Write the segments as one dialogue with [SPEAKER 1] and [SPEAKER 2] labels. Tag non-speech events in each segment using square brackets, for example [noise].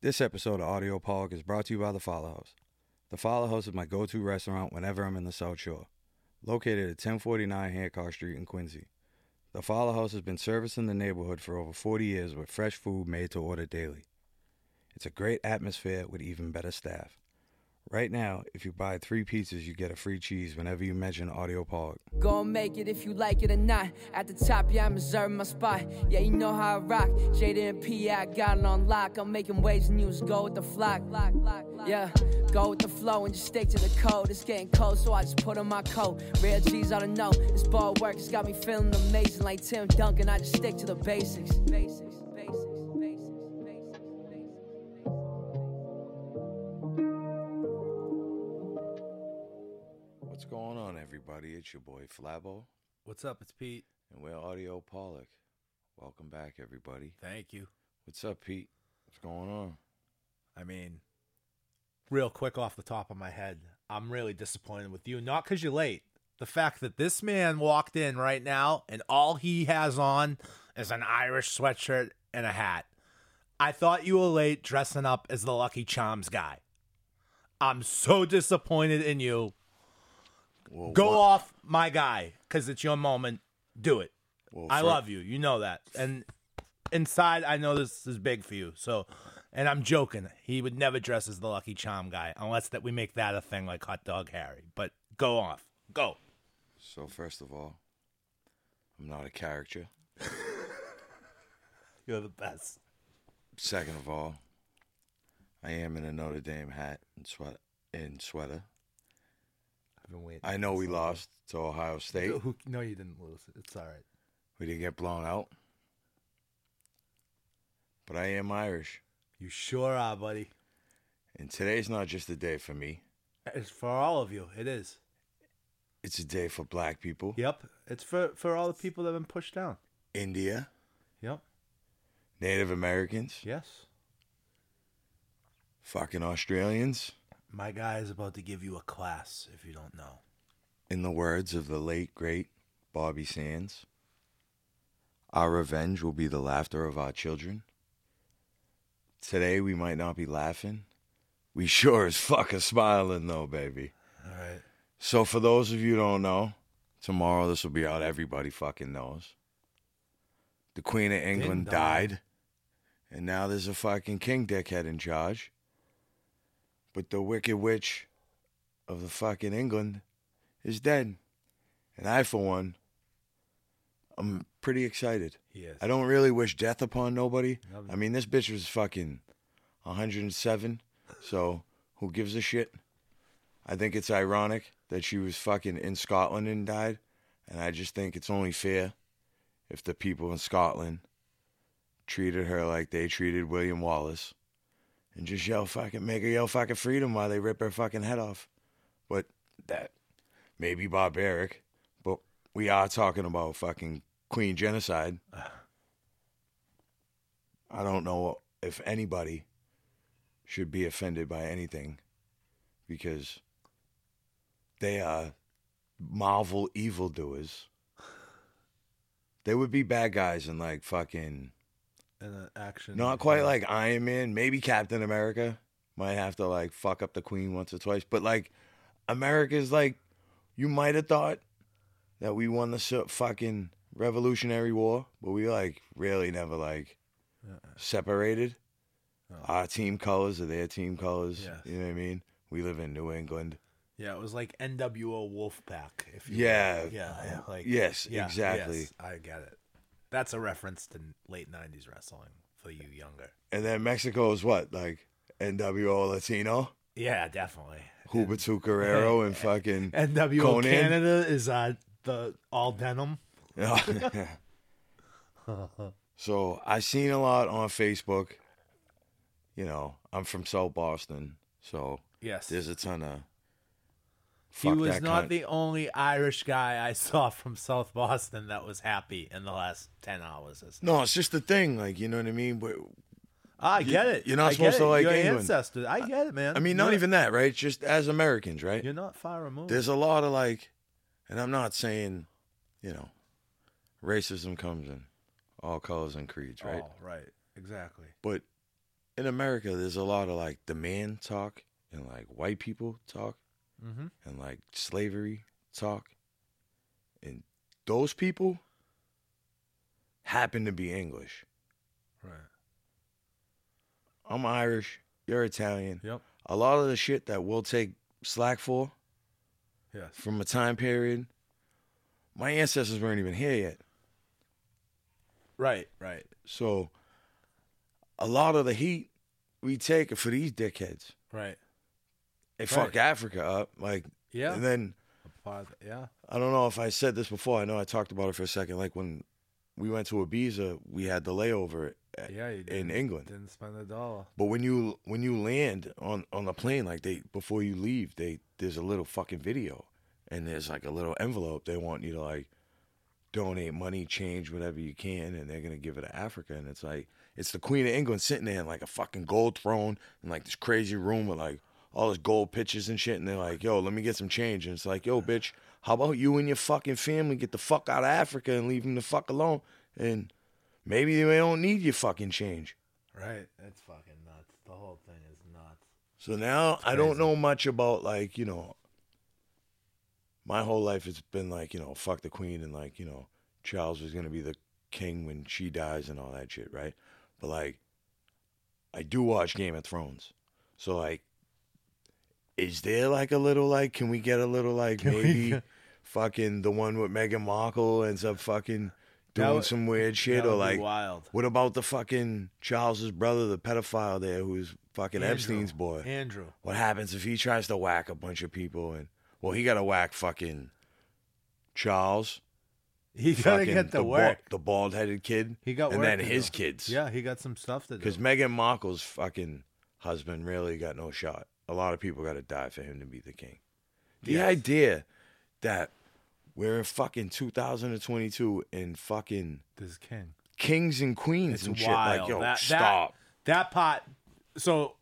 [SPEAKER 1] This episode of Audio Park is brought to you by The Follow House. The Follow House is my go to restaurant whenever I'm in the South Shore. Located at 1049 Hancock Street in Quincy, The Follow House has been servicing the neighborhood for over 40 years with fresh food made to order daily. It's a great atmosphere with even better staff. Right now, if you buy three pizzas, you get a free cheese whenever you mention Audio Park.
[SPEAKER 2] Gonna make it if you like it or not. At the top, yeah, I'm reserving my spot. Yeah, you know how I rock. Jada and P, I got it on lock. I'm making waves and you just go with the flock. Yeah, go with the flow and just stick to the code. It's getting cold, so I just put on my coat. Real G's, I don't know. This ball work has got me feeling amazing like Tim Duncan. I just stick to the basics. Basics, basics, basics, basics, basics.
[SPEAKER 1] What's going on, everybody? It's your boy Flabbo,
[SPEAKER 3] What's up? It's Pete.
[SPEAKER 1] and we're Audio Pollock. Welcome back, everybody.
[SPEAKER 3] Thank you.
[SPEAKER 1] What's up, Pete? What's going on?
[SPEAKER 3] I mean, real quick off the top of my head, I'm really disappointed with you. Not because you're late. The fact that this man walked in right now and all he has on is an Irish sweatshirt and a hat. I thought you were late dressing up as the Lucky Charms guy. I'm so disappointed in you.
[SPEAKER 1] Well,
[SPEAKER 3] Go
[SPEAKER 1] what-
[SPEAKER 3] off, my guy, because it's your moment. Do it.
[SPEAKER 1] well,
[SPEAKER 3] I
[SPEAKER 1] fir-
[SPEAKER 3] love you. You know that. And inside, I know this is big for you. So, and I'm joking. He would never dress as the Lucky Charm guy unless that we make that a thing like Hot Dog Harry. But go off. Go.
[SPEAKER 1] So first of all, I'm not a character.
[SPEAKER 3] You're the best.
[SPEAKER 1] Second of all, I am in a Notre Dame hat and sweat and sweater.
[SPEAKER 3] I've been waiting.
[SPEAKER 1] I know we lost to Ohio State.
[SPEAKER 3] Who, no, you didn't lose. It's all right.
[SPEAKER 1] We didn't get blown out. But I am Irish.
[SPEAKER 3] You sure are, buddy.
[SPEAKER 1] And today's not just a day for me.
[SPEAKER 3] It's for all of you. It is.
[SPEAKER 1] It's a day for black people.
[SPEAKER 3] Yep. It's for for all the people that have been pushed down.
[SPEAKER 1] India,
[SPEAKER 3] Yep.
[SPEAKER 1] Native Americans,
[SPEAKER 3] Yes.
[SPEAKER 1] fucking Australians.
[SPEAKER 3] My guy is about to give you a class if you don't know.
[SPEAKER 1] In the words of the late, great Bobby Sands, our revenge will be the laughter of our children. Today we might not be laughing. We sure as fuck are smiling though, baby.
[SPEAKER 3] All right.
[SPEAKER 1] So for those of you who don't know, tomorrow this will be out. Everybody fucking knows. The Queen of England
[SPEAKER 3] Ding dong.
[SPEAKER 1] died, and now there's a fucking king dickhead in charge. But the Wicked Witch of the fucking England is dead, and I, for one, I'm pretty excited.
[SPEAKER 3] He is.
[SPEAKER 1] I don't really wish death upon nobody.
[SPEAKER 3] No.
[SPEAKER 1] I mean, this bitch was fucking 107, so who gives a shit? I think it's ironic that she was fucking in Scotland and died, and I just think it's only fair if the people in Scotland treated her like they treated William Wallace and just yell fucking make her yell fucking freedom while they rip her fucking head off. But that may be barbaric, but we are talking about fucking Queen genocide. I don't know if anybody should be offended by anything because they are Marvel evildoers. They would be bad guys in like fucking
[SPEAKER 3] In an action.
[SPEAKER 1] not quite like Iron Man, maybe Captain America might have to like fuck up the Queen once or twice, but like America's like you might have thought that we won the so- fucking Revolutionary War, but we like really never like separated. Our team colors are their team colors.
[SPEAKER 3] Yes.
[SPEAKER 1] You know what I mean? We live in New England.
[SPEAKER 3] Yeah, it was like NWO Wolfpack. If you
[SPEAKER 1] Yeah.
[SPEAKER 3] will. yeah, yeah, like
[SPEAKER 1] Yes, exactly.
[SPEAKER 3] yes, I get it. That's a reference to late '90s wrestling for you younger.
[SPEAKER 1] And then Mexico is what like NWO Latino,
[SPEAKER 3] Yeah, definitely.
[SPEAKER 1] Hubertu Guerrero, and fucking
[SPEAKER 3] NWO
[SPEAKER 1] Conan.
[SPEAKER 3] Canada is uh, the all denim.
[SPEAKER 1] [laughs] so I seen a lot on Facebook. You know, I'm from South Boston, so
[SPEAKER 3] Yes,
[SPEAKER 1] there's a ton of.
[SPEAKER 3] he
[SPEAKER 1] fuck
[SPEAKER 3] was
[SPEAKER 1] that
[SPEAKER 3] not
[SPEAKER 1] cunt.
[SPEAKER 3] the only Irish guy I saw [laughs] from South Boston that was happy in the last ten hours. Isn't it?
[SPEAKER 1] No, it's just the thing, like you know what I mean. But
[SPEAKER 3] I get it.
[SPEAKER 1] you're not
[SPEAKER 3] I get
[SPEAKER 1] supposed to
[SPEAKER 3] it.
[SPEAKER 1] like
[SPEAKER 3] your
[SPEAKER 1] England.
[SPEAKER 3] ancestors. I get it, man.
[SPEAKER 1] I mean, not
[SPEAKER 3] You're-
[SPEAKER 1] even that, right? Just as Americans, right?
[SPEAKER 3] You're not far removed.
[SPEAKER 1] There's a lot of like, and I'm not saying, you know, racism comes in all colors and creeds, right?
[SPEAKER 3] Oh, right. Exactly.
[SPEAKER 1] But in America, there's a lot of like the man talk and like white people talk
[SPEAKER 3] Mm-hmm.
[SPEAKER 1] and like slavery talk. And those people happen to be English.
[SPEAKER 3] Right.
[SPEAKER 1] I'm Irish. You're Italian.
[SPEAKER 3] Yep.
[SPEAKER 1] A lot of the shit that we'll take slack for
[SPEAKER 3] Yes.
[SPEAKER 1] from a time period, my ancestors weren't even here yet.
[SPEAKER 3] Right. Right.
[SPEAKER 1] So a lot of the heat we take are for these dickheads.
[SPEAKER 3] Right.
[SPEAKER 1] They fuck
[SPEAKER 3] Right.
[SPEAKER 1] Africa up. Like
[SPEAKER 3] Yeah.
[SPEAKER 1] and then
[SPEAKER 3] Pause- Yeah.
[SPEAKER 1] I don't know if I said this before. I know I talked about it for a second. Like when we went to Ibiza, we had the layover at-
[SPEAKER 3] Yeah. You
[SPEAKER 1] in
[SPEAKER 3] didn't,
[SPEAKER 1] England.
[SPEAKER 3] didn't spend a dollar.
[SPEAKER 1] But when you when you land on on the plane, like they before you leave, they there's a little fucking video, and there's like a little envelope they want you to like donate money, change whatever you can, and they're gonna give it to Africa, and it's like it's the Queen of England sitting there in like a fucking gold throne and like this crazy room with like all this gold pictures and shit, and they're like, yo, let me get some change, and it's like, yo, bitch, how about you and your fucking family get the fuck out of Africa and leave them the fuck alone, and maybe they don't need your fucking change.
[SPEAKER 3] Right. That's fucking nuts. The whole thing is nuts.
[SPEAKER 1] So now I don't know much about like, you know, my whole life it's been like, you know, fuck the queen and like, you know, Charles was going to be the king when she dies and all that shit, right? But like I do watch Game of Thrones. So like is there like a little like can we get a little like
[SPEAKER 3] Can we
[SPEAKER 1] maybe
[SPEAKER 3] get-
[SPEAKER 1] fucking the one with Meghan Markle ends up fucking
[SPEAKER 3] That
[SPEAKER 1] doing
[SPEAKER 3] would-
[SPEAKER 1] some weird shit
[SPEAKER 3] That would
[SPEAKER 1] or
[SPEAKER 3] be
[SPEAKER 1] like
[SPEAKER 3] wild.
[SPEAKER 1] what about the fucking Charles's brother, the pedophile there who's fucking
[SPEAKER 3] Andrew.
[SPEAKER 1] Epstein's boy?
[SPEAKER 3] Andrew.
[SPEAKER 1] what happens if he tries to whack a bunch of people and well he got to whack fucking
[SPEAKER 3] [laughs]
[SPEAKER 1] charles
[SPEAKER 3] He gotta
[SPEAKER 1] fucking
[SPEAKER 3] get to
[SPEAKER 1] the, ba-
[SPEAKER 3] work.
[SPEAKER 1] the bald-headed kid
[SPEAKER 3] he got
[SPEAKER 1] and
[SPEAKER 3] work
[SPEAKER 1] then
[SPEAKER 3] to
[SPEAKER 1] his
[SPEAKER 3] do.
[SPEAKER 1] kids
[SPEAKER 3] Yeah, he got some stuff to do.
[SPEAKER 1] because megan markle's fucking husband really got no shot a lot of people got to die for him to be the king the
[SPEAKER 3] Yes.
[SPEAKER 1] idea that we're in fucking 2022 and fucking
[SPEAKER 3] this is king.
[SPEAKER 1] kings and queens
[SPEAKER 3] It's
[SPEAKER 1] and shit
[SPEAKER 3] wild.
[SPEAKER 1] like yo
[SPEAKER 3] that,
[SPEAKER 1] stop
[SPEAKER 3] That, that pot. So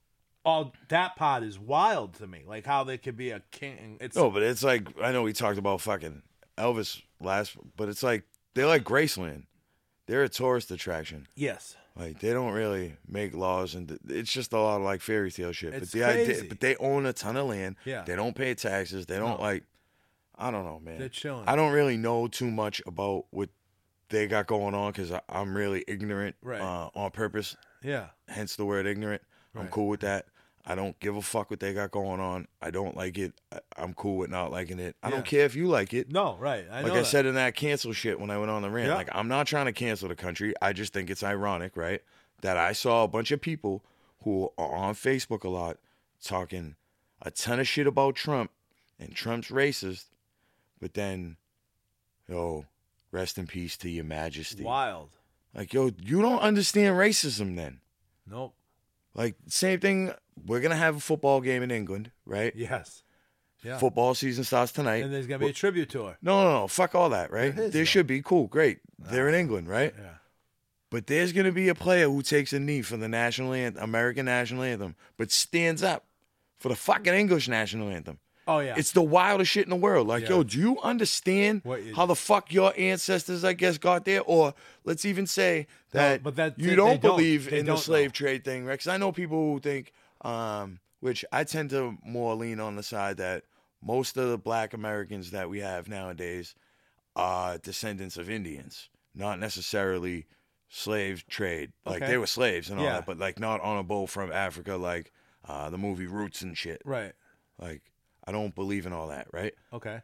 [SPEAKER 3] all that pot is wild to me. Like how there could be a king. It's
[SPEAKER 1] No, but it's like I know we talked about fucking Elvis last, but it's like they're like Graceland. They're a tourist attraction.
[SPEAKER 3] yes.
[SPEAKER 1] Like they don't really make laws, and th- it's just a lot of like fairy tale shit.
[SPEAKER 3] It's
[SPEAKER 1] but the
[SPEAKER 3] crazy.
[SPEAKER 1] idea, but they own a ton of land.
[SPEAKER 3] Yeah.
[SPEAKER 1] they don't pay taxes. They don't
[SPEAKER 3] No.
[SPEAKER 1] like. I don't know, man.
[SPEAKER 3] They're chilling.
[SPEAKER 1] I don't really know too much about what they got going on because I'm really ignorant
[SPEAKER 3] Right.
[SPEAKER 1] uh, on purpose
[SPEAKER 3] Yeah.
[SPEAKER 1] hence the word ignorant. I'm
[SPEAKER 3] Right.
[SPEAKER 1] cool with that. I don't give a fuck what they got going on. I don't like it. I, I'm cool with not liking it. I
[SPEAKER 3] Yeah.
[SPEAKER 1] don't care if you like it.
[SPEAKER 3] No. Right. I
[SPEAKER 1] like
[SPEAKER 3] know
[SPEAKER 1] I
[SPEAKER 3] that.
[SPEAKER 1] said in that cancel shit when I went on the rant,
[SPEAKER 3] Yeah.
[SPEAKER 1] like I'm not trying to cancel the country. I just think it's ironic, right? That I saw a bunch of people who are on Facebook a lot talking a ton of shit about Trump and Trump's racist, but then, yo, rest in peace to your majesty.
[SPEAKER 3] wild.
[SPEAKER 1] Like, yo, you don't understand racism then.
[SPEAKER 3] Nope.
[SPEAKER 1] Like same thing. We're gonna have a football game in England, right?
[SPEAKER 3] Yes. Yeah.
[SPEAKER 1] Football season starts tonight.
[SPEAKER 3] And there's gonna be a tribute to her.
[SPEAKER 1] no, no, no. Fuck all that, right?
[SPEAKER 3] There is, Ah.
[SPEAKER 1] There
[SPEAKER 3] though.
[SPEAKER 1] should be cool, great. They're in England, right?
[SPEAKER 3] Yeah.
[SPEAKER 1] But there's gonna be a player who takes a knee for the national anthem, American national anthem, but stands up for the fucking English national anthem.
[SPEAKER 3] Oh yeah.
[SPEAKER 1] It's the wildest shit in the world. Like,
[SPEAKER 3] Yeah.
[SPEAKER 1] yo, do you understand
[SPEAKER 3] What is-
[SPEAKER 1] how the fuck your ancestors, I guess, got there? Or let's even say that,
[SPEAKER 3] but that-
[SPEAKER 1] you
[SPEAKER 3] they-
[SPEAKER 1] don't
[SPEAKER 3] they don't.
[SPEAKER 1] believe
[SPEAKER 3] They
[SPEAKER 1] in
[SPEAKER 3] don't
[SPEAKER 1] the
[SPEAKER 3] know.
[SPEAKER 1] slave trade thing, right? 'Cause I know people who think, um, which I tend to more lean on the side that most of the black Americans that we have nowadays are descendants of Indians, not necessarily slave trade. Like,
[SPEAKER 3] Okay.
[SPEAKER 1] they were slaves and all
[SPEAKER 3] Yeah.
[SPEAKER 1] that, but like not on a boat from Africa, like uh, the movie Roots and shit.
[SPEAKER 3] right.
[SPEAKER 1] Like, I don't believe in all that, right?
[SPEAKER 3] Okay.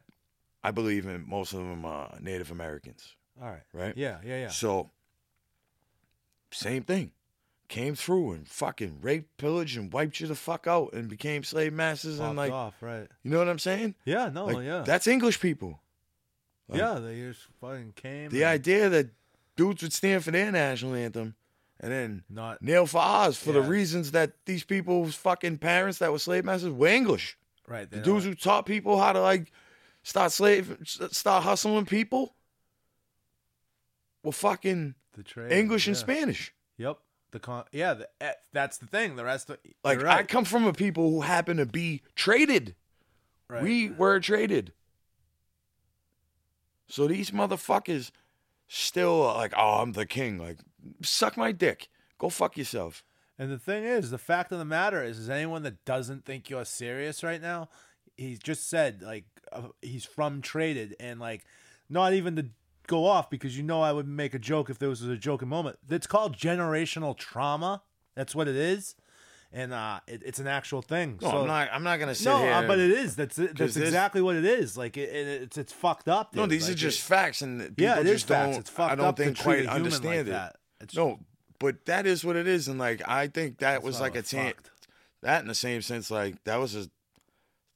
[SPEAKER 1] I believe in most of them are Native Americans,
[SPEAKER 3] All right.
[SPEAKER 1] right?
[SPEAKER 3] Yeah. Yeah. Yeah.
[SPEAKER 1] So, same thing. Came through and fucking raped, pillaged, and wiped you the fuck out and became slave masters.
[SPEAKER 3] Popped
[SPEAKER 1] and, like,
[SPEAKER 3] off. Right.
[SPEAKER 1] you know what I'm saying?
[SPEAKER 3] Yeah. No.
[SPEAKER 1] Like,
[SPEAKER 3] yeah.
[SPEAKER 1] That's English people. like-
[SPEAKER 3] yeah. They just fucking came.
[SPEAKER 1] The
[SPEAKER 3] and
[SPEAKER 1] idea that dudes would stand for their national anthem and then
[SPEAKER 3] Not.
[SPEAKER 1] kneel for ours for the
[SPEAKER 3] Yeah.
[SPEAKER 1] reasons that these people's fucking parents that were slave masters were English.
[SPEAKER 3] Right.
[SPEAKER 1] The
[SPEAKER 3] they
[SPEAKER 1] dudes who
[SPEAKER 3] don't-
[SPEAKER 1] taught people how to like start slave, start hustling people, were fucking
[SPEAKER 3] the trade.
[SPEAKER 1] English and
[SPEAKER 3] yeah.
[SPEAKER 1] Spanish.
[SPEAKER 3] Yep. The con. Yeah. The, eh, that's the thing. The rest. Of,
[SPEAKER 1] Like
[SPEAKER 3] you're right.
[SPEAKER 1] I come from a people who happen to be traded.
[SPEAKER 3] Right.
[SPEAKER 1] We were traded. So these motherfuckers still are like, oh, I'm the king. Like, suck my dick. Go fuck yourself.
[SPEAKER 3] And the thing is, the fact of the matter is, is anyone that doesn't think you're serious right now, he just said like uh, he's from traded and like not even to go off because you know I would make a joke if there was a joking moment. It's called generational trauma. That's what it is, and uh, it, it's an actual thing.
[SPEAKER 1] No,
[SPEAKER 3] so,
[SPEAKER 1] I'm not. I'm not gonna sit
[SPEAKER 3] no,
[SPEAKER 1] here.
[SPEAKER 3] uh, but
[SPEAKER 1] and-
[SPEAKER 3] it is. That's it- that's
[SPEAKER 1] Because this-
[SPEAKER 3] exactly what it is. Like it, it, it's it's fucked up.
[SPEAKER 1] no,
[SPEAKER 3] dude.
[SPEAKER 1] these
[SPEAKER 3] Like,
[SPEAKER 1] are just
[SPEAKER 3] it-
[SPEAKER 1] facts, and people
[SPEAKER 3] yeah, it is
[SPEAKER 1] just don't.
[SPEAKER 3] facts. It's fucked
[SPEAKER 1] I don't
[SPEAKER 3] up to
[SPEAKER 1] think
[SPEAKER 3] treat a
[SPEAKER 1] quite
[SPEAKER 3] human like
[SPEAKER 1] understand it.
[SPEAKER 3] that. It's-
[SPEAKER 1] no, but that is what it is, and like I think that was
[SPEAKER 3] Well,
[SPEAKER 1] like a
[SPEAKER 3] it's
[SPEAKER 1] tan-
[SPEAKER 3] fucked.
[SPEAKER 1] that in the same sense, like that was a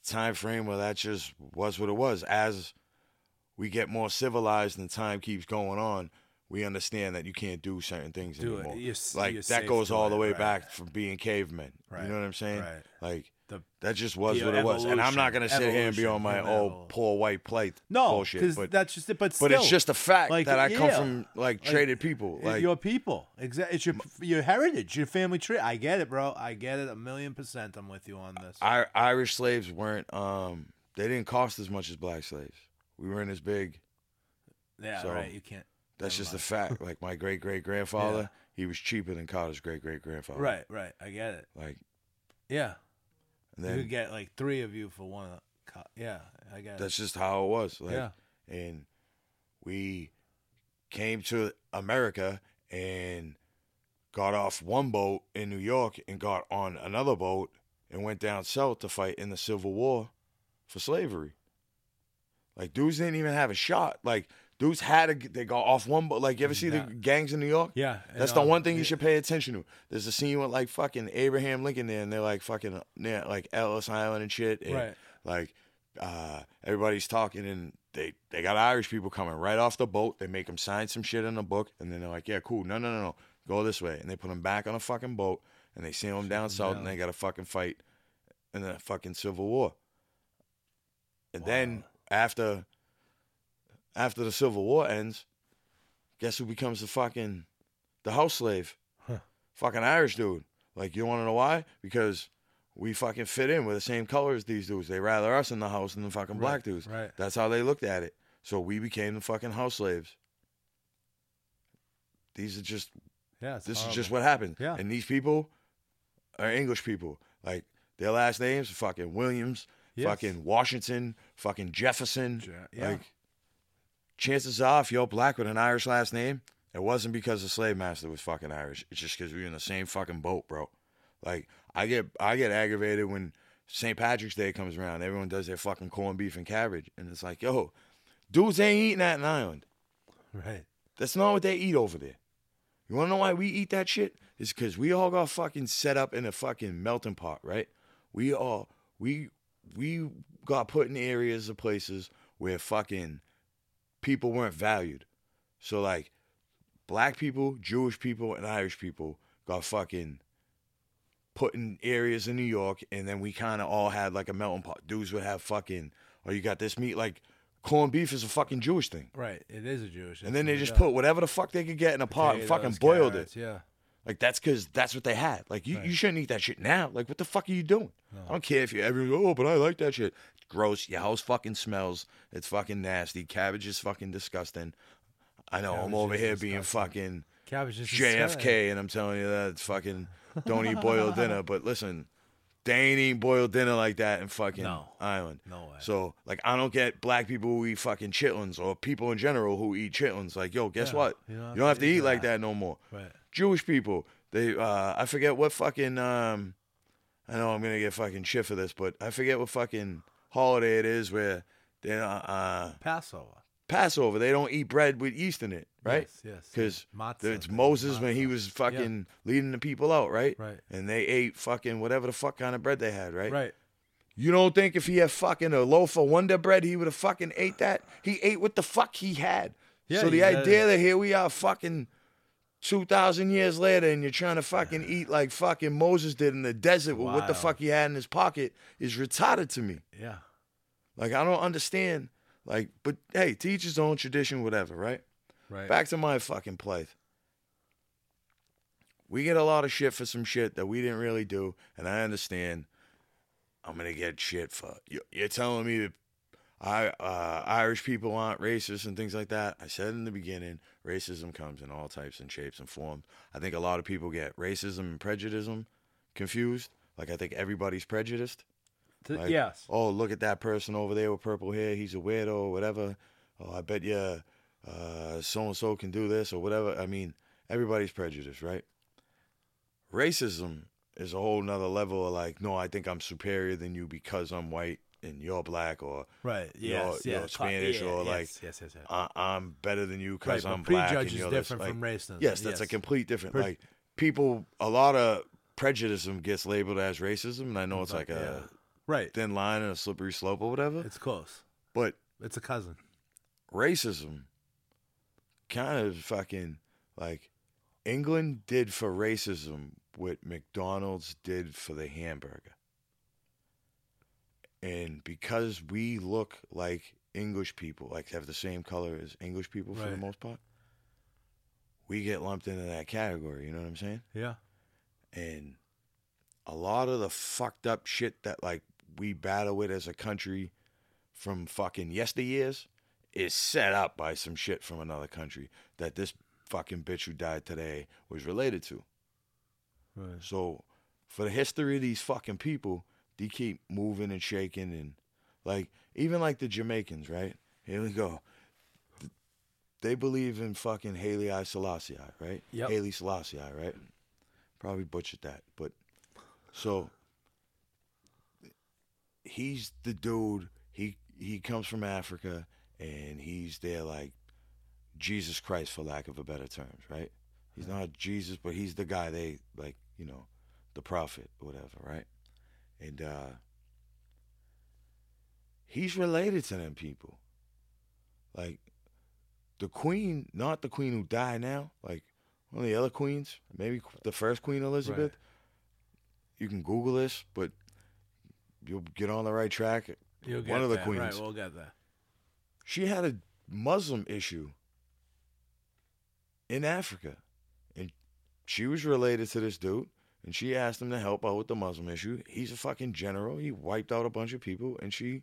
[SPEAKER 1] time frame where that just was what it was. As we get more civilized and time keeps going on, we understand that you can't do certain things
[SPEAKER 3] Do it.
[SPEAKER 1] anymore.
[SPEAKER 3] You're s-
[SPEAKER 1] like
[SPEAKER 3] you're
[SPEAKER 1] that
[SPEAKER 3] safe
[SPEAKER 1] goes
[SPEAKER 3] to
[SPEAKER 1] all
[SPEAKER 3] it,
[SPEAKER 1] the way
[SPEAKER 3] right.
[SPEAKER 1] back from being cavemen.
[SPEAKER 3] Right,
[SPEAKER 1] You know what I'm saying?
[SPEAKER 3] right.
[SPEAKER 1] Like
[SPEAKER 3] The-
[SPEAKER 1] that just was
[SPEAKER 3] the
[SPEAKER 1] what it was, and I'm not gonna
[SPEAKER 3] evolution-
[SPEAKER 1] sit here and be on my
[SPEAKER 3] evolution,
[SPEAKER 1] old
[SPEAKER 3] evol-
[SPEAKER 1] poor white plate
[SPEAKER 3] No,
[SPEAKER 1] bullshit.
[SPEAKER 3] because
[SPEAKER 1] But
[SPEAKER 3] that's just it. But
[SPEAKER 1] but it's
[SPEAKER 3] still,
[SPEAKER 1] just a fact
[SPEAKER 3] like,
[SPEAKER 1] that I come
[SPEAKER 3] yeah.
[SPEAKER 1] from like
[SPEAKER 3] Like,
[SPEAKER 1] traded people.
[SPEAKER 3] it-
[SPEAKER 1] Like
[SPEAKER 3] your people, exactly. It's your your heritage, your family tree. I get it, bro. I get it. A million percent. I'm with you on this.
[SPEAKER 1] I, Irish slaves weren't um they didn't cost as much as black slaves. We weren't as big.
[SPEAKER 3] yeah,
[SPEAKER 1] so-
[SPEAKER 3] right. You can't.
[SPEAKER 1] That's
[SPEAKER 3] Never
[SPEAKER 1] just a fact. Like my great great grandfather, he was cheaper than Carter's great great grandfather.
[SPEAKER 3] Right, right. I get it.
[SPEAKER 1] Like
[SPEAKER 3] Yeah,
[SPEAKER 1] and
[SPEAKER 3] you
[SPEAKER 1] then
[SPEAKER 3] could get like three of you for one. of the co- Yeah, I get it.
[SPEAKER 1] that's just how it was. Like
[SPEAKER 3] Yeah.
[SPEAKER 1] and we came to America and got off one boat in New York and got on another boat and went down south to fight in the Civil War for slavery. Like dudes didn't even have a shot. Like dudes had a they got off one boat. Like you ever see the
[SPEAKER 3] Yeah.
[SPEAKER 1] gangs in New York?
[SPEAKER 3] Yeah,
[SPEAKER 1] That's
[SPEAKER 3] and,
[SPEAKER 1] the
[SPEAKER 3] um,
[SPEAKER 1] one thing you
[SPEAKER 3] yeah.
[SPEAKER 1] should pay attention to. There's a scene with like fucking Abraham Lincoln there, and they're like fucking near like Ellis Island and shit. And
[SPEAKER 3] Right.
[SPEAKER 1] Like uh, everybody's talking, and they they got Irish people coming right off the boat. They make them sign some shit in a book, and then they're like, "Yeah, cool. No, no, no, no. Go this way." And they put them back on a fucking boat, and they sail them down south, and they got a fucking fight in the fucking Civil War. And then after after the Civil War ends, guess who becomes the fucking the house slave? Fucking Irish dude. Like you wanna know why? Because we fucking fit in. We're the same color as these dudes. They rather us in the house than the fucking black dudes.
[SPEAKER 3] right.
[SPEAKER 1] That's how they looked at it. So we became the fucking house slaves. These are just
[SPEAKER 3] yeah. it's
[SPEAKER 1] this is
[SPEAKER 3] horrible.
[SPEAKER 1] just what happened.
[SPEAKER 3] um, Yeah.
[SPEAKER 1] And these people are English people. Like their last names are fucking Williams,
[SPEAKER 3] Yes.
[SPEAKER 1] fucking Washington, fucking Jefferson.
[SPEAKER 3] Ja- yeah.
[SPEAKER 1] Like chances are if you're black with an Irish last name, it wasn't because the slave master was fucking Irish. It's just because we were in the same fucking boat, bro. Like I get I get aggravated when St. Patrick's Day comes around. Everyone does their fucking corned beef and cabbage. And it's like, yo, dudes ain't eating that in Ireland.
[SPEAKER 3] right.
[SPEAKER 1] That's not what they eat over there. You wanna know why we eat that shit? It's cause we all got fucking set up in a fucking melting pot, right? We all we we got put in areas of places where fucking people weren't valued. So like black people, Jewish people, and Irish people got fucking put in areas in New York, and then we kind of all had like a melting pot. Dudes would have fucking, oh, you got this meat like corned beef is a fucking Jewish thing.
[SPEAKER 3] Right. It is a Jewish.
[SPEAKER 1] And then they
[SPEAKER 3] ethnic,
[SPEAKER 1] just
[SPEAKER 3] yeah.
[SPEAKER 1] put whatever the fuck they could get in a pot and fucking
[SPEAKER 3] Potatoes,
[SPEAKER 1] boiled
[SPEAKER 3] carrots,
[SPEAKER 1] it.
[SPEAKER 3] Yeah.
[SPEAKER 1] Like that's because that's what they had. Like you, you shouldn't eat that shit now. Like what the fuck are you doing? I don't care if you everyone's oh, but I like that shit. It's gross. Your house fucking smells. It's fucking nasty. Cabbage is fucking disgusting. I know I'm
[SPEAKER 3] Cabbage
[SPEAKER 1] over
[SPEAKER 3] is
[SPEAKER 1] here being fucking
[SPEAKER 3] Cabbage is disgusting.
[SPEAKER 1] JFK, and I'm telling you that it's fucking don't eat boiled
[SPEAKER 3] [laughs]
[SPEAKER 1] dinner. But listen, they ain't eating boiled dinner like that in fucking
[SPEAKER 3] No.
[SPEAKER 1] Ireland.
[SPEAKER 3] No way.
[SPEAKER 1] So like, I don't get black people who eat fucking chitlins or people in general who eat chitlins. Like, yo, guess
[SPEAKER 3] Yeah,
[SPEAKER 1] what?
[SPEAKER 3] you don't have
[SPEAKER 1] to, eat like that no more.
[SPEAKER 3] Right.
[SPEAKER 1] Jewish people, they uh, I forget what fucking um, I know I'm gonna get fucking shit for this, but I forget what fucking holiday it is where they uh, uh
[SPEAKER 3] Passover.
[SPEAKER 1] Passover. They don't eat bread with yeast in it, right?
[SPEAKER 3] Yes, yes,
[SPEAKER 1] Because
[SPEAKER 3] yes. Matzah,
[SPEAKER 1] it's
[SPEAKER 3] they eat
[SPEAKER 1] Moses when he
[SPEAKER 3] matzah.
[SPEAKER 1] was fucking leading the people out, right?
[SPEAKER 3] Right.
[SPEAKER 1] And they ate fucking whatever the fuck kind of bread they had, right?
[SPEAKER 3] Right.
[SPEAKER 1] You don't think if he had fucking a loaf of Wonder Bread, he would have fucking ate that? He ate what the fuck he had.
[SPEAKER 3] Yeah,
[SPEAKER 1] so the
[SPEAKER 3] you gotta-
[SPEAKER 1] idea that here we are fucking 2,000 years later and you're trying to fucking eat like fucking Moses did in the desert with what the
[SPEAKER 3] Wild.
[SPEAKER 1] fuck he had in his pocket is retarded to me.
[SPEAKER 3] Yeah.
[SPEAKER 1] Like, I don't understand. Like, but hey, teach his own tradition, whatever, right?
[SPEAKER 3] Right.
[SPEAKER 1] Back to my fucking plate. We get a lot of shit for some shit that we didn't really do, and I understand. I'm gonna get shit for you. You're telling me that I uh, Irish people aren't racist and things like that. I said in the beginning, racism comes in all types and shapes and forms. I think a lot of people get racism and prejudice confused. Like I think everybody's prejudiced.
[SPEAKER 3] Th-
[SPEAKER 1] Like,
[SPEAKER 3] yes.
[SPEAKER 1] Oh, look at that person over there with purple hair. He's a weirdo or whatever. Oh, I bet you so and so can do this or whatever. I mean, everybody's prejudiced, right? Racism is a whole nother level of like, no, I think I'm superior than you because I'm white and you're black or
[SPEAKER 3] Right.
[SPEAKER 1] you're-
[SPEAKER 3] Yes.
[SPEAKER 1] you're
[SPEAKER 3] yes.
[SPEAKER 1] Spanish
[SPEAKER 3] yeah,
[SPEAKER 1] or,
[SPEAKER 3] yes,
[SPEAKER 1] like,
[SPEAKER 3] yes, yes, yes.
[SPEAKER 1] I- I'm better than you because
[SPEAKER 3] Right, but
[SPEAKER 1] I'm black.
[SPEAKER 3] prejudge
[SPEAKER 1] and
[SPEAKER 3] is
[SPEAKER 1] you're this,
[SPEAKER 3] different
[SPEAKER 1] like-
[SPEAKER 3] from racism,
[SPEAKER 1] Yes, that's a
[SPEAKER 3] yes.
[SPEAKER 1] complete different.
[SPEAKER 3] Pre-
[SPEAKER 1] like people, a lot of prejudicism gets labeled as racism, and I know it's like a
[SPEAKER 3] yeah. right.
[SPEAKER 1] thin line and a slippery slope or whatever.
[SPEAKER 3] It's close.
[SPEAKER 1] but
[SPEAKER 3] It's a cousin.
[SPEAKER 1] racism kind of fucking like England did for racism what McDonald's did for the hamburger. And because we look like English people, like have the same color as English people for the
[SPEAKER 3] Right.
[SPEAKER 1] most part, we get lumped into that category. You know what I'm saying?
[SPEAKER 3] Yeah.
[SPEAKER 1] and a lot of the fucked up shit that like we battle with as a country from fucking yesteryears is set up by some shit from another country that this fucking bitch who died today was related to.
[SPEAKER 3] Right.
[SPEAKER 1] So for the history of these fucking people, they keep moving and shaking and like even like the Jamaicans, right? Here we go. They believe in fucking Haley I Selassie, right?
[SPEAKER 3] Yep.
[SPEAKER 1] Haley Selassie, right? Probably butchered that, but so he's the dude. He he comes from Africa and he's there like Jesus Christ for lack of a better terms, right? He's not Jesus, but he's the guy they like, you know, the prophet, whatever, right? And uh he's related to them people. Like the queen, not the queen who died now, like one of the other queens, maybe the first queen Elizabeth. You can Google this, but you'll get on the right track.
[SPEAKER 3] You'll
[SPEAKER 1] one
[SPEAKER 3] get
[SPEAKER 1] of the
[SPEAKER 3] that.
[SPEAKER 1] queens.
[SPEAKER 3] Right. We'll get that.
[SPEAKER 1] She had a Muslim issue in Africa. And she was related to this dude. And she asked him to help out with the Muslim issue. He's a fucking general. He wiped out a bunch of people. And she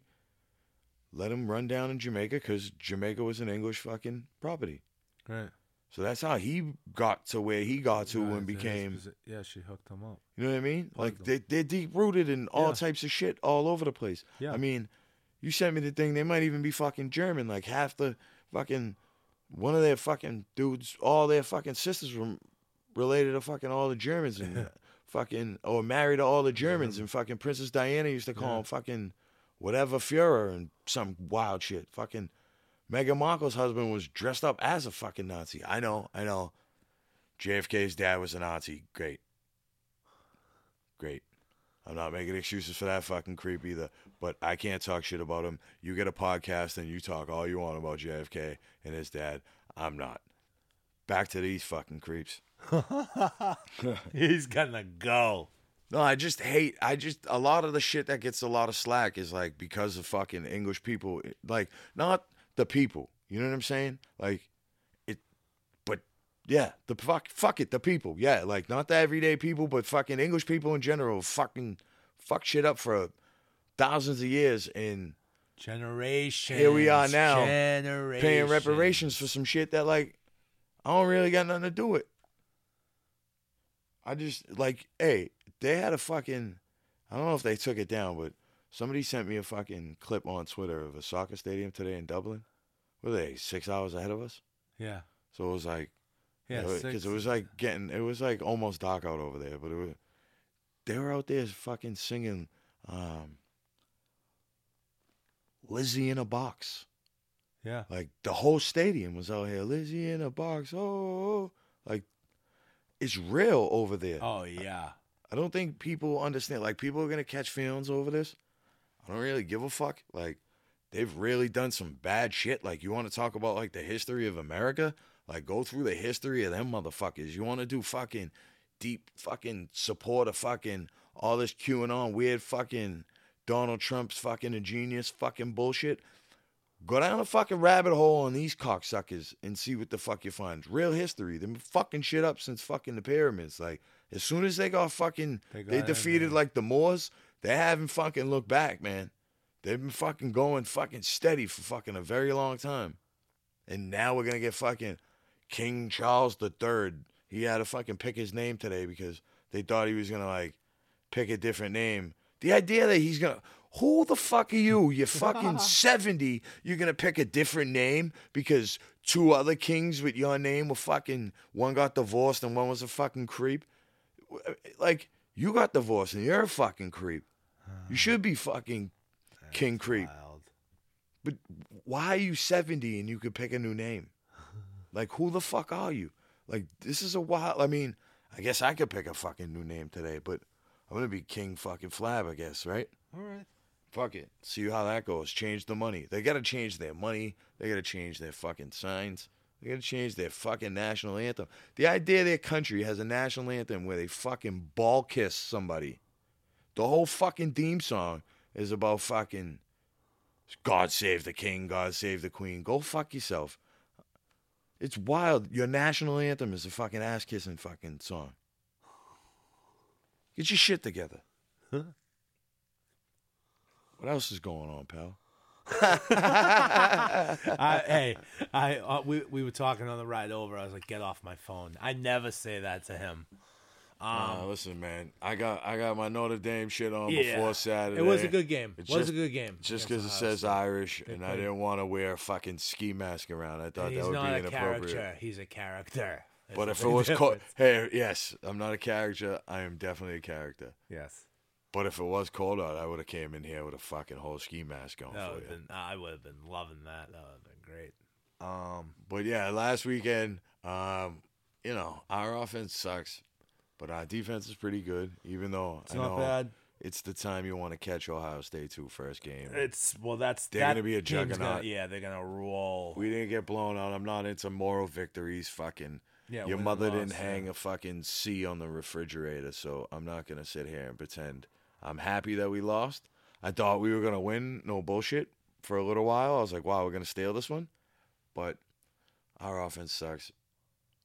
[SPEAKER 1] let him run down in Jamaica because Jamaica was an English fucking property.
[SPEAKER 3] Right.
[SPEAKER 1] So that's how he got to where he got to
[SPEAKER 3] Right,
[SPEAKER 1] and
[SPEAKER 3] so his
[SPEAKER 1] became.
[SPEAKER 3] posi- Yeah. She hooked
[SPEAKER 1] [laughs]
[SPEAKER 3] him up.
[SPEAKER 1] You know what I mean?
[SPEAKER 3] Plugged
[SPEAKER 1] Like they, they're deep rooted in all
[SPEAKER 3] Yeah.
[SPEAKER 1] types of shit all over the place.
[SPEAKER 3] Yeah.
[SPEAKER 1] I mean, you sent me the thing. They might even be fucking German. Like half the fucking one of their fucking dudes, all their fucking sisters were related to fucking all the Germans and fucking or married to all the Germans and fucking Princess Diana used to call him fucking whatever Führer and some wild shit. Fucking Meghan Markle's husband was dressed up as a fucking Nazi. I know, I know. JFK's dad was a Nazi. Great. Great. I'm not making excuses for that fucking creep either, but I can't talk shit about him. You get a podcast and you talk all you want about JFK and his dad. I'm not. Back to these fucking creeps.
[SPEAKER 3] He's gonna go.
[SPEAKER 1] No, I just hate. I just a lot of the shit that gets a lot of slack is like because of fucking English people, eh, like not the people. You know what I'm saying? Like it, but yeah, the fuck, fuck it, the people. Yeah, like not the everyday people, but fucking English people in general. Fucking fuck shit up for thousands of years and
[SPEAKER 3] Generation.
[SPEAKER 1] now,
[SPEAKER 3] Generation.
[SPEAKER 1] paying reparations for some shit that like I don't really got nothing to do with. I just like, hey, they had a fucking I don't know if they took it down, but somebody sent me a fucking clip on Twitter of a soccer stadium today in Dublin. Were they six hours ahead of us?
[SPEAKER 3] Yeah.
[SPEAKER 1] So it was like
[SPEAKER 3] Yeah.
[SPEAKER 1] because
[SPEAKER 3] six-
[SPEAKER 1] it was like getting it was like almost dark out over there, but it was they were out there fucking singing um Lizzie in a box.
[SPEAKER 3] Yeah.
[SPEAKER 1] Like the whole stadium was out here. Lizzie in a box. Oh, like it's real over there.
[SPEAKER 3] Oh yeah.
[SPEAKER 1] I don't think people understand. Like people are gonna catch feelings over this. I don't really give a fuck. Like they've really done some bad shit. Like you want to talk about like the history of America? Like go through the history of them motherfuckers. You want to do fucking deep fucking support of fucking all this QAnon weird fucking Donald Trump's fucking ingenious fucking bullshit. Go down a fucking rabbit hole on these cocksuckers and see what the fuck you find. Real history. They've been fucking shit up since fucking the pyramids. Like, as soon as they got fucking,
[SPEAKER 3] They
[SPEAKER 1] they,
[SPEAKER 3] got in
[SPEAKER 1] defeated
[SPEAKER 3] there.
[SPEAKER 1] like the Moors, they haven't fucking looked back, man. They've been fucking going fucking steady for fucking a very long time. And now we're gonna get fucking King Charles III. He had to fucking pick his name today because they thought he was gonna like pick a different name. The idea that he's gonna who the fuck are you? You're fucking 70. You're gonna pick a different name because two other kings with your name were fucking one got divorced and one was a fucking creep. Like, you got divorced and you're a fucking creep. You should be fucking King Creep.
[SPEAKER 3] Wild.
[SPEAKER 1] But why are you 70 and you could pick a new name? Like, who the fuck are you? Like, this is a wild. I mean, I guess I could pick a fucking new name today, but I'm going to be King fucking Flab, I guess, right?
[SPEAKER 3] All right.
[SPEAKER 1] Fuck it. See how that goes. Change the money. They got to change their money. They got to change their fucking signs. They got to change their fucking national anthem. The idea their country has a national anthem where they fucking ball kiss somebody. The whole fucking theme song is about fucking God save the king, God save the queen. Go fuck yourself. It's wild. Your national anthem is a fucking ass kissing fucking song. Get your shit together. What else is going on, pal?
[SPEAKER 3] I, hey, I uh, we we were talking on the ride over. I was like, "Get off my phone." I never say that to him.
[SPEAKER 1] Uh, listen, man, I got I got my Notre Dame shit on
[SPEAKER 3] Um,
[SPEAKER 1] Oh,
[SPEAKER 3] Yeah.
[SPEAKER 1] before Saturday.
[SPEAKER 3] It was a good game.
[SPEAKER 1] It
[SPEAKER 3] It was a good game Uh,
[SPEAKER 1] Just because
[SPEAKER 3] against
[SPEAKER 1] it
[SPEAKER 3] Ohio
[SPEAKER 1] says uh,
[SPEAKER 3] State.
[SPEAKER 1] Irish, and I didn't want to wear a fucking ski mask around. I thought
[SPEAKER 3] He's
[SPEAKER 1] that would
[SPEAKER 3] not
[SPEAKER 1] be
[SPEAKER 3] a
[SPEAKER 1] inappropriate.
[SPEAKER 3] character. He's a character. There's
[SPEAKER 1] But
[SPEAKER 3] a
[SPEAKER 1] if it
[SPEAKER 3] big
[SPEAKER 1] was called,
[SPEAKER 3] difference.
[SPEAKER 1] hey, yes, I'm not a character. I am definitely a character.
[SPEAKER 3] yes,
[SPEAKER 1] But if it was cold out, I would have came in here with a fucking whole ski mask on
[SPEAKER 3] that
[SPEAKER 1] for
[SPEAKER 3] would
[SPEAKER 1] you.
[SPEAKER 3] have been. I would have been loving that. That would have been great.
[SPEAKER 1] Um, but yeah, last weekend, um, you know, our offense sucks, but our defense is pretty good. Even though I
[SPEAKER 3] not
[SPEAKER 1] know
[SPEAKER 3] bad.
[SPEAKER 1] it's the time you want to catch Ohio State to first game.
[SPEAKER 3] It's well, that's
[SPEAKER 1] They're
[SPEAKER 3] that
[SPEAKER 1] gonna be a
[SPEAKER 3] team's gonna-
[SPEAKER 1] juggernaut.
[SPEAKER 3] yeah, they're gonna roll.
[SPEAKER 1] we didn't get blown out. I'm not into moral victories. Fucking
[SPEAKER 3] Yeah,
[SPEAKER 1] your
[SPEAKER 3] win or
[SPEAKER 1] mother didn't
[SPEAKER 3] loss, yeah.
[SPEAKER 1] hang a fucking C on the refrigerator, so I'm not gonna sit here and pretend. I'm happy that we lost. I thought we were gonna win. No bullshit. For a little while, I was like, "Wow, we're gonna steal this one," but our offense sucks.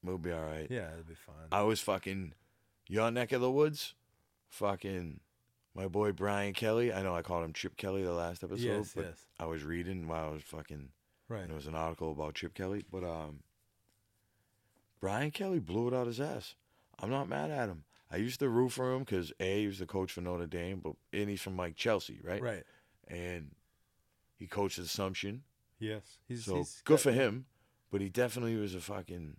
[SPEAKER 1] We'll be all right.
[SPEAKER 3] yeah, it'll be fun.
[SPEAKER 1] I was fucking your neck of the woods, fucking my boy Brian Kelly. I know I called him Chip Kelly the last episode,
[SPEAKER 3] Yes,
[SPEAKER 1] but
[SPEAKER 3] yes.
[SPEAKER 1] I was reading while I was fucking.
[SPEAKER 3] right.
[SPEAKER 1] And it was an article about Chip Kelly, but um, Brian Kelly blew it out his ass. I'm not mad at him. I used to root for him because a he was the coach for Notre Dame, but and he's from like Chelsea, right?
[SPEAKER 3] Right.
[SPEAKER 1] And he coached Assumption,
[SPEAKER 3] Yes. He's,
[SPEAKER 1] so
[SPEAKER 3] he's
[SPEAKER 1] good
[SPEAKER 3] got-
[SPEAKER 1] for him. But he definitely was a fucking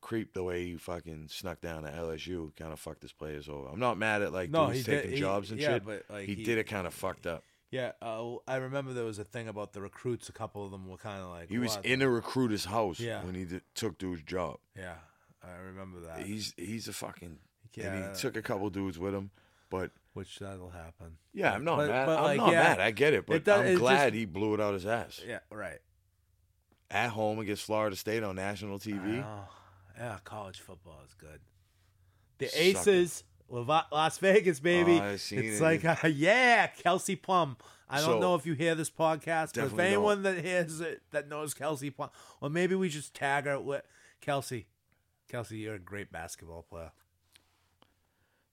[SPEAKER 1] creep the way he fucking snuck down to LSU, kind of fucked his players over. I'm not mad at like
[SPEAKER 3] No,
[SPEAKER 1] dudes
[SPEAKER 3] he did-
[SPEAKER 1] taking
[SPEAKER 3] he-
[SPEAKER 1] jobs and
[SPEAKER 3] yeah,
[SPEAKER 1] shit,
[SPEAKER 3] but, like,
[SPEAKER 1] he,
[SPEAKER 3] he-
[SPEAKER 1] did it kind of fucked up.
[SPEAKER 3] Yeah, uh, I remember there was a thing about the recruits. A couple of them were kind of like
[SPEAKER 1] He was
[SPEAKER 3] "What?"
[SPEAKER 1] in a recruiter's house
[SPEAKER 3] Yeah.
[SPEAKER 1] when he d- took dude's job.
[SPEAKER 3] Yeah, I remember that.
[SPEAKER 1] he's he's a fucking and
[SPEAKER 3] Yeah.
[SPEAKER 1] he took a couple dudes with him but
[SPEAKER 3] which that'll happen.
[SPEAKER 1] yeah i'm not
[SPEAKER 3] But-
[SPEAKER 1] mad
[SPEAKER 3] but,
[SPEAKER 1] i'm
[SPEAKER 3] like,
[SPEAKER 1] not
[SPEAKER 3] yeah,
[SPEAKER 1] mad i get it but
[SPEAKER 3] it does- it
[SPEAKER 1] i'm
[SPEAKER 3] just-
[SPEAKER 1] glad he blew it out his ass
[SPEAKER 3] Yeah, right.
[SPEAKER 1] at home against florida state on national tv
[SPEAKER 3] Oh, yeah, college football is good. The
[SPEAKER 1] Suck it. Oh,
[SPEAKER 3] Aces, Leva- Las Vegas, baby.
[SPEAKER 1] I seen
[SPEAKER 3] it's
[SPEAKER 1] it.
[SPEAKER 3] like, [laughs] uh, yeah, Kelsey Plum. I don't
[SPEAKER 1] So-
[SPEAKER 3] know if you hear this podcast, but if
[SPEAKER 1] Definitely
[SPEAKER 3] anyone that hears it that knows Kelsey Plum, or maybe we just tag her with Kelsey. Kelsey, you're a great basketball player.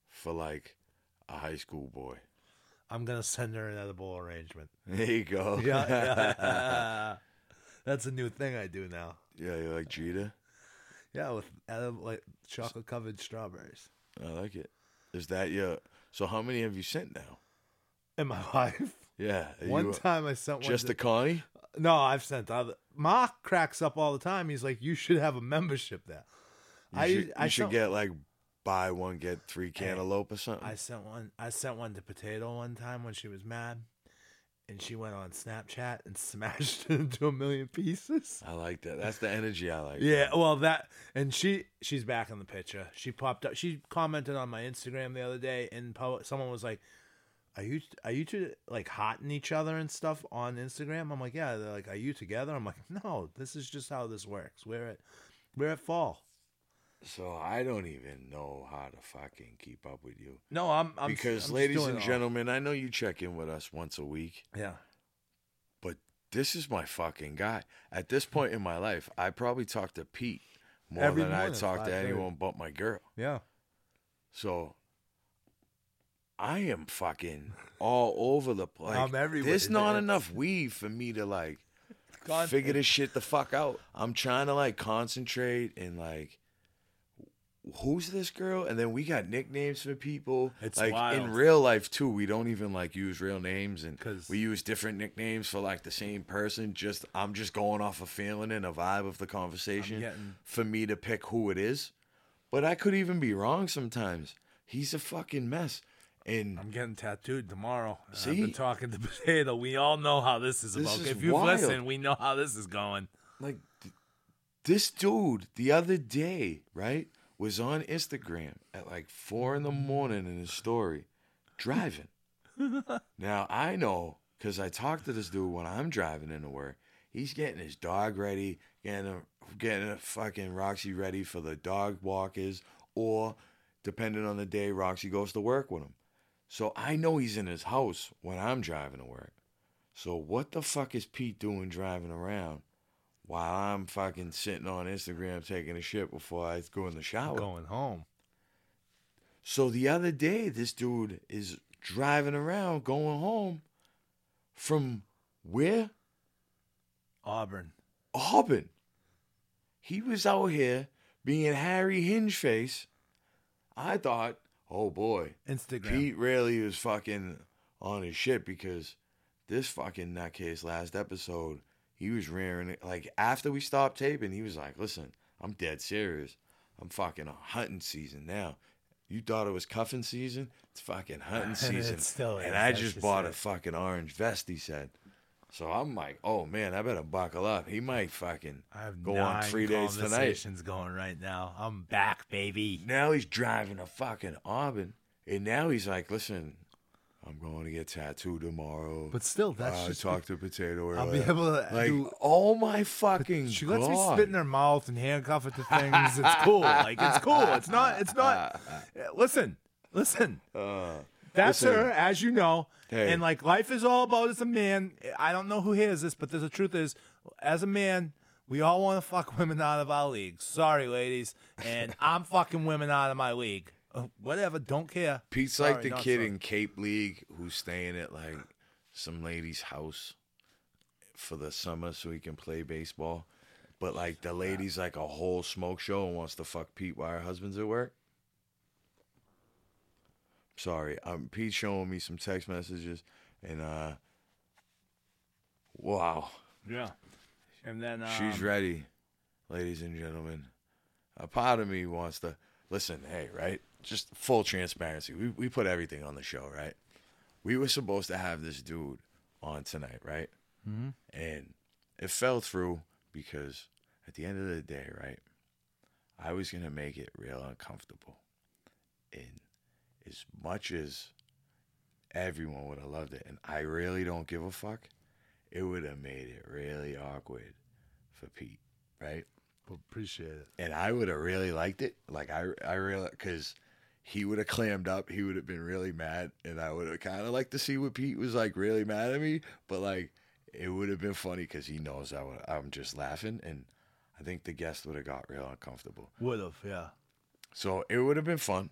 [SPEAKER 1] for like a high school boy [laughs]
[SPEAKER 3] I'm gonna send her another bowl arrangement.
[SPEAKER 1] there you go
[SPEAKER 3] Yeah, yeah. that's a new thing I do now.
[SPEAKER 1] [laughs] yeah you like Jeter?
[SPEAKER 3] Yeah, with uh, like chocolate covered strawberries.
[SPEAKER 1] i like it is that your so how many have you sent now
[SPEAKER 3] In my [laughs] life,
[SPEAKER 1] yeah are
[SPEAKER 3] one
[SPEAKER 1] you-
[SPEAKER 3] time I sent one
[SPEAKER 1] just
[SPEAKER 3] to-
[SPEAKER 1] the connie
[SPEAKER 3] No, I've sent other. Mark cracks up all the time. He's like, "You should have a membership there."
[SPEAKER 1] you
[SPEAKER 3] I
[SPEAKER 1] should,
[SPEAKER 3] I
[SPEAKER 1] you should
[SPEAKER 3] sent,
[SPEAKER 1] get like buy one get three cantaloupe or something
[SPEAKER 3] I sent one. I sent one to Potato one time when she was mad, and she went on Snapchat and [laughs] smashed it into a million pieces.
[SPEAKER 1] I like that that's the energy i like
[SPEAKER 3] Yeah, well, that and she she's back in the picture. She popped up. She commented on my Instagram the other day, and po- someone was like, "Are you are you two like hotting each other and stuff on Instagram?" I'm like, "Yeah." They're like, "Are you together?" I'm like, "No, this is just how this works. We're at we're at fall."
[SPEAKER 1] so i don't even know how to fucking keep up with you
[SPEAKER 3] No, I'm, I'm
[SPEAKER 1] because,
[SPEAKER 3] I'm just
[SPEAKER 1] ladies
[SPEAKER 3] doing
[SPEAKER 1] and
[SPEAKER 3] it all.
[SPEAKER 1] gentlemen, I know you check in with us once a week,
[SPEAKER 3] yeah,
[SPEAKER 1] but this is my fucking guy. At this point in my life, I probably talk to Pete more
[SPEAKER 3] Every
[SPEAKER 1] than I
[SPEAKER 3] morning at
[SPEAKER 1] talk to
[SPEAKER 3] 5:30.
[SPEAKER 1] anyone but my girl.
[SPEAKER 3] yeah,
[SPEAKER 1] So I am fucking all over the place.
[SPEAKER 3] I'm everywhere,
[SPEAKER 1] There's not
[SPEAKER 3] man.
[SPEAKER 1] enough weed for me to like
[SPEAKER 3] God, eh,
[SPEAKER 1] figure this shit the fuck out. I'm trying to like concentrate and like, who's this girl? And then we got nicknames for people.
[SPEAKER 3] It's
[SPEAKER 1] like
[SPEAKER 3] wild.
[SPEAKER 1] in real life too. We don't even like use real names, and
[SPEAKER 3] 'Cause-
[SPEAKER 1] we use different nicknames for like the same person. Just I'm just going off a feeling and a vibe of the conversation
[SPEAKER 3] getting-
[SPEAKER 1] for me to pick who it is. But I could even be wrong sometimes. He's a fucking mess. And
[SPEAKER 3] I'm getting tattooed tomorrow. and I've
[SPEAKER 1] See?
[SPEAKER 3] been talking to [laughs] Potato. We all know how this is
[SPEAKER 1] This
[SPEAKER 3] about.
[SPEAKER 1] is
[SPEAKER 3] if you've
[SPEAKER 1] wild.
[SPEAKER 3] listened, we know how this is going.
[SPEAKER 1] like th- this dude the other day right was on instagram at like four in the morning in his story driving now i know because i talked to this dude when i'm driving into work he's getting his dog ready getting a, getting a fucking roxy ready for the dog walkers or depending on the day roxy goes to work with him so i know he's in his house when i'm driving to work so what the fuck is pete doing driving around while I'm fucking sitting on Instagram taking a shit before I go in the shower.
[SPEAKER 3] Going home.
[SPEAKER 1] So the other day, this dude is driving around going home from where?
[SPEAKER 3] Auburn.
[SPEAKER 1] Auburn. He was out here being Harry Hingeface. I thought, oh boy,
[SPEAKER 3] Instagram.
[SPEAKER 1] Pete really was fucking on his shit because this fucking nutcase last episode, he was rearing it. Like after we stopped taping, he was like, "Listen, I'm dead serious. I'm fucking on hunting season now. You thought it was cuffing season? It's fucking
[SPEAKER 3] [laughs]
[SPEAKER 1] hunting season.
[SPEAKER 3] still is,
[SPEAKER 1] and I
[SPEAKER 3] that's
[SPEAKER 1] just
[SPEAKER 3] just
[SPEAKER 1] bought
[SPEAKER 3] it.
[SPEAKER 1] a fucking orange vest." He said. So I'm like, "Oh man, I better buckle up. He might fucking
[SPEAKER 3] I have
[SPEAKER 1] go
[SPEAKER 3] nine
[SPEAKER 1] on three days tonight."
[SPEAKER 3] conversations going right now. I'm back, baby.
[SPEAKER 1] Now he's driving a fucking Auburn, and now he's like, "Listen, I'm going to get tattooed tomorrow."
[SPEAKER 3] But still, that's
[SPEAKER 1] uh,
[SPEAKER 3] just
[SPEAKER 1] talk to potato. Or
[SPEAKER 3] I'll be
[SPEAKER 1] whatever."
[SPEAKER 3] able to
[SPEAKER 1] like,
[SPEAKER 3] do-
[SPEAKER 1] oh my fucking
[SPEAKER 3] [laughs] She
[SPEAKER 1] god!
[SPEAKER 3] lets me spit in her mouth and handcuff it to things. It's cool. Like it's cool.
[SPEAKER 1] [laughs]
[SPEAKER 3] It's not. It's not. Listen. Listen. That's
[SPEAKER 1] Uh, listen.
[SPEAKER 3] her, as you know.
[SPEAKER 1] Hey.
[SPEAKER 3] And like life is all about as a man. I don't know who hears this, but the the truth is, as a man, we all want to fuck women out of our league. Sorry, ladies.
[SPEAKER 1] [laughs]
[SPEAKER 3] And I'm fucking women out of my league. Uh, whatever. Don't care.
[SPEAKER 1] Pete's
[SPEAKER 3] Sorry,
[SPEAKER 1] like the
[SPEAKER 3] not
[SPEAKER 1] kid
[SPEAKER 3] sorry.
[SPEAKER 1] in Cape League who's staying at like some lady's house for the summer so he can play baseball. But like the lady's like a whole smoke show and wants to fuck Pete while her husband's at work. Sorry, um, Pete's showing me some text messages, and uh, wow,
[SPEAKER 3] Yeah. And then um,
[SPEAKER 1] she's ready, ladies and gentlemen. A part of me wants to listen. Hey, right? Just full transparency. We we put everything on the show, right? We were supposed to have this dude on tonight, right? Mm-hmm. And it fell through because at the end of the day, right? I was gonna make it real uncomfortable, and as much as everyone would have loved it, and I really don't give a fuck, it would have made it really awkward for Pete, right?
[SPEAKER 3] appreciate it.
[SPEAKER 1] And I would have really liked it. Like I, I really because he would have clammed up. He would have been really mad, and I would have kind of liked to see what Pete was like really mad at me. But like, it would have been funny because he knows I would, I'm just laughing, and I think the guest would have got real uncomfortable.
[SPEAKER 3] Would have. Yeah.
[SPEAKER 1] So it would have been fun,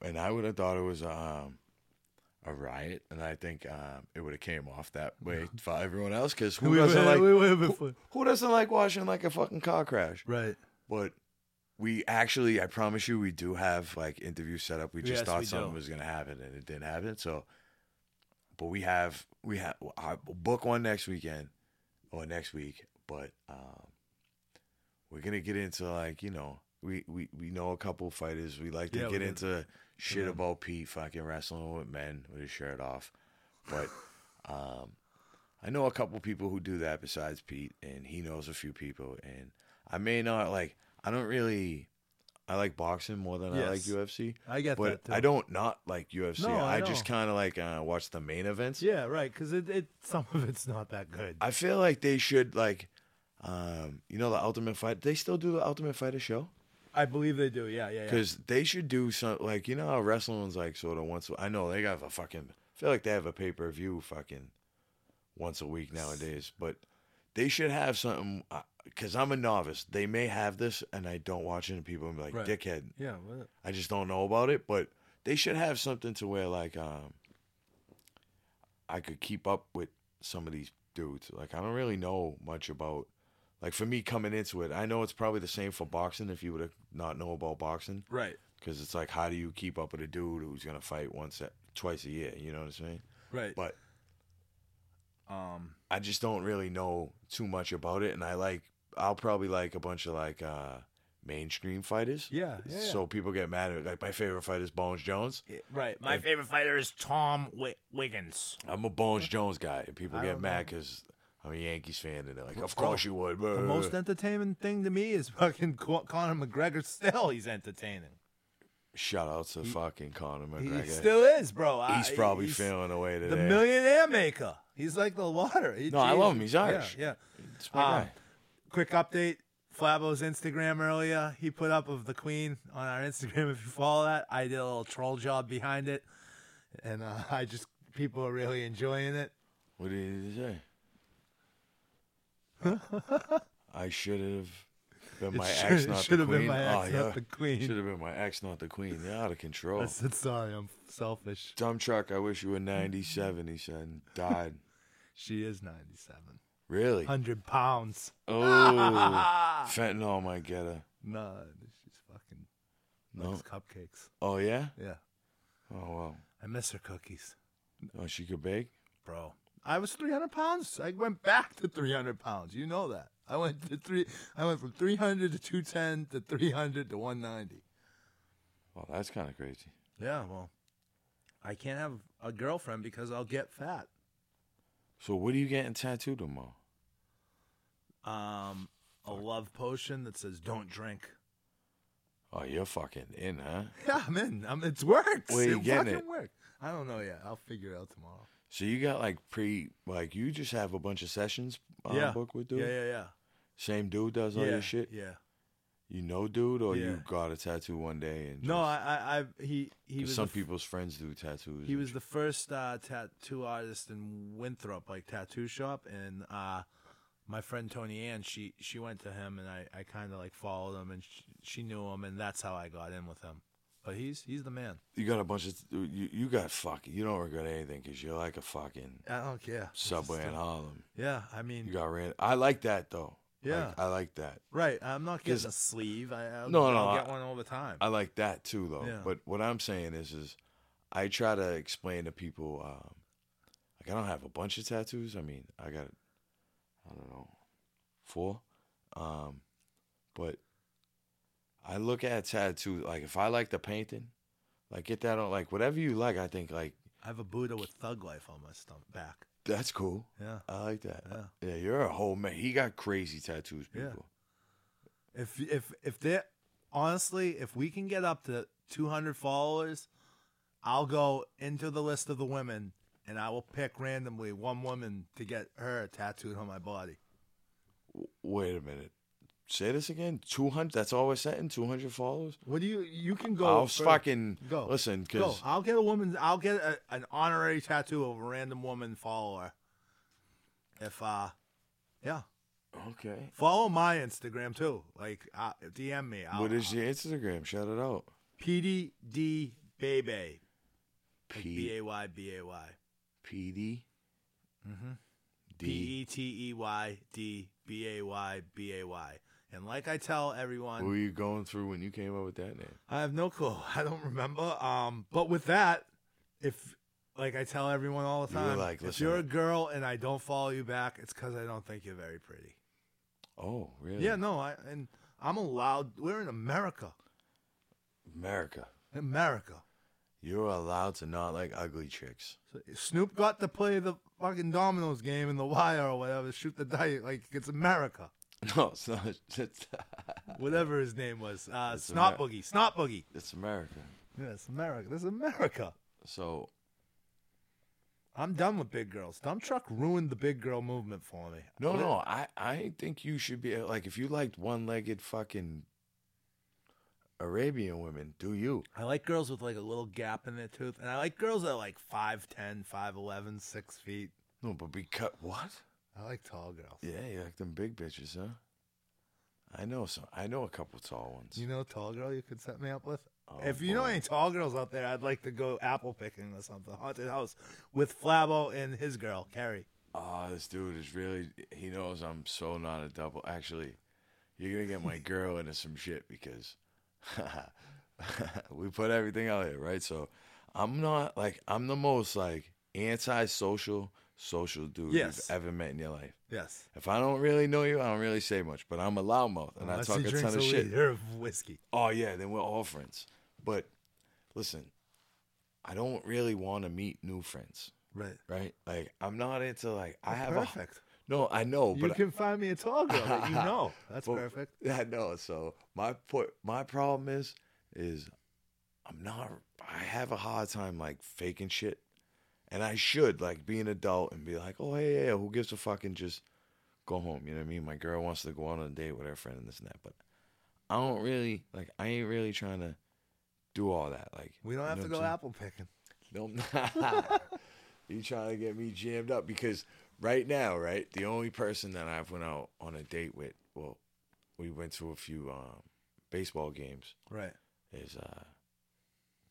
[SPEAKER 1] and I would have thought it was um, a riot, and I think um, it would have came off that way for everyone else because who
[SPEAKER 3] [laughs] We
[SPEAKER 1] doesn't
[SPEAKER 3] would-
[SPEAKER 1] like
[SPEAKER 3] we would have been fun.
[SPEAKER 1] who doesn't like watching like a fucking car crash?
[SPEAKER 3] Right.
[SPEAKER 1] But we actually, I promise you, we do have like interview set up. We just
[SPEAKER 3] Yes,
[SPEAKER 1] thought
[SPEAKER 3] we
[SPEAKER 1] something
[SPEAKER 3] do.
[SPEAKER 1] was gonna happen, and it didn't happen. So, but we have we have I book one next weekend or next week, but um, we're gonna get into like you know we we we know a couple fighters. We like to
[SPEAKER 3] Yeah, we
[SPEAKER 1] get
[SPEAKER 3] did.
[SPEAKER 1] into shit about Pete fucking wrestling with men with his shirt off, but um, I know a couple people who do that besides Pete, and he knows a few people. And I may not like. I don't really. I like boxing more than I like
[SPEAKER 3] Yes.
[SPEAKER 1] UFC,
[SPEAKER 3] I get
[SPEAKER 1] but
[SPEAKER 3] that. Too.
[SPEAKER 1] I don't not like UFC.
[SPEAKER 3] No, I
[SPEAKER 1] I, just
[SPEAKER 3] know.
[SPEAKER 1] kind of like uh, watch the main events.
[SPEAKER 3] Yeah, right. Because it, it some of it's not that good.
[SPEAKER 1] I feel like they should like, um, you know, the Ultimate Fight. They still do the Ultimate Fighter show
[SPEAKER 3] I believe they do. Yeah, yeah, yeah.
[SPEAKER 1] because they should do some like you know how wrestling's like sort of once. I know they got a fucking. I feel like they have a pay per view fucking once a week nowadays, but they should have something. Because I'm a novice, they may have this, and I don't watch it. And people be like,
[SPEAKER 3] Right.
[SPEAKER 1] "Dickhead,
[SPEAKER 3] Yeah. Well,
[SPEAKER 1] I just don't know about it." But They should have something to where like um, I could keep up with some of these dudes. Like I don't really know much about. Like for me coming into it, I know it's probably the same for boxing. If you would not know about boxing,
[SPEAKER 3] Right.
[SPEAKER 1] because it's like how do you keep up with a dude who's gonna fight once at twice a year? You know what I'm saying?
[SPEAKER 3] Right.
[SPEAKER 1] But
[SPEAKER 3] um.
[SPEAKER 1] I just don't really know too much about it, and I like I'll probably like a bunch of like uh mainstream fighters.
[SPEAKER 3] Yeah, yeah,
[SPEAKER 1] So people get mad at like my favorite fighter is Bones Jones.
[SPEAKER 3] Right. My favorite fighter is Tom Wi- Wiggins.
[SPEAKER 1] I'm a Bones
[SPEAKER 3] [laughs]
[SPEAKER 1] Jones guy, and people
[SPEAKER 3] I
[SPEAKER 1] get
[SPEAKER 3] don't
[SPEAKER 1] mad because I'm a Yankees fan, and they're like, "Of course you would."
[SPEAKER 3] The most entertaining thing to me is fucking Con- Conor McGregor. Still, he's entertaining.
[SPEAKER 1] shout out to fucking Conor
[SPEAKER 3] He
[SPEAKER 1] McGregor.
[SPEAKER 3] still is, bro. I-
[SPEAKER 1] he's probably feeling away
[SPEAKER 3] the
[SPEAKER 1] today.
[SPEAKER 3] millionaire maker. He's like the water. He-
[SPEAKER 1] No, I
[SPEAKER 3] geez.
[SPEAKER 1] love him. He's
[SPEAKER 3] Yeah,
[SPEAKER 1] Irish.
[SPEAKER 3] Yeah.
[SPEAKER 1] It's my
[SPEAKER 3] Um,
[SPEAKER 1] guy.
[SPEAKER 3] quick update. Flabo's Instagram earlier, he put up of the Queen on our Instagram. [laughs] If you follow that, I did a little troll job behind it, and uh, I just people are really enjoying it.
[SPEAKER 1] What did he
[SPEAKER 3] [laughs]
[SPEAKER 1] say? I should have been my
[SPEAKER 3] should-
[SPEAKER 1] ex,
[SPEAKER 3] it
[SPEAKER 1] not
[SPEAKER 3] should
[SPEAKER 1] the
[SPEAKER 3] have been
[SPEAKER 1] queen. Oh,
[SPEAKER 3] my ex, not the queen.
[SPEAKER 1] Should have been my ex, not the queen. They're out of control.
[SPEAKER 3] I said sorry, I'm selfish.
[SPEAKER 1] Dumb truck, I wish you were 97, he said, and died.
[SPEAKER 3] She is 97,
[SPEAKER 1] Really?
[SPEAKER 3] 100 pounds.
[SPEAKER 1] Oh,
[SPEAKER 3] [laughs]
[SPEAKER 1] fentanyl might get her.
[SPEAKER 3] No, she's fucking
[SPEAKER 1] No.
[SPEAKER 3] likes cupcakes.
[SPEAKER 1] Oh, yeah?
[SPEAKER 3] Yeah,
[SPEAKER 1] Oh, wow.
[SPEAKER 3] I miss her cookies,
[SPEAKER 1] Oh, she could bake?
[SPEAKER 3] bro. I was 300 pounds. I went back to 300 pounds. You know that. I went to three. I went from 300 to 210 to 300 to 190.
[SPEAKER 1] Oh, that's kind of crazy.
[SPEAKER 3] Yeah, well, I can't have a girlfriend because I'll get fat.
[SPEAKER 1] So, what are you getting tattooed tomorrow?
[SPEAKER 3] Um, a love potion that says "Don't drink."
[SPEAKER 1] Oh, you're fucking in, huh?
[SPEAKER 3] [laughs] Yeah, I'm in. I'm, it's works.
[SPEAKER 1] Where you
[SPEAKER 3] it
[SPEAKER 1] getting
[SPEAKER 3] fucking
[SPEAKER 1] it?
[SPEAKER 3] worked. I don't know yet. I'll figure it out tomorrow.
[SPEAKER 1] So, you got like pre, like, you just have a bunch of sessions um,
[SPEAKER 3] yeah.
[SPEAKER 1] booked with dude?
[SPEAKER 3] Yeah, yeah, yeah.
[SPEAKER 1] Same dude does all
[SPEAKER 3] yeah,
[SPEAKER 1] your shit?
[SPEAKER 3] Yeah.
[SPEAKER 1] You know, dude, or
[SPEAKER 3] Yeah.
[SPEAKER 1] you got a tattoo one day? and
[SPEAKER 3] No,
[SPEAKER 1] just-
[SPEAKER 3] I, I, I he, he
[SPEAKER 1] 'cause
[SPEAKER 3] was.
[SPEAKER 1] some
[SPEAKER 3] the f-
[SPEAKER 1] people's friends do tattoos.
[SPEAKER 3] He
[SPEAKER 1] and
[SPEAKER 3] was the first uh, tattoo artist in Winthrop, like tattoo shop, and uh, my friend Tony Ann, she she went to him, and I, I kind of like followed him, and she, she knew him, and that's how I got in with him. But he's he's the man.
[SPEAKER 1] You got a bunch of you. You got fucking. You don't regret anything because you're like a fucking
[SPEAKER 3] I don't care. It's
[SPEAKER 1] subway
[SPEAKER 3] just-
[SPEAKER 1] in Harlem.
[SPEAKER 3] Yeah, I
[SPEAKER 1] You
[SPEAKER 3] mean,
[SPEAKER 1] got ran. I like that though.
[SPEAKER 3] Yeah.
[SPEAKER 1] Like, I like that.
[SPEAKER 3] right. I'm not getting a
[SPEAKER 1] Just-
[SPEAKER 3] sleeve. I, I'll,
[SPEAKER 1] No,
[SPEAKER 3] I'll
[SPEAKER 1] no,
[SPEAKER 3] get
[SPEAKER 1] I-
[SPEAKER 3] one all the time.
[SPEAKER 1] I like that too though.
[SPEAKER 3] Yeah.
[SPEAKER 1] But what I'm saying is, is I try to explain to people. Um, like I don't have a bunch of tattoos. I mean, I got, I don't know, four. Um, but I look at tattoo like if I like the painting, like get that on like whatever you like. I think like
[SPEAKER 3] I have a Buddha with thug life on my stomach back.
[SPEAKER 1] that's cool.
[SPEAKER 3] Yeah.
[SPEAKER 1] I like that.
[SPEAKER 3] Yeah.
[SPEAKER 1] Yeah, you're a whole man. He got crazy tattoos,
[SPEAKER 3] Yeah.
[SPEAKER 1] people.
[SPEAKER 3] If if if they honestly, if we can get up to 200 followers, I'll go into the list of the women and I will pick randomly one woman to get her tattooed on my body.
[SPEAKER 1] W- Wait a minute. Say this again. Two hundred. That's all we're setting. Two hundred followers.
[SPEAKER 3] What do you you can go?
[SPEAKER 1] I'll
[SPEAKER 3] for-
[SPEAKER 1] fucking
[SPEAKER 3] go.
[SPEAKER 1] Listen,
[SPEAKER 3] Go.
[SPEAKER 1] because
[SPEAKER 3] I'll get a woman. I'll get a, an honorary tattoo of a random woman follower. If uh, yeah,
[SPEAKER 1] okay.
[SPEAKER 3] follow my Instagram too. Like uh, DM me. I'll,
[SPEAKER 1] What is your Instagram? Shout it out.
[SPEAKER 3] PDD Baby? B
[SPEAKER 1] P
[SPEAKER 3] a y b a y.
[SPEAKER 1] P D D.
[SPEAKER 3] Mm-hmm. P E T E Y D B A Y B A Y. And like I tell everyone,
[SPEAKER 1] What were you going through when you came up with that name?
[SPEAKER 3] I have no clue. [laughs] I don't remember. Um, but with that, if like I tell everyone all the
[SPEAKER 1] You were
[SPEAKER 3] time,
[SPEAKER 1] like,
[SPEAKER 3] if
[SPEAKER 1] "Listen
[SPEAKER 3] you're a
[SPEAKER 1] up."
[SPEAKER 3] girl and I don't follow you back, it's because I don't think you're very pretty.
[SPEAKER 1] Oh, really?
[SPEAKER 3] Yeah, no, I and I'm allowed. We're in America,
[SPEAKER 1] America,
[SPEAKER 3] America.
[SPEAKER 1] you're allowed to not like ugly chicks.
[SPEAKER 3] So Snoop got to play the fucking dominoes game in the wire or whatever, shoot the dice. Like it's America,
[SPEAKER 1] [laughs] No, it's not. It's, [laughs]
[SPEAKER 3] whatever his name was. Uh,
[SPEAKER 1] It's
[SPEAKER 3] Snot
[SPEAKER 1] Amer-
[SPEAKER 3] Boogie, Snot Boogie.
[SPEAKER 1] it's America.
[SPEAKER 3] Yes, America. This is America.
[SPEAKER 1] So
[SPEAKER 3] I'm done with big girls. Dumb truck ruined the big girl movement for me.
[SPEAKER 1] No,
[SPEAKER 3] Li-
[SPEAKER 1] no, I, I think you should be like if you liked one-legged fucking Arabian women, do you?
[SPEAKER 3] I like girls with like a little gap in their tooth, and I like girls that are like 5'10", 5'11", 6 feet.
[SPEAKER 1] No, but because what?
[SPEAKER 3] I like tall girls.
[SPEAKER 1] Yeah, you like them big bitches, huh? I know some. I know a couple tall ones.
[SPEAKER 3] You know, a tall girl you could set me up with.
[SPEAKER 1] Oh,
[SPEAKER 3] if you know any tall girls out there, I'd like to go apple picking or something. Haunted house with Flabo and his girl Carrie.
[SPEAKER 1] Oh, this dude is really. He knows I'm so not a double. Actually, you're gonna get
[SPEAKER 3] [laughs]
[SPEAKER 1] my girl into some shit because [laughs] we put everything out here, right? So I'm not like I'm the most like anti-social social dude
[SPEAKER 3] Yes.
[SPEAKER 1] you've ever met in your life.
[SPEAKER 3] Yes,
[SPEAKER 1] If I don't really know you, I don't really say much, but I'm a loudmouth and I
[SPEAKER 3] Unless
[SPEAKER 1] talk
[SPEAKER 3] he
[SPEAKER 1] a ton
[SPEAKER 3] drinks
[SPEAKER 1] of shit.
[SPEAKER 3] liter of whiskey.
[SPEAKER 1] Oh yeah, then we're all friends. But listen, I don't really want to meet new friends,
[SPEAKER 3] Right.
[SPEAKER 1] right? Like I'm not into like I have
[SPEAKER 3] perfect.
[SPEAKER 1] a no. I know,
[SPEAKER 3] you
[SPEAKER 1] but
[SPEAKER 3] can find me a tall girl
[SPEAKER 1] [laughs]
[SPEAKER 3] that you know. That's
[SPEAKER 1] Well,
[SPEAKER 3] perfect.
[SPEAKER 1] [laughs] I know. So my point, my problem is, is I'm not. I have a hard time like faking shit, and I should like be an adult and be like, oh hey, yeah, yeah, who gives a fucking just go home. You know what I mean? My girl wants to go out on a date with her friend and this and that, but I don't really like. I ain't really trying to do all that. Like
[SPEAKER 3] We don't
[SPEAKER 1] you
[SPEAKER 3] have
[SPEAKER 1] know
[SPEAKER 3] to
[SPEAKER 1] what
[SPEAKER 3] go
[SPEAKER 1] I'm saying?
[SPEAKER 3] apple picking.
[SPEAKER 1] No, [laughs] you trying to get me jammed up because right now, right, the only person that I've went out on a date with, well, we went to a few um, baseball games,
[SPEAKER 3] Right.
[SPEAKER 1] is uh,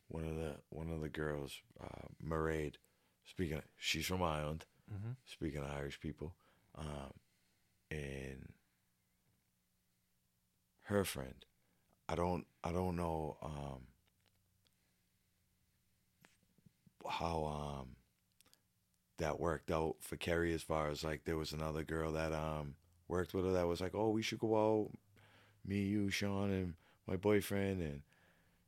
[SPEAKER 1] one of the one of the girls, uh, Mairead. Speaking, of, she's from Ireland. Speaking of Irish people, um, and her friend, I don't, I don't know um, how um, that worked out for Kerry. As far as like, there was another girl that um, worked with her that was like, "Oh, we should go out, me, you, Sean, and my boyfriend," and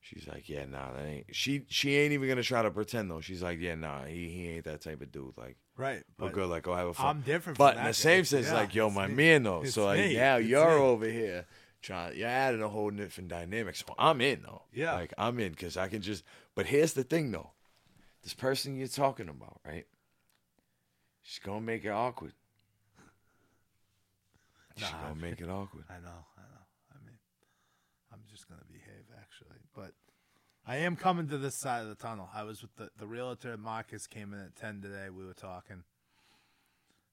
[SPEAKER 1] She's like, yeah, nah, that ain't. She she ain't even gonna try to pretend though. She's like, yeah, nah, he he ain't that type of dude. Like,
[SPEAKER 3] Right.
[SPEAKER 1] we're
[SPEAKER 3] but
[SPEAKER 1] good. Like, go have a fun.
[SPEAKER 3] I'm different.
[SPEAKER 1] but
[SPEAKER 3] from
[SPEAKER 1] in
[SPEAKER 3] that
[SPEAKER 1] the same
[SPEAKER 3] guy.
[SPEAKER 1] sense,
[SPEAKER 3] Yeah,
[SPEAKER 1] like, yo,
[SPEAKER 3] it's
[SPEAKER 1] my
[SPEAKER 3] me.
[SPEAKER 1] man though.
[SPEAKER 3] It's
[SPEAKER 1] So like,
[SPEAKER 3] me.
[SPEAKER 1] now
[SPEAKER 3] It's
[SPEAKER 1] you're
[SPEAKER 3] me.
[SPEAKER 1] over here trying. You're adding a whole different dynamic. So I'm in though.
[SPEAKER 3] Yeah.
[SPEAKER 1] Like I'm in because I can just. But here's the thing though, this person you're talking about, right? She's gonna make it awkward. She's
[SPEAKER 3] Nah.
[SPEAKER 1] gonna make it
[SPEAKER 3] [laughs]
[SPEAKER 1] awkward.
[SPEAKER 3] I know. I know. I mean, I'm just gonna behave actually, but I am coming to this side of the tunnel. I was with the the realtor Marcus came in at ten today. We were talking.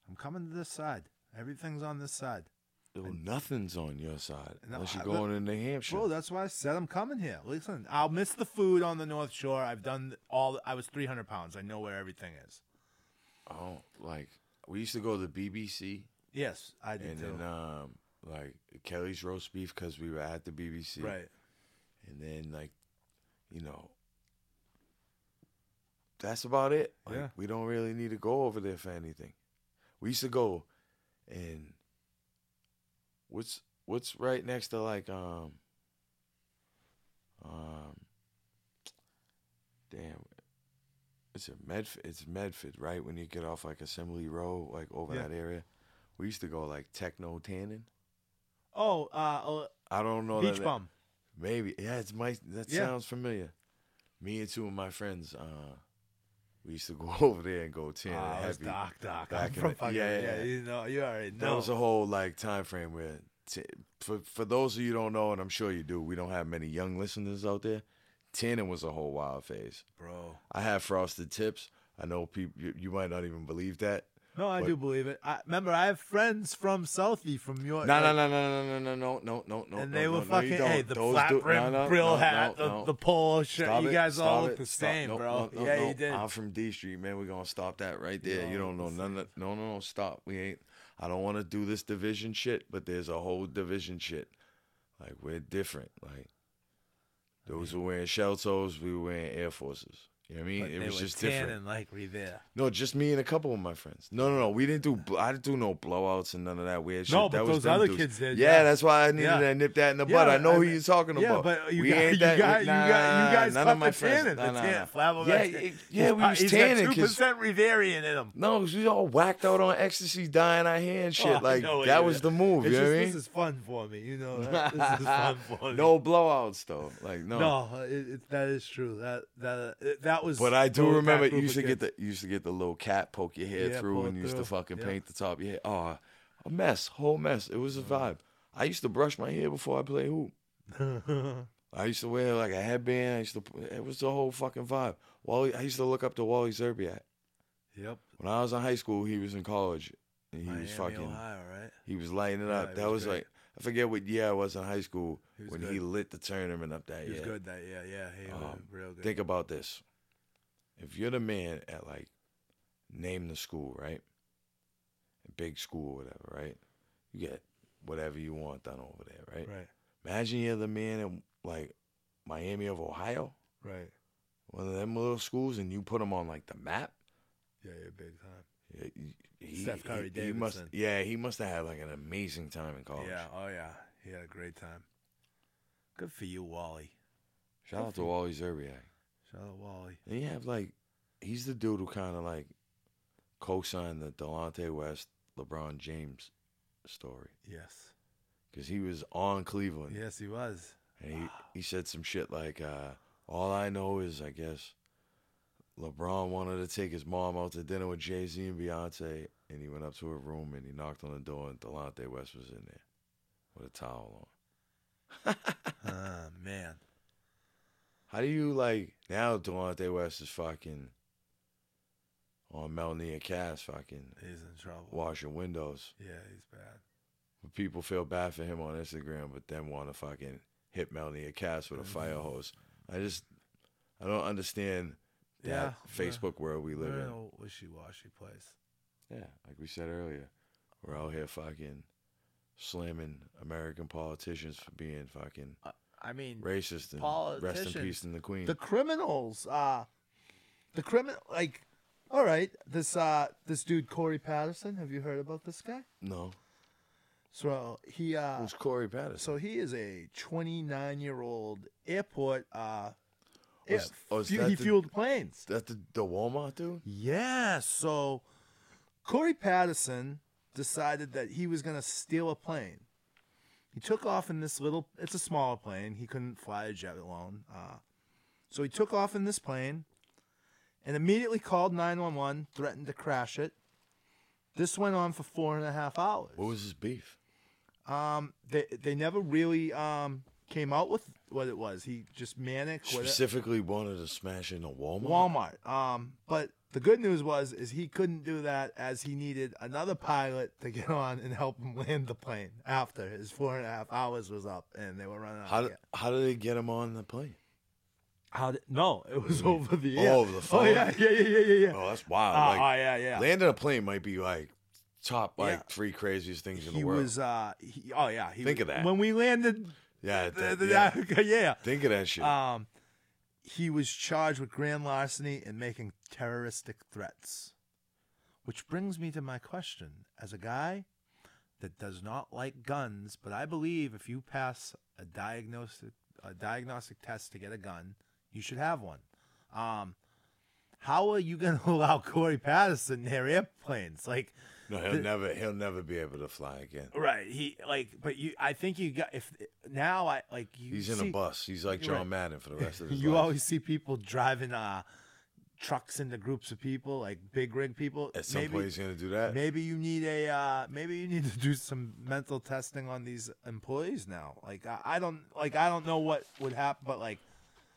[SPEAKER 3] I'm coming to this side. Everything's on this side.
[SPEAKER 1] Well, nothing's on your side
[SPEAKER 3] No,
[SPEAKER 1] unless
[SPEAKER 3] I-
[SPEAKER 1] you're
[SPEAKER 3] look-
[SPEAKER 1] going to New Hampshire.
[SPEAKER 3] Bro, that's why I said I'm coming here. Listen, I'll miss the food on the North Shore. I've done all. I was 300 pounds. I know where everything is.
[SPEAKER 1] Oh, like we used to go to the BBC
[SPEAKER 3] Yes, I did
[SPEAKER 1] and
[SPEAKER 3] too.
[SPEAKER 1] then um like Kelly's roast beef because we were at the BBC,
[SPEAKER 3] right.
[SPEAKER 1] And then like, you know, that's about it. Like,
[SPEAKER 3] Yeah.
[SPEAKER 1] we don't really need to go over there for anything. We used to go, and what's what's right next to like um um damn. It's a Medford. It's Medford, right? When you get off like Assembly Row, like over
[SPEAKER 3] Yeah.
[SPEAKER 1] that area, we used to go like Techno Tannin.
[SPEAKER 3] Oh, uh, oh,
[SPEAKER 1] I don't know.
[SPEAKER 3] beach
[SPEAKER 1] that-
[SPEAKER 3] bum.
[SPEAKER 1] Maybe. Yeah, it's my that
[SPEAKER 3] Yeah.
[SPEAKER 1] sounds familiar. Me and two of my friends, uh, we used to [laughs] go over there and go ten
[SPEAKER 3] Ah, it was
[SPEAKER 1] heavy.
[SPEAKER 3] Doc, Doc.
[SPEAKER 1] back
[SPEAKER 3] I'm
[SPEAKER 1] in
[SPEAKER 3] from
[SPEAKER 1] the-
[SPEAKER 3] fucking,
[SPEAKER 1] yeah,
[SPEAKER 3] yeah,
[SPEAKER 1] yeah.
[SPEAKER 3] You know, you already know.
[SPEAKER 1] That was a whole like time frame where t- for for those of you who don't know, and I'm sure you do, we don't have many young listeners out there. Tanning was a whole wild phase.
[SPEAKER 3] bro.
[SPEAKER 1] I have frosted tips. I know people you, you might not even believe that.
[SPEAKER 3] No, I
[SPEAKER 1] What?
[SPEAKER 3] do believe it. I remember I have friends from Southie from York.
[SPEAKER 1] No, no, no, no, no, no, no, no, no, no.
[SPEAKER 3] And
[SPEAKER 1] no,
[SPEAKER 3] they
[SPEAKER 1] no,
[SPEAKER 3] were
[SPEAKER 1] no, you
[SPEAKER 3] fucking
[SPEAKER 1] don't.
[SPEAKER 3] hey the
[SPEAKER 1] Those
[SPEAKER 3] flat
[SPEAKER 1] do-
[SPEAKER 3] rim
[SPEAKER 1] no, no,
[SPEAKER 3] grill
[SPEAKER 1] no,
[SPEAKER 3] hat,
[SPEAKER 1] no,
[SPEAKER 3] the,
[SPEAKER 1] no.
[SPEAKER 3] the polo shirt.
[SPEAKER 1] Stop
[SPEAKER 3] you
[SPEAKER 1] it,
[SPEAKER 3] guys all
[SPEAKER 1] stop
[SPEAKER 3] look
[SPEAKER 1] it,
[SPEAKER 3] the
[SPEAKER 1] stop-
[SPEAKER 3] same,
[SPEAKER 1] no,
[SPEAKER 3] bro.
[SPEAKER 1] no, no,
[SPEAKER 3] yeah,
[SPEAKER 1] no.
[SPEAKER 3] you did.
[SPEAKER 1] I'm from D Street, man. We're gonna stop that right there. You don't know none. Of, no, no, no. Stop. We ain't. I don't want to do this division shit, but there's a whole division shit. Like we're different. Like those were wearing shell toes. We were wearing Air Forces. You know what I mean?
[SPEAKER 3] But
[SPEAKER 1] it
[SPEAKER 3] they
[SPEAKER 1] was
[SPEAKER 3] were
[SPEAKER 1] just
[SPEAKER 3] tanning
[SPEAKER 1] different.
[SPEAKER 3] like we there.
[SPEAKER 1] No, just me and a couple of my friends. No, no, no. We didn't do. bl- I didn't do no blowouts and none of that weird shit.
[SPEAKER 3] No,
[SPEAKER 1] that
[SPEAKER 3] but
[SPEAKER 1] was
[SPEAKER 3] those
[SPEAKER 1] them
[SPEAKER 3] other
[SPEAKER 1] dudes.
[SPEAKER 3] kids did,
[SPEAKER 1] Yeah,
[SPEAKER 3] yeah.
[SPEAKER 1] that's why I needed
[SPEAKER 3] Yeah.
[SPEAKER 1] to nip that in the
[SPEAKER 3] Yeah,
[SPEAKER 1] butt. I know who
[SPEAKER 3] I-
[SPEAKER 1] you're talking
[SPEAKER 3] yeah,
[SPEAKER 1] about.
[SPEAKER 3] but you
[SPEAKER 1] we
[SPEAKER 3] got-
[SPEAKER 1] ain't
[SPEAKER 3] you
[SPEAKER 1] that.
[SPEAKER 3] got-
[SPEAKER 1] we-
[SPEAKER 3] you
[SPEAKER 1] nah,
[SPEAKER 3] got- you guys
[SPEAKER 1] none
[SPEAKER 3] cut
[SPEAKER 1] of my
[SPEAKER 3] the
[SPEAKER 1] friends.
[SPEAKER 3] tannin, the
[SPEAKER 1] Nah, nah,
[SPEAKER 3] tan-
[SPEAKER 1] nah.
[SPEAKER 3] Flavo
[SPEAKER 1] Yeah,
[SPEAKER 3] got- [laughs]
[SPEAKER 1] it- yeah, we was
[SPEAKER 3] he's
[SPEAKER 1] tanning
[SPEAKER 3] got two
[SPEAKER 1] because
[SPEAKER 3] percent Rivarian in him.
[SPEAKER 1] no, 'cause we all whacked out on ecstasy, dying our hair and shit.
[SPEAKER 3] Oh, I
[SPEAKER 1] like
[SPEAKER 3] know what
[SPEAKER 1] that
[SPEAKER 3] you
[SPEAKER 1] was
[SPEAKER 3] mean.
[SPEAKER 1] the move.
[SPEAKER 3] It's
[SPEAKER 1] you know
[SPEAKER 3] just,
[SPEAKER 1] what I
[SPEAKER 3] This
[SPEAKER 1] mean?
[SPEAKER 3] is fun for me, you know. that?
[SPEAKER 1] [laughs]
[SPEAKER 3] this is fun for me.
[SPEAKER 1] no blowouts though. Like no.
[SPEAKER 3] no, it, it, that is true. That that it, that was.
[SPEAKER 1] But I do
[SPEAKER 3] those- that
[SPEAKER 1] remember you
[SPEAKER 3] group
[SPEAKER 1] used to
[SPEAKER 3] of
[SPEAKER 1] get
[SPEAKER 3] kids.
[SPEAKER 1] the you used to get the little cat poke your hair
[SPEAKER 3] Yeah,
[SPEAKER 1] through
[SPEAKER 3] pull
[SPEAKER 1] and
[SPEAKER 3] it
[SPEAKER 1] you used to
[SPEAKER 3] through.
[SPEAKER 1] fucking
[SPEAKER 3] Yeah.
[SPEAKER 1] paint the top of your hair. Oh, a mess, whole mess. It
[SPEAKER 3] Mm-hmm.
[SPEAKER 1] was a vibe. I used to brush my hair before I play hoop.
[SPEAKER 3] [laughs]
[SPEAKER 1] I used to wear like a headband. I used to. It was the whole fucking vibe. Wally, I used to look up to Wally Zerbiak.
[SPEAKER 3] Yep.
[SPEAKER 1] When I was in high school, he was in college, and he
[SPEAKER 3] Miami,
[SPEAKER 1] was fucking.
[SPEAKER 3] Ohio, right?
[SPEAKER 1] He was lighting it up.
[SPEAKER 3] it
[SPEAKER 1] that was,
[SPEAKER 3] was great.
[SPEAKER 1] like I forget what year I was in high school
[SPEAKER 3] He was
[SPEAKER 1] when
[SPEAKER 3] good.
[SPEAKER 1] he lit the tournament up that
[SPEAKER 3] He was
[SPEAKER 1] year.
[SPEAKER 3] good that yeah, yeah. He was
[SPEAKER 1] Um,
[SPEAKER 3] real good.
[SPEAKER 1] Think about this. If you're the man at like name the school, right? A big school or whatever, right? You get whatever you want done over there, right?
[SPEAKER 3] right,
[SPEAKER 1] Imagine you're the man in like Miami of Ohio,
[SPEAKER 3] right.
[SPEAKER 1] one of them little schools, and you put them on like the map.
[SPEAKER 3] Yeah, yeah, big time.
[SPEAKER 1] Yeah, He,
[SPEAKER 3] Steph Curry
[SPEAKER 1] he, he must,
[SPEAKER 3] Davidson.
[SPEAKER 1] yeah, he must have had like an amazing time in college.
[SPEAKER 3] Yeah, oh yeah. He had a great time. Good for you, Wally.
[SPEAKER 1] Shout out to Wally Zerbiak.
[SPEAKER 3] Shout out Wally.
[SPEAKER 1] Then you have like, he's the dude who kind of like co-signed the Delonte West, LeBron James story
[SPEAKER 3] Yes.
[SPEAKER 1] because he was on Cleveland
[SPEAKER 3] Yes, he was.
[SPEAKER 1] and he, he said some shit like, uh, "All I know is I guess LeBron wanted to take his mom out to dinner with Jay Z and Beyonce, and he went up to her room and he knocked on the door and Delonte West was in there with a towel on."
[SPEAKER 3] Ah, man.
[SPEAKER 1] How do you like now? Delonte West is fucking on Melania Cass fucking
[SPEAKER 3] He's in trouble.
[SPEAKER 1] washing windows.
[SPEAKER 3] Yeah, he's bad.
[SPEAKER 1] People feel bad for him on Instagram, but then want to fucking hit Melania Cass
[SPEAKER 3] Mm-hmm.
[SPEAKER 1] with a fire hose. I just, I don't understand that
[SPEAKER 3] Yeah,
[SPEAKER 1] Facebook world we live
[SPEAKER 3] We're
[SPEAKER 1] in.
[SPEAKER 3] in a wishy washy place.
[SPEAKER 1] Yeah, like we said earlier, we're out here fucking slamming American politicians for being fucking
[SPEAKER 3] I mean,
[SPEAKER 1] racist and rest in peace
[SPEAKER 3] Politicians.
[SPEAKER 1] in the queen.
[SPEAKER 3] the criminals uh the criminal like all right this uh this dude corey patterson have you heard about this guy
[SPEAKER 1] no,
[SPEAKER 3] so he uh
[SPEAKER 1] who's Corey Patterson?
[SPEAKER 3] so he is a 29 year old airport uh air-
[SPEAKER 1] Was- was
[SPEAKER 3] fu-
[SPEAKER 1] Oh, that
[SPEAKER 3] he
[SPEAKER 1] the-
[SPEAKER 3] fueled planes
[SPEAKER 1] that the, the Walmart dude?
[SPEAKER 3] yeah so corey patterson decided that he was going to steal a plane he took off in this little it's a smaller plane he couldn't fly a jet alone uh, so he took off in this plane and immediately called 911 threatened to crash it this went on for four and a half hours
[SPEAKER 1] What was his beef?
[SPEAKER 3] um, they, they never really um, came out with what it was he just manic whatever-
[SPEAKER 1] Specifically, wanted to smash into Walmart.
[SPEAKER 3] Walmart. Um, but the good news was is he couldn't do that as he needed another pilot to get [laughs] on and help him land the plane after his four and a half hours was up and they were running out.
[SPEAKER 1] How
[SPEAKER 3] of
[SPEAKER 1] did
[SPEAKER 3] gas.
[SPEAKER 1] how did they get him on the plane?
[SPEAKER 3] How did, no, it was over the
[SPEAKER 1] Oh,
[SPEAKER 3] air.
[SPEAKER 1] over the
[SPEAKER 3] Mm-hmm. Oh
[SPEAKER 1] phone?
[SPEAKER 3] yeah, yeah, yeah, yeah, yeah. yeah.
[SPEAKER 1] Oh, that's wild!
[SPEAKER 3] Uh,
[SPEAKER 1] like,
[SPEAKER 3] oh yeah, yeah.
[SPEAKER 1] landing a plane might be like top like
[SPEAKER 3] Yeah.
[SPEAKER 1] three craziest things in
[SPEAKER 3] he
[SPEAKER 1] the world.
[SPEAKER 3] was uh he, oh yeah, he
[SPEAKER 1] Think
[SPEAKER 3] was-
[SPEAKER 1] of that.
[SPEAKER 3] When we landed
[SPEAKER 1] yeah,
[SPEAKER 3] the,
[SPEAKER 1] that-
[SPEAKER 3] the,
[SPEAKER 1] yeah.
[SPEAKER 3] Africa, [laughs] yeah.
[SPEAKER 1] think of that shit.
[SPEAKER 3] Um he was charged with grand larceny and making terroristic threats. Which brings me to my question. As a guy that does not like guns, but I believe if you pass a diagnostic a diagnostic test to get a gun, you should have one. Um, how are you [laughs] going to allow Corey Patterson near airplanes? Like,
[SPEAKER 1] no, he'll never he'll never be able to fly again.
[SPEAKER 3] right? He like, but you. I think you got if now. I like you.
[SPEAKER 1] He's in
[SPEAKER 3] see-
[SPEAKER 1] a bus. He's like John
[SPEAKER 3] right.
[SPEAKER 1] Madden for the rest
[SPEAKER 3] [laughs]
[SPEAKER 1] of his
[SPEAKER 3] You
[SPEAKER 1] life.
[SPEAKER 3] always see people driving uh, trucks into groups of people, like big rig people.
[SPEAKER 1] At some point, he's gonna do that.
[SPEAKER 3] Maybe you need a uh, maybe you need to do some mental testing on these employees now. Like I, I don't like I don't know what would happen, but like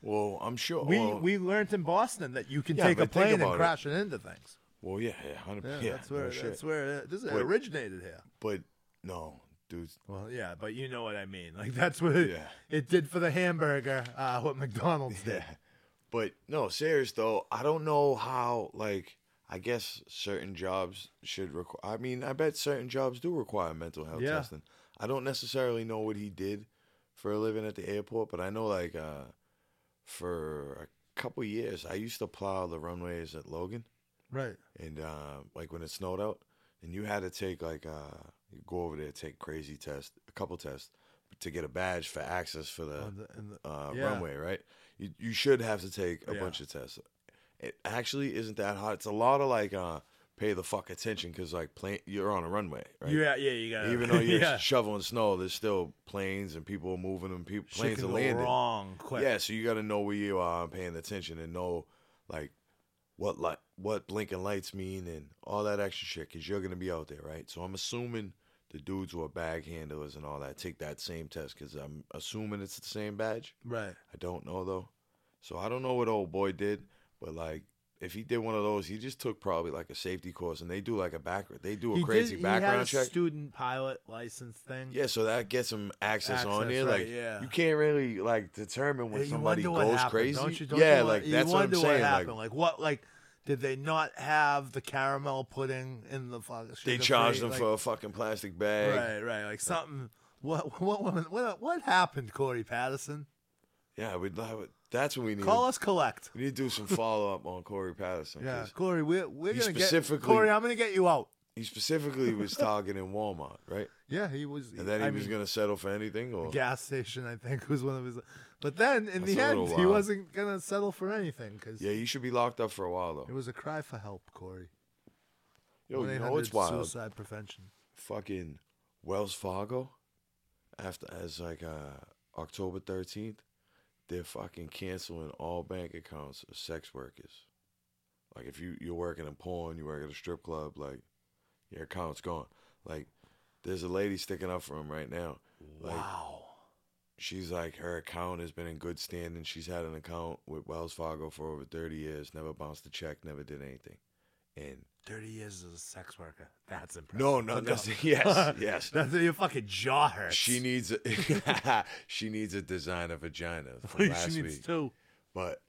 [SPEAKER 1] Well, I'm sure.
[SPEAKER 3] we
[SPEAKER 1] well,
[SPEAKER 3] we learned in Boston that you can
[SPEAKER 1] Yeah,
[SPEAKER 3] take a
[SPEAKER 1] but think
[SPEAKER 3] plane and
[SPEAKER 1] about it.
[SPEAKER 3] crash it into things.
[SPEAKER 1] well, yeah, yeah, hundred
[SPEAKER 3] Yeah,
[SPEAKER 1] percent. Yeah,
[SPEAKER 3] that's where
[SPEAKER 1] no
[SPEAKER 3] that's
[SPEAKER 1] shit.
[SPEAKER 3] where it, this is, it
[SPEAKER 1] Wait.
[SPEAKER 3] originated here.
[SPEAKER 1] But no, dude,
[SPEAKER 3] Well, yeah, but you know what I mean. Like that's what it,
[SPEAKER 1] Yeah.
[SPEAKER 3] it did for the hamburger. Uh, what McDonald's did.
[SPEAKER 1] [laughs] Yeah. But no, serious though, I don't know how like I guess certain jobs should require I mean, I bet certain jobs do require mental health
[SPEAKER 3] Yeah.
[SPEAKER 1] testing. I don't necessarily know what he did for a living at the airport, but I know like uh for a couple years I used to plow the runways at Logan
[SPEAKER 3] Right.
[SPEAKER 1] and uh, like when it snowed out, and you had to take like uh, you go over there take crazy test, a couple tests to get a badge for access for the,
[SPEAKER 3] On the- in the-
[SPEAKER 1] uh,
[SPEAKER 3] yeah.
[SPEAKER 1] runway, right? You you should have to take a
[SPEAKER 3] Yeah.
[SPEAKER 1] bunch of tests. It actually isn't that hard. It's a lot of like uh, pay the fuck attention because like plane you're on a runway, right?
[SPEAKER 3] Yeah, yeah, you got.
[SPEAKER 1] Even
[SPEAKER 3] [laughs]
[SPEAKER 1] though you're
[SPEAKER 3] yeah.
[SPEAKER 1] shoveling snow, there's still planes and people are moving and people
[SPEAKER 3] Shit
[SPEAKER 1] planes
[SPEAKER 3] can
[SPEAKER 1] are
[SPEAKER 3] go
[SPEAKER 1] landing.
[SPEAKER 3] wrong quick.
[SPEAKER 1] Yeah, so you got to know where you are and paying attention and know like what light, what blinking lights mean and all that extra shit because you're gonna be out there, right? So I'm assuming the dudes who are bag handlers and all that take that same test because I'm assuming it's the same badge.
[SPEAKER 3] Right.
[SPEAKER 1] I don't know though, so I don't know what old boy did, but like if he did one of those, he just took probably like a safety course, and they do like a back, they do a
[SPEAKER 3] He did-
[SPEAKER 1] crazy
[SPEAKER 3] he had
[SPEAKER 1] background
[SPEAKER 3] a
[SPEAKER 1] check.
[SPEAKER 3] Student pilot license thing.
[SPEAKER 1] yeah, so that gets him access, on
[SPEAKER 3] Access,
[SPEAKER 1] there.
[SPEAKER 3] right,
[SPEAKER 1] like
[SPEAKER 3] yeah.
[SPEAKER 1] you can't really like determine when
[SPEAKER 3] you
[SPEAKER 1] somebody
[SPEAKER 3] wonder what
[SPEAKER 1] goes
[SPEAKER 3] happened,
[SPEAKER 1] crazy.
[SPEAKER 3] Don't you, don't
[SPEAKER 1] yeah,
[SPEAKER 3] you wonder-
[SPEAKER 1] like
[SPEAKER 3] you
[SPEAKER 1] that's what I'm
[SPEAKER 3] wonder
[SPEAKER 1] saying.
[SPEAKER 3] What
[SPEAKER 1] like
[SPEAKER 3] happened? Like, what? Like, did they not have the caramel pudding in the fucking?
[SPEAKER 1] they charged him for a fucking plastic bag.
[SPEAKER 3] Right, right. Like something. What? [laughs] What? What? What, what happened, Corey Patterson?
[SPEAKER 1] Yeah, we'd love it. That's what we need.
[SPEAKER 3] Call us collect.
[SPEAKER 1] We need to do some follow up on Corey Patterson.
[SPEAKER 3] Yeah,
[SPEAKER 1] 'cause
[SPEAKER 3] Corey, we're we're
[SPEAKER 1] He
[SPEAKER 3] gonna
[SPEAKER 1] specifically-
[SPEAKER 3] get Corey. I'm gonna get you out.
[SPEAKER 1] He specifically was targeting Walmart, right?
[SPEAKER 3] Yeah, he was.
[SPEAKER 1] And then he
[SPEAKER 3] I
[SPEAKER 1] was
[SPEAKER 3] mean,
[SPEAKER 1] gonna settle for anything, or
[SPEAKER 3] gas station. I think [laughs] was one of his. But then in
[SPEAKER 1] That's
[SPEAKER 3] the
[SPEAKER 1] a little
[SPEAKER 3] end, he
[SPEAKER 1] wild.
[SPEAKER 3] wasn't gonna settle for anything because
[SPEAKER 1] yeah, you should be locked up for a while though.
[SPEAKER 3] it was a cry for help, Corey.
[SPEAKER 1] Yo, you know it's
[SPEAKER 3] 1-800
[SPEAKER 1] wild.
[SPEAKER 3] Suicide prevention.
[SPEAKER 1] Fucking Wells Fargo, after as like uh, October thirteenth, they're fucking canceling all bank accounts of sex workers. Like if you you're working in porn, you work at a strip club, like your account's gone. Like there's a lady sticking up for him right now. Like,
[SPEAKER 3] Wow.
[SPEAKER 1] she's like her account has been in good standing. She's had an account with Wells Fargo for over thirty years, never bounced a check, never did anything. And
[SPEAKER 3] 30 years as a sex worker. That's impressive.
[SPEAKER 1] no, no, no. [laughs]
[SPEAKER 3] [laughs]
[SPEAKER 1] yes, yes.
[SPEAKER 3] That's your fucking jaw hurts.
[SPEAKER 1] She
[SPEAKER 3] [laughs]
[SPEAKER 1] needs a, [laughs] she needs a designer
[SPEAKER 3] [laughs]
[SPEAKER 1] vagina from last
[SPEAKER 3] she needs
[SPEAKER 1] week,
[SPEAKER 3] two.
[SPEAKER 1] but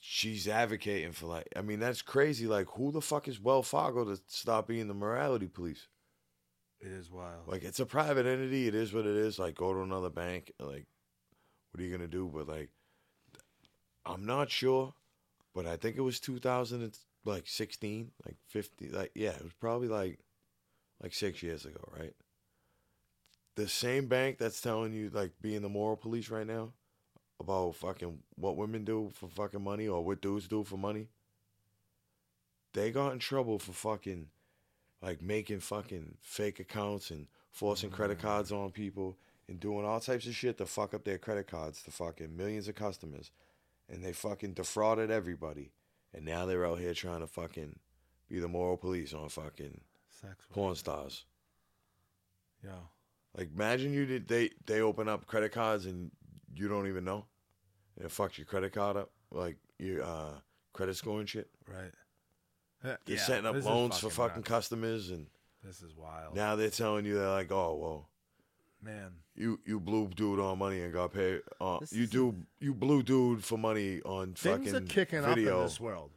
[SPEAKER 1] she's advocating for like I mean that's crazy. Like who the fuck is Wells Fargo to stop being the morality police?
[SPEAKER 3] It is wild.
[SPEAKER 1] Like it's a private entity. It is what it is. Like go to another bank. Like what are you gonna do? But like I'm not sure. But I think it was 2000 and, like 16, like 50, like yeah, it was probably like like six years ago, right? The same bank that's telling you like being the moral police right now about fucking what women do for fucking money or what dudes do for money. They got in trouble for fucking like making fucking fake accounts and forcing credit
[SPEAKER 3] Mm-hmm.
[SPEAKER 1] cards on people and doing all types of shit to fuck up their credit cards to fucking millions of customers. And they fucking defrauded everybody. And now they're out here trying to fucking be the moral police on fucking
[SPEAKER 3] sex worker.
[SPEAKER 1] porn stars.
[SPEAKER 3] Yeah.
[SPEAKER 1] Like imagine you did they they open up credit cards and you don't even know. And it fucks your credit card up, like your uh credit score and shit.
[SPEAKER 3] Right. Uh, Yeah,
[SPEAKER 1] They're setting up
[SPEAKER 3] this is
[SPEAKER 1] loans for fucking
[SPEAKER 3] nuts.
[SPEAKER 1] customers and
[SPEAKER 3] This is wild.
[SPEAKER 1] now they're telling you they're like, Oh well,
[SPEAKER 3] Man.
[SPEAKER 1] you you blew dude on money and got paid uh,
[SPEAKER 3] This
[SPEAKER 1] you
[SPEAKER 3] is-
[SPEAKER 1] do you blew dude for money on
[SPEAKER 3] Things
[SPEAKER 1] fucking
[SPEAKER 3] are kicking
[SPEAKER 1] video.
[SPEAKER 3] up in this world.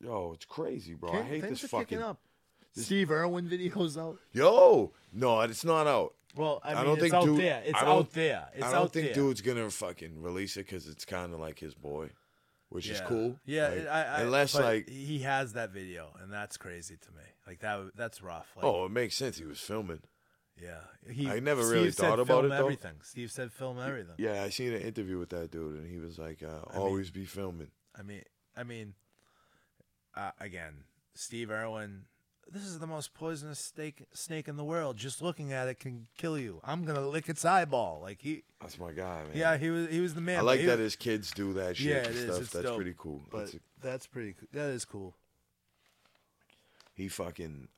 [SPEAKER 1] Yo, it's crazy, bro. I
[SPEAKER 3] Kin-
[SPEAKER 1] hate
[SPEAKER 3] Things
[SPEAKER 1] this
[SPEAKER 3] are
[SPEAKER 1] fucking
[SPEAKER 3] kicking up. Steve Irwin videos out.
[SPEAKER 1] Yo, no, it's not out.
[SPEAKER 3] Well, I,
[SPEAKER 1] I
[SPEAKER 3] mean,
[SPEAKER 1] don't
[SPEAKER 3] it's
[SPEAKER 1] think
[SPEAKER 3] out
[SPEAKER 1] dude-
[SPEAKER 3] there. It's
[SPEAKER 1] I don't-
[SPEAKER 3] out there. It's
[SPEAKER 1] I don't
[SPEAKER 3] out
[SPEAKER 1] think
[SPEAKER 3] there.
[SPEAKER 1] dude's gonna fucking release it because it's kind of like his boy, which is
[SPEAKER 3] Yeah.
[SPEAKER 1] cool.
[SPEAKER 3] Yeah,
[SPEAKER 1] Like,
[SPEAKER 3] I, I,
[SPEAKER 1] unless
[SPEAKER 3] but
[SPEAKER 1] like,
[SPEAKER 3] he has that video, and that's crazy to me. Like that, that's rough. Like,
[SPEAKER 1] oh, it makes sense. He was filming.
[SPEAKER 3] yeah. He,
[SPEAKER 1] I never
[SPEAKER 3] Steve
[SPEAKER 1] really
[SPEAKER 3] said
[SPEAKER 1] thought about
[SPEAKER 3] film
[SPEAKER 1] it, though.
[SPEAKER 3] Everything. Steve said film everything.
[SPEAKER 1] Yeah, I seen an interview with that dude, and he was like, uh, "Always be filming."
[SPEAKER 3] I mean, I mean, uh, again, Steve Irwin. This is the most poisonous snake snake in the world. Just looking at it can kill you. I'm gonna lick its eyeball. Like he,
[SPEAKER 1] That's my guy, man.
[SPEAKER 3] yeah, he was he was the man.
[SPEAKER 1] I
[SPEAKER 3] but
[SPEAKER 1] like
[SPEAKER 3] he
[SPEAKER 1] that
[SPEAKER 3] was-
[SPEAKER 1] his kids do that shit
[SPEAKER 3] yeah,
[SPEAKER 1] and
[SPEAKER 3] it is.
[SPEAKER 1] stuff.
[SPEAKER 3] It's
[SPEAKER 1] That's
[SPEAKER 3] dope,
[SPEAKER 1] pretty cool.
[SPEAKER 3] But
[SPEAKER 1] That's a-
[SPEAKER 3] that's pretty. co- That is cool.
[SPEAKER 1] he fucking,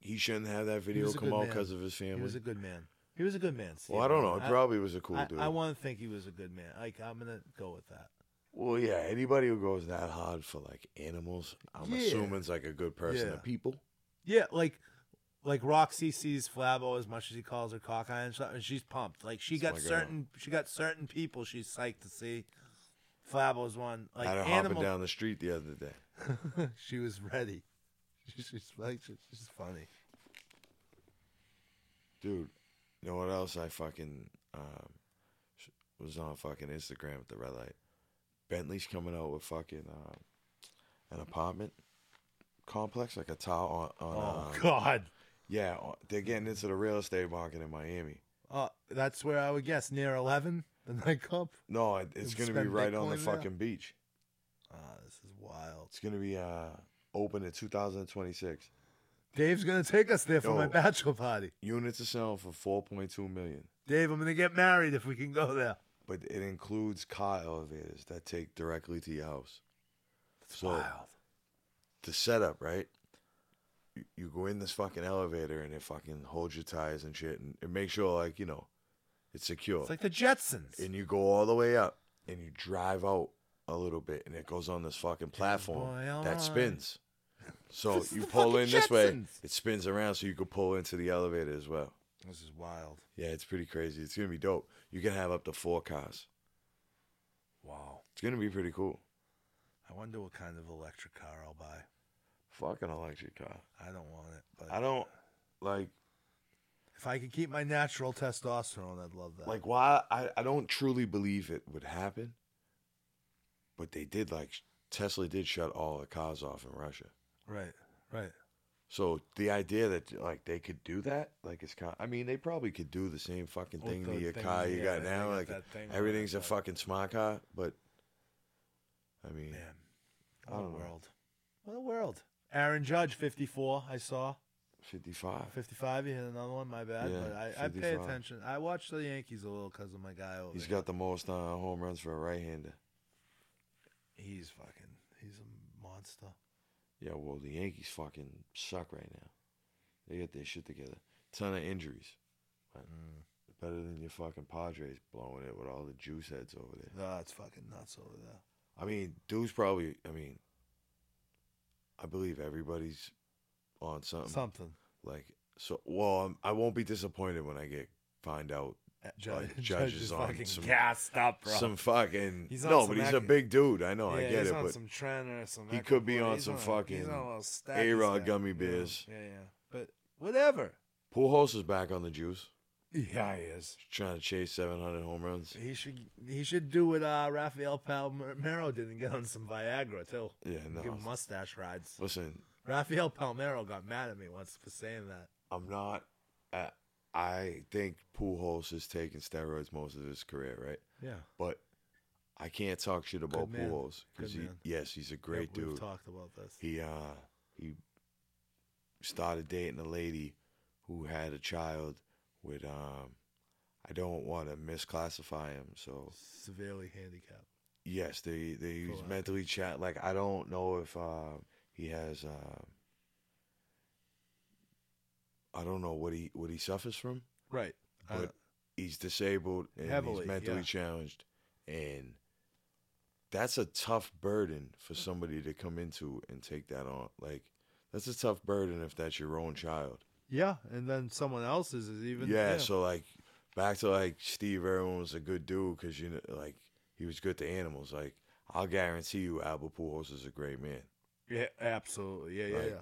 [SPEAKER 1] he shouldn't have that video
[SPEAKER 3] was a
[SPEAKER 1] come
[SPEAKER 3] good
[SPEAKER 1] out
[SPEAKER 3] man.
[SPEAKER 1] because of his
[SPEAKER 3] He
[SPEAKER 1] family.
[SPEAKER 3] was a good man. He was a good man. Steve
[SPEAKER 1] well, I don't know.
[SPEAKER 3] Irwin.
[SPEAKER 1] He probably was a cool
[SPEAKER 3] I,
[SPEAKER 1] dude.
[SPEAKER 3] I want to think he was a good man. Like I'm gonna go with that.
[SPEAKER 1] well, yeah. Anybody who goes that hard for like animals, I'm
[SPEAKER 3] Yeah.
[SPEAKER 1] assuming is like a good person
[SPEAKER 3] Yeah.
[SPEAKER 1] to people.
[SPEAKER 3] Yeah, like like Roxy sees Flabbo as much as he calls her cockeye and stuff, and she's pumped. Like she got
[SPEAKER 1] my girl.
[SPEAKER 3] certain she got certain people she's psyched to see. Flabbo's one. Like
[SPEAKER 1] I had her
[SPEAKER 3] animal,
[SPEAKER 1] hopping down the street the other day.
[SPEAKER 3] [laughs] she was ready. She- She's like she- she's funny.
[SPEAKER 1] Dude, you know what else I fucking um, sh- was on fucking Instagram at the red light? Bentley's coming out with fucking um, an apartment complex, like a tower on. on
[SPEAKER 3] Oh
[SPEAKER 1] um,
[SPEAKER 3] God.
[SPEAKER 1] yeah, on- they're getting into the real estate market in Miami.
[SPEAKER 3] Uh, that's where I would guess near eleven the [laughs] nightclub.
[SPEAKER 1] No, it, it's
[SPEAKER 3] They've
[SPEAKER 1] going to be
[SPEAKER 3] spent
[SPEAKER 1] right on the
[SPEAKER 3] Bitcoin there?
[SPEAKER 1] fucking beach.
[SPEAKER 3] Ah, this is wild.
[SPEAKER 1] It's going to be uh, open in 2026.
[SPEAKER 3] Dave's gonna take us there for my
[SPEAKER 1] Yo.
[SPEAKER 3] bachelor party.
[SPEAKER 1] Units are selling for 4.2 million,
[SPEAKER 3] Dave, I'm gonna get married if we can go there.
[SPEAKER 1] but it includes car elevators that take directly to your house.
[SPEAKER 3] It's
[SPEAKER 1] So-
[SPEAKER 3] wild.
[SPEAKER 1] the setup, right? You, you go in this fucking elevator and it fucking holds your tires and shit and it makes sure like, you know, it's secure.
[SPEAKER 3] It's like the Jetsons.
[SPEAKER 1] and you go all the way up and you drive out a little bit, and it goes on this fucking platform
[SPEAKER 3] boy, all
[SPEAKER 1] that
[SPEAKER 3] right.
[SPEAKER 1] spins. So
[SPEAKER 3] This is
[SPEAKER 1] you
[SPEAKER 3] the
[SPEAKER 1] pull
[SPEAKER 3] fucking
[SPEAKER 1] in this way,
[SPEAKER 3] Jetsons.
[SPEAKER 1] it spins around, so you could pull into the elevator as well.
[SPEAKER 3] This is wild.
[SPEAKER 1] Yeah, it's pretty crazy. It's gonna be dope. You can have up to four cars.
[SPEAKER 3] Wow.
[SPEAKER 1] It's gonna be pretty cool.
[SPEAKER 3] I wonder what kind of electric car I'll buy.
[SPEAKER 1] Fucking electric car.
[SPEAKER 3] I don't want it, but
[SPEAKER 1] I don't like
[SPEAKER 3] if I could keep my natural testosterone, I'd love that.
[SPEAKER 1] like why I, I don't truly believe it would happen. But they did like Tesla did shut all the cars off in Russia.
[SPEAKER 3] right, right.
[SPEAKER 1] So the idea that like they could do that, like it's kind. I mean, they probably could do the same fucking
[SPEAKER 3] With
[SPEAKER 1] thing to
[SPEAKER 3] the
[SPEAKER 1] your
[SPEAKER 3] thing,
[SPEAKER 1] car you
[SPEAKER 3] yeah,
[SPEAKER 1] got
[SPEAKER 3] they
[SPEAKER 1] now.
[SPEAKER 3] got
[SPEAKER 1] Like
[SPEAKER 3] that thing on
[SPEAKER 1] everything's
[SPEAKER 3] it,
[SPEAKER 1] a
[SPEAKER 3] but-
[SPEAKER 1] fucking smart car, but I mean,
[SPEAKER 3] Man,
[SPEAKER 1] I
[SPEAKER 3] what a
[SPEAKER 1] don't know.
[SPEAKER 3] world. What a world. Aaron Judge, 54, I saw.
[SPEAKER 1] fifty-five.
[SPEAKER 3] 55, you hit another one, my bad.
[SPEAKER 1] Yeah,
[SPEAKER 3] but I, I pay
[SPEAKER 1] 55.
[SPEAKER 3] attention. I watch the Yankees a little because of my guy over
[SPEAKER 1] He's
[SPEAKER 3] there.
[SPEAKER 1] got the most uh, home runs for a right-hander.
[SPEAKER 3] He's fucking, he's a monster.
[SPEAKER 1] Yeah, well, the Yankees fucking suck right now. They get their shit together. Ton of injuries. But
[SPEAKER 3] Mm.
[SPEAKER 1] Better than your fucking Padres blowing it with all the juice heads over there.
[SPEAKER 3] No, it's fucking nuts over there.
[SPEAKER 1] I mean, dude's probably. I mean, I believe everybody's on something.
[SPEAKER 3] Something.
[SPEAKER 1] Like so. Well, I'm, I won't be disappointed when I get find out
[SPEAKER 3] Judge, [laughs]
[SPEAKER 1] Judge
[SPEAKER 3] Judge
[SPEAKER 1] is
[SPEAKER 3] is
[SPEAKER 1] on
[SPEAKER 3] fucking
[SPEAKER 1] some-
[SPEAKER 3] gassed up, bro.
[SPEAKER 1] some fucking.
[SPEAKER 3] [laughs] He's on
[SPEAKER 1] no,
[SPEAKER 3] some
[SPEAKER 1] but he's a
[SPEAKER 3] act-
[SPEAKER 1] big dude. I know.
[SPEAKER 3] yeah,
[SPEAKER 1] I get
[SPEAKER 3] he's
[SPEAKER 1] it.
[SPEAKER 3] on
[SPEAKER 1] But
[SPEAKER 3] some trend or some.
[SPEAKER 1] he
[SPEAKER 3] Echo
[SPEAKER 1] could be
[SPEAKER 3] boy.
[SPEAKER 1] on
[SPEAKER 3] He's
[SPEAKER 1] some
[SPEAKER 3] he's
[SPEAKER 1] fucking
[SPEAKER 3] on a little stack of
[SPEAKER 1] A-Rod
[SPEAKER 3] stuff.
[SPEAKER 1] gummy
[SPEAKER 3] Yeah,
[SPEAKER 1] bears.
[SPEAKER 3] Yeah, yeah, But whatever.
[SPEAKER 1] Pujols is back on the juice,
[SPEAKER 3] Yeah, he is.
[SPEAKER 1] trying to chase 700 home runs.
[SPEAKER 3] He should he should do what uh, Rafael Palmero did and get on some Viagra too.
[SPEAKER 1] Yeah, no.
[SPEAKER 3] Give him mustache rides.
[SPEAKER 1] Listen,
[SPEAKER 3] Rafael Palmero got mad at me once for saying that.
[SPEAKER 1] I'm not. I, I think Pujols has taken steroids most of his career, right?
[SPEAKER 3] Yeah,
[SPEAKER 1] But I can't talk shit about
[SPEAKER 3] man.
[SPEAKER 1] Pujols because
[SPEAKER 3] Good
[SPEAKER 1] he,
[SPEAKER 3] man.
[SPEAKER 1] yes, he's a great
[SPEAKER 3] yeah,
[SPEAKER 1] dude.
[SPEAKER 3] We've talked about this.
[SPEAKER 1] he uh he started dating a lady who had a child with um I don't want to misclassify him. So
[SPEAKER 3] Severely handicapped.
[SPEAKER 1] yes, they they use
[SPEAKER 3] Cool.
[SPEAKER 1] mentally chat. Like I don't know if uh, he has. um I don't know what he what he suffers from.
[SPEAKER 3] Right. Uh, I-
[SPEAKER 1] But- He's disabled and
[SPEAKER 3] Heavily,
[SPEAKER 1] he's mentally
[SPEAKER 3] yeah.
[SPEAKER 1] challenged, and that's a tough burden for somebody to come into and take that on. Like that's a tough burden if that's your own child.
[SPEAKER 3] yeah, and then someone else's is even.
[SPEAKER 1] yeah, so like back to like Steve Irwin was a good dude because you know like he was good to animals. Like I'll guarantee you, Albert Pujols is a great man.
[SPEAKER 3] yeah, absolutely. Yeah, yeah,
[SPEAKER 1] Right.
[SPEAKER 3] yeah.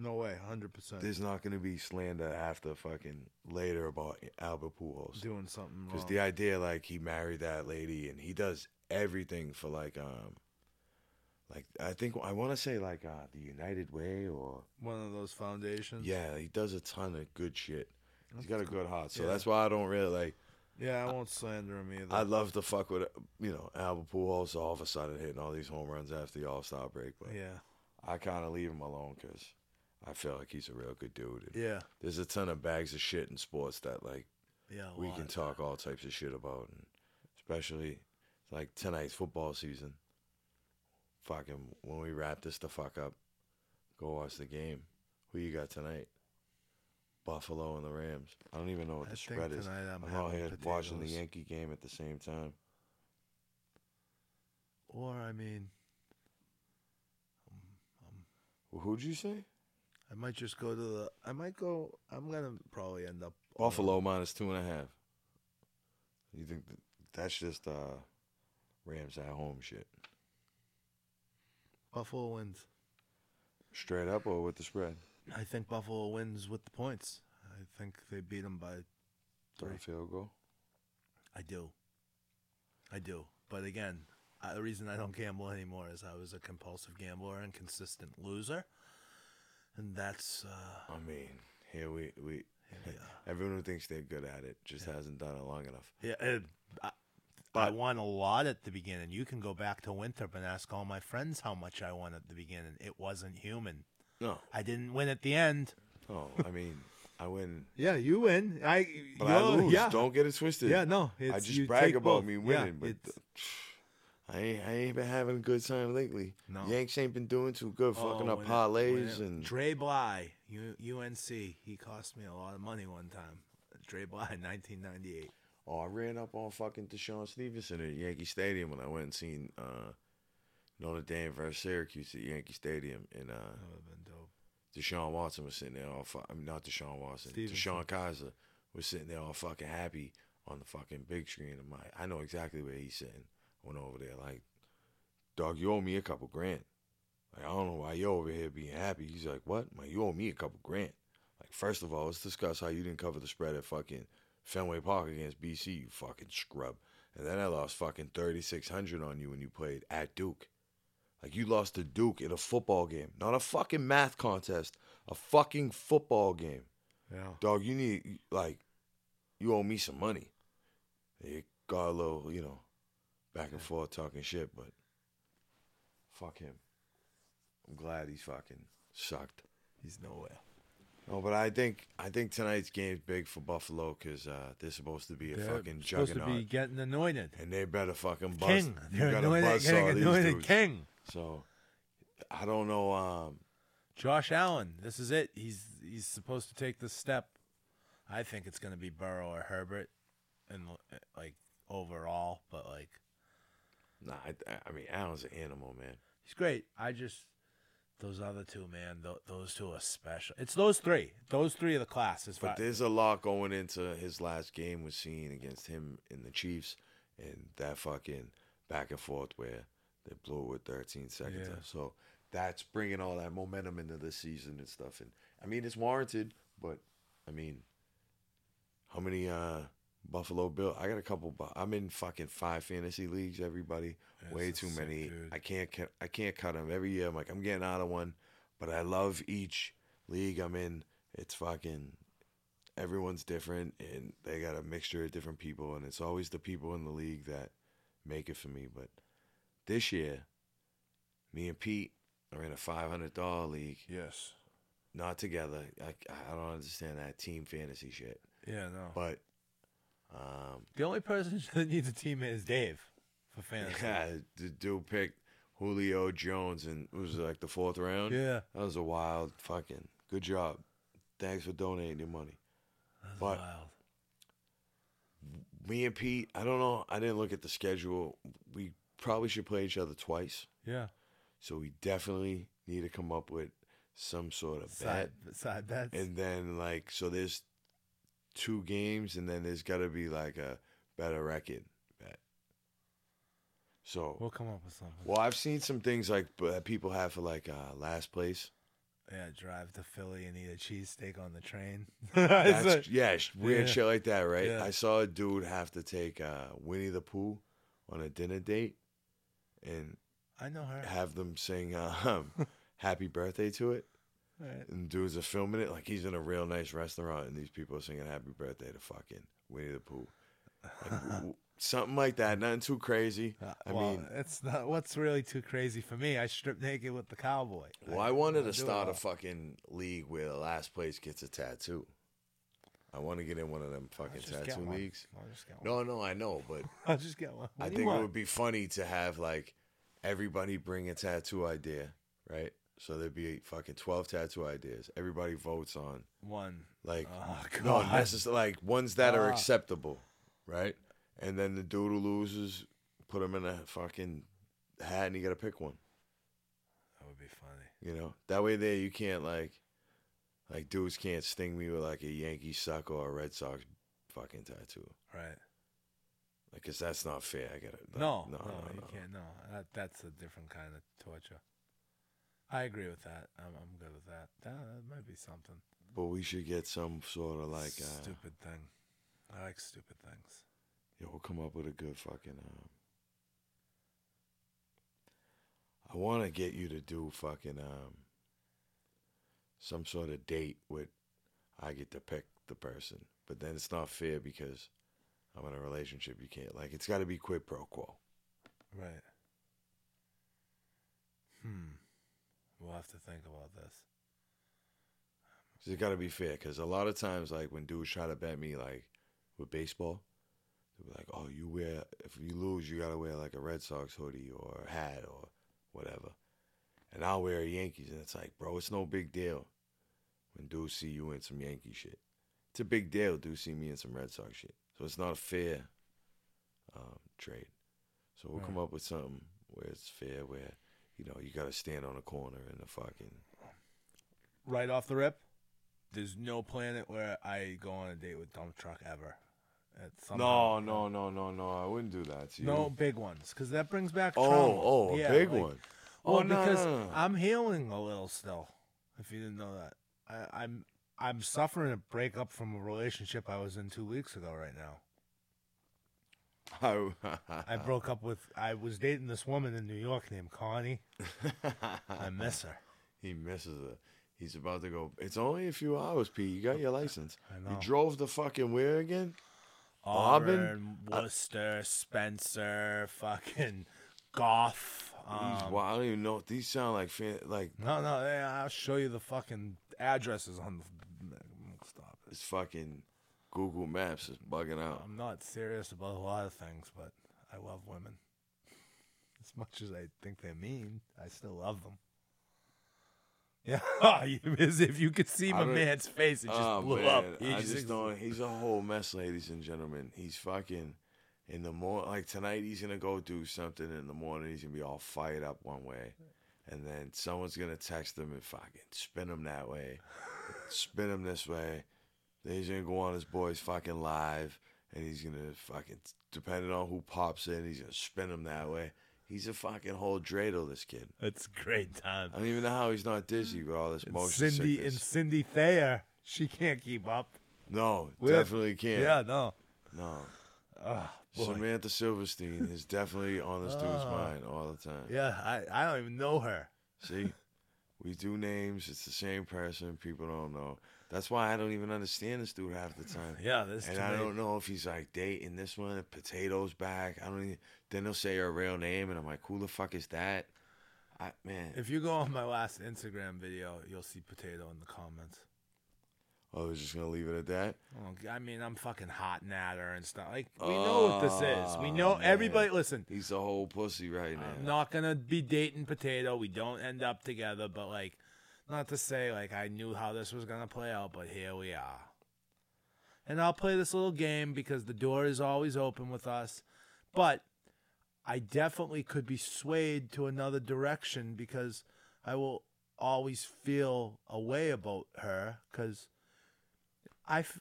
[SPEAKER 3] No way, hundred percent.
[SPEAKER 1] There's not going to be slander after fucking later about Albert Pujols
[SPEAKER 3] doing something wrong.
[SPEAKER 1] because the idea like he married that lady and he does everything for like um like I think I want to say like uh the United Way or
[SPEAKER 3] One of those foundations.
[SPEAKER 1] yeah he does a ton of good shit. He's got a good heart, so
[SPEAKER 3] Yeah.
[SPEAKER 1] that's why I don't really like.
[SPEAKER 3] Yeah, I won't slander him either.
[SPEAKER 1] I'd love to fuck with you know Albert Pujols all of a sudden hitting all these home runs after the All Star break, but
[SPEAKER 3] yeah,
[SPEAKER 1] I kind of leave him alone because I feel like he's a real good dude. And
[SPEAKER 3] yeah,
[SPEAKER 1] There's a ton of bags of shit in sports that like
[SPEAKER 3] yeah. a
[SPEAKER 1] we can
[SPEAKER 3] lot.
[SPEAKER 1] talk all types of shit about, and especially like tonight's football season. Fucking when we wrap this the fuck up, go watch the game. Who you got tonight? Buffalo and the Rams. I don't even know what
[SPEAKER 3] I
[SPEAKER 1] the
[SPEAKER 3] think
[SPEAKER 1] spread is.
[SPEAKER 3] tonight I'm
[SPEAKER 1] I'm out
[SPEAKER 3] having
[SPEAKER 1] here watching the
[SPEAKER 3] potatoes.
[SPEAKER 1] Yankee game at the same time.
[SPEAKER 3] Or I mean,
[SPEAKER 1] Who'd you say?
[SPEAKER 3] I might just go to the. I might go. I'm gonna probably end up
[SPEAKER 1] Buffalo minus two and a half. You think th- that's just uh, Rams at home shit?
[SPEAKER 3] Buffalo wins.
[SPEAKER 1] Straight up or with the spread?
[SPEAKER 3] I think Buffalo wins with the points. I think they beat them by.
[SPEAKER 1] Three
[SPEAKER 3] Three.
[SPEAKER 1] field goal.
[SPEAKER 3] I do. I do. But again, I, the reason I don't gamble anymore is I was a compulsive gambler and consistent loser, and that's uh,
[SPEAKER 1] I mean, here we we.
[SPEAKER 3] Here we are.
[SPEAKER 1] Everyone who thinks they're good at it just hasn't done it long enough.
[SPEAKER 3] Yeah, it, I, I
[SPEAKER 1] But-
[SPEAKER 3] won a lot at the beginning. You can go back to Winthrop and ask all my friends how much I won at the beginning. It wasn't human.
[SPEAKER 1] No,
[SPEAKER 3] I didn't win at the end.
[SPEAKER 1] no. I mean, I
[SPEAKER 3] [laughs]
[SPEAKER 1] win,
[SPEAKER 3] Yeah, you win. I,
[SPEAKER 1] but I lose. Don't get it twisted.
[SPEAKER 3] Yeah, no,
[SPEAKER 1] I
[SPEAKER 3] it's- you
[SPEAKER 1] just brag
[SPEAKER 3] take
[SPEAKER 1] about
[SPEAKER 3] both.
[SPEAKER 1] me
[SPEAKER 3] Yeah,
[SPEAKER 1] winning, but
[SPEAKER 3] it's-
[SPEAKER 1] [sighs] I ain't, I ain't been having a good time lately.
[SPEAKER 3] No. Oh,
[SPEAKER 1] Yanks ain't been doing too good, fucking up parlays and
[SPEAKER 3] Dre Bly, [laughs] U, UNC. He cost me a lot of money one time. Dre Bly, 1998.
[SPEAKER 1] Oh, I ran up on fucking Deshaun Stevenson at Yankee Stadium when I went and seen uh, Notre Dame versus Syracuse at Yankee Stadium, and uh,
[SPEAKER 3] That would have been dope.
[SPEAKER 1] Deshaun Watson was sitting there all. Fu- I mean, not Deshaun Watson.
[SPEAKER 3] Stevenson.
[SPEAKER 1] Deshaun Kaiser was sitting there all fucking happy on the fucking big screen. I'm like, I know exactly where he's sitting. Went over there like, dog, you owe me a couple grand. Like, I don't know why you over here being happy. He's like, what? i you owe me a couple grand. Like, first of all, let's discuss how you didn't cover the spread at fucking Fenway Park against BC. You fucking scrub. And then I lost fucking thirty six hundred on you when you played at Duke. Like you lost to Duke in a football game, not a fucking math contest, a fucking football game.
[SPEAKER 3] Yeah.
[SPEAKER 1] Dog, you need like you owe me some money. It got a little, you know, back and forth talking shit, but fuck him. I'm glad he's fucking sucked.
[SPEAKER 3] He's nowhere.
[SPEAKER 1] No, but I think I think tonight's game's big for Buffalo because uh, they're supposed to be a fucking
[SPEAKER 3] supposed to
[SPEAKER 1] juggernaut,
[SPEAKER 3] be getting anointed.
[SPEAKER 1] and they better fucking bust.
[SPEAKER 3] King.
[SPEAKER 1] you
[SPEAKER 3] They're
[SPEAKER 1] gotta
[SPEAKER 3] anointed,
[SPEAKER 1] bust all
[SPEAKER 3] getting
[SPEAKER 1] these
[SPEAKER 3] anointed
[SPEAKER 1] dudes.
[SPEAKER 3] king.
[SPEAKER 1] So I don't know. Um,
[SPEAKER 3] Josh Allen, this is it. He's he's supposed to take this step. I think it's going to be Burrow or Herbert, and like overall, but like
[SPEAKER 1] Nah, I, I- I mean Allen's an animal, man.
[SPEAKER 3] he's great. I just those other two, man. Th- those two are special. It's those three. Those three of the class. Is
[SPEAKER 1] But
[SPEAKER 3] but
[SPEAKER 1] there's a lot going into his last game was seen against him and the Chiefs, and that fucking back and forth where they blew it with 13 seconds.
[SPEAKER 3] Yeah.
[SPEAKER 1] left. So that's bringing all that momentum into the season and stuff. And I mean it's warranted, but I mean, how many uh Buffalo Bill? I got a couple. bu- I'm in fucking five fantasy leagues. Everybody,
[SPEAKER 3] That's
[SPEAKER 1] way
[SPEAKER 3] the
[SPEAKER 1] too
[SPEAKER 3] sick,
[SPEAKER 1] many.
[SPEAKER 3] dude.
[SPEAKER 1] I can't. cut- I can't cut them every year. I'm like, I'm getting out of one, but I love each league I'm in. It's fucking. Everyone's different, and they got a mixture of different people, and it's always the people in the league that make it for me. But this year, me and Pete are in a five hundred dollar league,
[SPEAKER 3] yes,
[SPEAKER 1] not together. I, I don't understand that team fantasy shit,
[SPEAKER 3] yeah, no.
[SPEAKER 1] but um,
[SPEAKER 3] the only person [laughs] that needs a teammate is Dave
[SPEAKER 1] [laughs]
[SPEAKER 3] for fantasy. Yeah,
[SPEAKER 1] Yeah, the dude picked Julio Jones and it was like the fourth round.
[SPEAKER 3] Yeah.
[SPEAKER 1] That was a wild fucking good job. Thanks for donating your money.
[SPEAKER 3] that's
[SPEAKER 1] But-
[SPEAKER 3] wild.
[SPEAKER 1] Me and Pete, I don't know. I didn't look at the schedule. We probably should play each other twice.
[SPEAKER 3] Yeah,
[SPEAKER 1] So we definitely need to come up with some sort of
[SPEAKER 3] side side bets.
[SPEAKER 1] bet. And then like so there's two games and then there's gotta be like a better record bet. So
[SPEAKER 3] we'll come up with something.
[SPEAKER 1] Well, I've seen some things like b- that people have for like uh, last
[SPEAKER 3] [laughs]
[SPEAKER 1] place.
[SPEAKER 3] Yeah, drive to Philly and eat a cheesesteak on the train. [laughs] It's
[SPEAKER 1] That's,
[SPEAKER 3] like-
[SPEAKER 1] yeah, sh- weird
[SPEAKER 3] yeah.
[SPEAKER 1] shit like that, right?
[SPEAKER 3] Yeah.
[SPEAKER 1] I saw a dude have to take uh, Winnie the Pooh on a dinner date and
[SPEAKER 3] I know her.
[SPEAKER 1] have them sing uh, um,
[SPEAKER 3] [laughs]
[SPEAKER 1] "Happy Birthday" to it.
[SPEAKER 3] Right.
[SPEAKER 1] And dudes are filming it like he's in a real nice restaurant, and these people are singing "Happy Birthday" to fucking Winnie the Pooh. Like, w- w- something like that. Nothing too crazy.
[SPEAKER 3] Uh,
[SPEAKER 1] I
[SPEAKER 3] well,
[SPEAKER 1] mean,
[SPEAKER 3] it's not what's really too crazy for me. I stripped naked with the cowboy.
[SPEAKER 1] Well, I wanted to
[SPEAKER 3] do it
[SPEAKER 1] start a
[SPEAKER 3] all.
[SPEAKER 1] fucking league where the last place gets a tattoo. I want to get in one of them
[SPEAKER 3] I'll
[SPEAKER 1] fucking
[SPEAKER 3] just get
[SPEAKER 1] tattoo
[SPEAKER 3] one.
[SPEAKER 1] leagues.
[SPEAKER 3] I'll just get one.
[SPEAKER 1] No, no, I know,
[SPEAKER 3] [laughs]
[SPEAKER 1] but
[SPEAKER 3] [laughs] I'll just get one. What
[SPEAKER 1] I
[SPEAKER 3] do you
[SPEAKER 1] think it
[SPEAKER 3] want?
[SPEAKER 1] would be funny to have like everybody bring a tattoo idea, right? So there'd be fucking twelve tattoo ideas. Everybody votes on
[SPEAKER 3] one.
[SPEAKER 1] like
[SPEAKER 3] Oh,
[SPEAKER 1] [laughs] no
[SPEAKER 3] God.
[SPEAKER 1] necessarily like ones that are
[SPEAKER 3] Ah.
[SPEAKER 1] acceptable, right? And then the dude who loses, put him in a fucking hat, and you got to pick one.
[SPEAKER 3] That would be funny.
[SPEAKER 1] You know, that way there you can't like, like dudes can't sting me with like a Yankee suck or a Red Sox fucking tattoo.
[SPEAKER 3] Right?
[SPEAKER 1] Like, cause that's not fair. I gotta. like,
[SPEAKER 3] no, no, you can't. No, that, that's a different kind of torture. I agree with that. I'm, I'm good with that. that. That might be something
[SPEAKER 1] But we should get some sort of like, uh,
[SPEAKER 3] stupid thing. I like stupid things.
[SPEAKER 1] yeah, we'll come up with a good fucking. Um, I want to get you to do fucking um. Some sort of date with, I get to pick the person, but then it's not fair because I'm in a relationship. You can't like it's got to be quid pro quo.
[SPEAKER 3] Right. Hmm. We'll have to think about this.
[SPEAKER 1] Cause it got to be fair. Because a lot of times, like when dudes try to bet me, like with baseball, they'll be like, "Oh, you wear if you lose, you gotta wear like a Red Sox hoodie or a hat or whatever." And I'll wear a Yankees, and it's like, bro, it's no big deal when dudes see you in some Yankee shit. It's a big deal, dudes see me in some Red Sox shit. So it's not a fair um, trade. So we'll come up with something where it's fair, where you know you got to stand on a corner and the fucking
[SPEAKER 3] Right off the rip, there's no planet where I go on a date with dump truck ever. It's somehow-
[SPEAKER 1] no, no, no, no, no. I wouldn't do that to you.
[SPEAKER 3] No big ones, because that brings back
[SPEAKER 1] Oh,
[SPEAKER 3] trauma.
[SPEAKER 1] oh, a
[SPEAKER 3] Yeah,
[SPEAKER 1] big
[SPEAKER 3] like-
[SPEAKER 1] one.
[SPEAKER 3] Well,
[SPEAKER 1] Oh, no,
[SPEAKER 3] because
[SPEAKER 1] no, no.
[SPEAKER 3] I'm healing a little still. If you didn't know that, I, I'm I'm suffering a breakup from a relationship I was in two weeks ago. Right now,
[SPEAKER 1] [laughs]
[SPEAKER 3] I broke up with. I was dating this woman in New York
[SPEAKER 1] [laughs]
[SPEAKER 3] named Connie. I miss her.
[SPEAKER 1] he misses it. He's about to go. It's only a few hours, Pete. You got your license.
[SPEAKER 3] I
[SPEAKER 1] You
[SPEAKER 3] know.
[SPEAKER 1] drove the fucking where again? Auburn?
[SPEAKER 3] Auburn, Worcester, Spencer, fucking Goff.
[SPEAKER 1] These-
[SPEAKER 3] Um,
[SPEAKER 1] wow, I don't even know. These sound like fan, like
[SPEAKER 3] no, no, eh, I'll show you the fucking addresses on the. Stop it.
[SPEAKER 1] it's fucking Google Maps is bugging out.
[SPEAKER 3] I'm not serious about a lot of things, but I love women. As much as I think they're mean, I still love them. [laughs] Yeah, [laughs] as if you could see
[SPEAKER 1] I
[SPEAKER 3] my
[SPEAKER 1] don't-
[SPEAKER 3] man's face, it just
[SPEAKER 1] oh
[SPEAKER 3] blew
[SPEAKER 1] man,
[SPEAKER 3] up. He
[SPEAKER 1] I
[SPEAKER 3] just-
[SPEAKER 1] just don't. He's a whole mess, ladies and gentlemen. He's fucking in the morning. Like tonight, he's gonna go do something in the morning. He's gonna be all fired up one way, and then someone's gonna text him and fucking spin him that way, [laughs] spin him this way. Then he's gonna go on his boys fucking live, and he's gonna fucking depending on who pops in, he's gonna spin him that way. He's a fucking whole dreidel, this kid.
[SPEAKER 3] [laughs] it's a great time.
[SPEAKER 1] I don't even know how he's not dizzy with all this
[SPEAKER 3] And
[SPEAKER 1] motion
[SPEAKER 3] Cindy
[SPEAKER 1] sickness.
[SPEAKER 3] and Cindy Thayer, she can't keep up.
[SPEAKER 1] no,
[SPEAKER 3] With-
[SPEAKER 1] definitely can't.
[SPEAKER 3] Yeah, no.
[SPEAKER 1] No.
[SPEAKER 3] Ugh, boy.
[SPEAKER 1] Samantha Silverstein is definitely on this dude's
[SPEAKER 3] Ah.
[SPEAKER 1] mind all the time.
[SPEAKER 3] yeah, I, I don't even know her.
[SPEAKER 1] See, we do names. It's the same person. People don't know. That's why I don't even understand this dude half the time.
[SPEAKER 3] Yeah, this
[SPEAKER 1] And I don't know if he's like dating this one, potatoes back. I don't. Even, then they'll say her real name, and I'm like, who the fuck is that? I man.
[SPEAKER 3] If you go on my last Instagram video, you'll see potato in the comments.
[SPEAKER 1] oh, we're just gonna leave it at that.
[SPEAKER 3] Oh, g- I mean, I'm fucking hotting at her and stuff. Like, we know what this is. We know
[SPEAKER 1] Oh,
[SPEAKER 3] everybody. Uh,
[SPEAKER 1] man.
[SPEAKER 3] Listen,
[SPEAKER 1] He's a whole pussy right now.
[SPEAKER 3] I'm not gonna be dating potato. We don't end up together, but like, not to say like I knew how this was gonna play out, but here we are. And I'll play this little game because the door is always open with us, but I definitely could be swayed to another direction because I will always feel a way about her because I. F-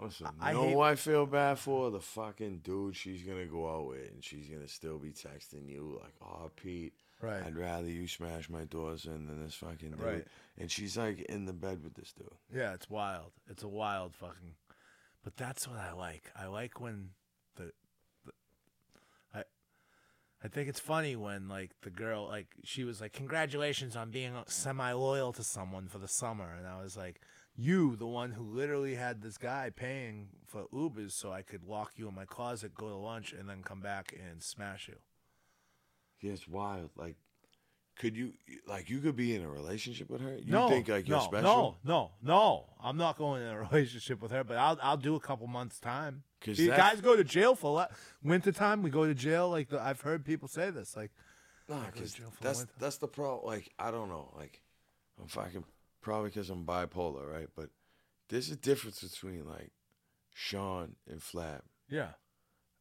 [SPEAKER 1] Listen,
[SPEAKER 3] I- I
[SPEAKER 1] you know
[SPEAKER 3] hate-
[SPEAKER 1] who I feel bad for? The fucking dude she's gonna go out with and she's gonna still be texting you like, oh Pete,
[SPEAKER 3] Right.
[SPEAKER 1] I'd rather you smash my doors in than this fucking dude.
[SPEAKER 3] Right.
[SPEAKER 1] And she's like in the bed with this dude.
[SPEAKER 3] Yeah, it's wild. It's a wild fucking. But that's what I like. I like when the, the I I think it's funny when like the girl like she was like congratulations on being semi loyal to someone for the summer and I was like you the one who literally had this guy paying for Ubers so I could lock you in my closet, go to lunch and then come back and smash you.
[SPEAKER 1] Yeah, it's wild. Like could you like you could be in a relationship with her? You
[SPEAKER 3] no,
[SPEAKER 1] think like you're
[SPEAKER 3] no,
[SPEAKER 1] special?
[SPEAKER 3] no, no, no. I'm not going in a [laughs] relationship with her, but I'll I'll do a couple months time.
[SPEAKER 1] 'Cause
[SPEAKER 3] These
[SPEAKER 1] that's-
[SPEAKER 3] guys go to jail for a lot. Winter time, we go to jail. Like the, I've heard people say this. Like
[SPEAKER 1] Nah,
[SPEAKER 3] go to
[SPEAKER 1] 'cause
[SPEAKER 3] jail for
[SPEAKER 1] that's
[SPEAKER 3] one time.
[SPEAKER 1] that's the problem. Like I don't know. Like I'm fucking probably because I'm bipolar, right? But there's a difference between like Sean and Flab.
[SPEAKER 3] yeah,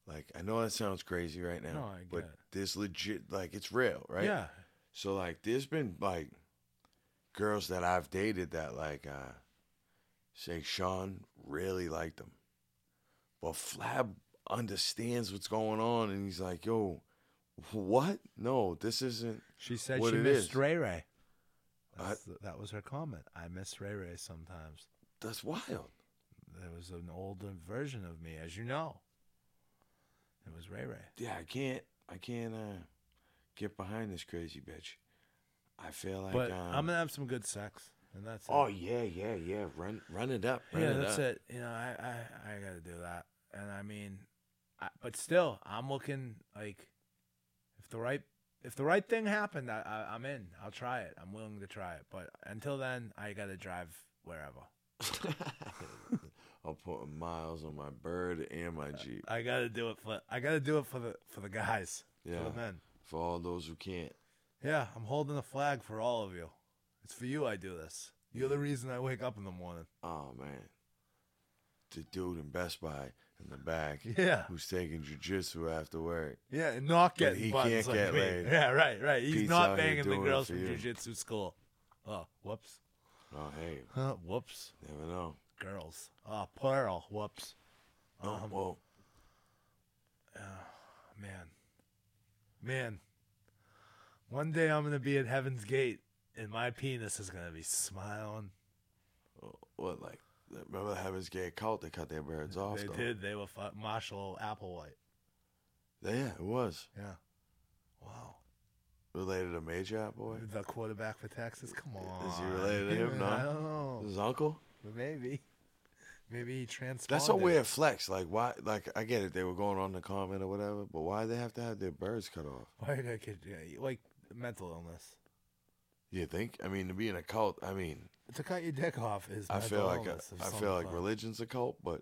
[SPEAKER 1] Like I know that sounds crazy right now,
[SPEAKER 3] No, I
[SPEAKER 1] but
[SPEAKER 3] get it.
[SPEAKER 1] this legit like it's real, right?
[SPEAKER 3] yeah,
[SPEAKER 1] So like there's been like girls that I've dated that like uh say Sean really liked them. But Flab understands what's going on and he's like, "Yo, what? No, this isn't
[SPEAKER 3] she said
[SPEAKER 1] What
[SPEAKER 3] she
[SPEAKER 1] it
[SPEAKER 3] missed
[SPEAKER 1] is.
[SPEAKER 3] Ray Ray.
[SPEAKER 1] I-
[SPEAKER 3] That's the- that was her comment. I miss Ray Ray sometimes.
[SPEAKER 1] that's wild."
[SPEAKER 3] There was an older version of me, as you know. It was Ray Ray.
[SPEAKER 1] Yeah, I can't I can't uh get behind this crazy bitch. I feel like
[SPEAKER 3] but
[SPEAKER 1] um,
[SPEAKER 3] I'm gonna have some good sex, and that's it.
[SPEAKER 1] Oh yeah, yeah, yeah. Run, run it up. Run
[SPEAKER 3] yeah,
[SPEAKER 1] it
[SPEAKER 3] that's
[SPEAKER 1] up.
[SPEAKER 3] it. You know, I, I I gotta do that, and I mean, I, but still, I'm looking like if the right if the right thing happened, I, I I'm in. I'll try it. I'm willing to try it. But until then, I gotta drive wherever.
[SPEAKER 1] [laughs] I'll put miles on my bird and my Jeep
[SPEAKER 3] I gotta do it for I gotta do it for the for the guys, for
[SPEAKER 1] Yeah.
[SPEAKER 3] the men.
[SPEAKER 1] for all those who can't.
[SPEAKER 3] Yeah, I'm holding the flag for all of you. It's for you. I do this. You're the reason I wake up in the morning.
[SPEAKER 1] Oh man. oh, the dude in Best Buy in the back
[SPEAKER 3] [laughs] Yeah.
[SPEAKER 1] who's taking jujitsu after work.
[SPEAKER 3] Yeah, and not
[SPEAKER 1] But
[SPEAKER 3] getting
[SPEAKER 1] he
[SPEAKER 3] buns
[SPEAKER 1] can't
[SPEAKER 3] like
[SPEAKER 1] get
[SPEAKER 3] me.
[SPEAKER 1] laid.
[SPEAKER 3] Yeah, right, right. He's
[SPEAKER 1] Pete's
[SPEAKER 3] not
[SPEAKER 1] out here
[SPEAKER 3] banging the
[SPEAKER 1] doing it
[SPEAKER 3] girls
[SPEAKER 1] for
[SPEAKER 3] from
[SPEAKER 1] you.
[SPEAKER 3] jujitsu school. Oh, whoops.
[SPEAKER 1] Oh hey,
[SPEAKER 3] Huh, whoops.
[SPEAKER 1] never know.
[SPEAKER 3] Girls. Oh, plural. Whoops.
[SPEAKER 1] Oh,
[SPEAKER 3] Um,
[SPEAKER 1] well,
[SPEAKER 3] Man. Man. One day I'm going to be at Heaven's Gate and my penis is going to be smiling.
[SPEAKER 1] what like remember the Heaven's Gate cult? They cut their birds off.
[SPEAKER 3] they
[SPEAKER 1] though.
[SPEAKER 3] did. They were fu- Marshall Applewhite.
[SPEAKER 1] Yeah, it was
[SPEAKER 3] Yeah. Wow.
[SPEAKER 1] related to Major Boy.
[SPEAKER 3] The quarterback for Texas? Come on.
[SPEAKER 1] Is he related to him? No.
[SPEAKER 3] [laughs] I don't know.
[SPEAKER 1] His uncle.
[SPEAKER 3] But maybe. Maybe he transformed.
[SPEAKER 1] That's a
[SPEAKER 3] it.
[SPEAKER 1] weird flex. Like why? Like I get it. They were going on the comment or whatever, but why they have to have their birds cut off?
[SPEAKER 3] Why did I kid you? Like mental illness.
[SPEAKER 1] You think? I mean, to be in a cult. I mean,
[SPEAKER 3] To cut your dick off is.
[SPEAKER 1] I
[SPEAKER 3] mental
[SPEAKER 1] feel like a,
[SPEAKER 3] illness of
[SPEAKER 1] I
[SPEAKER 3] some
[SPEAKER 1] feel like
[SPEAKER 3] form.
[SPEAKER 1] religion's a cult, but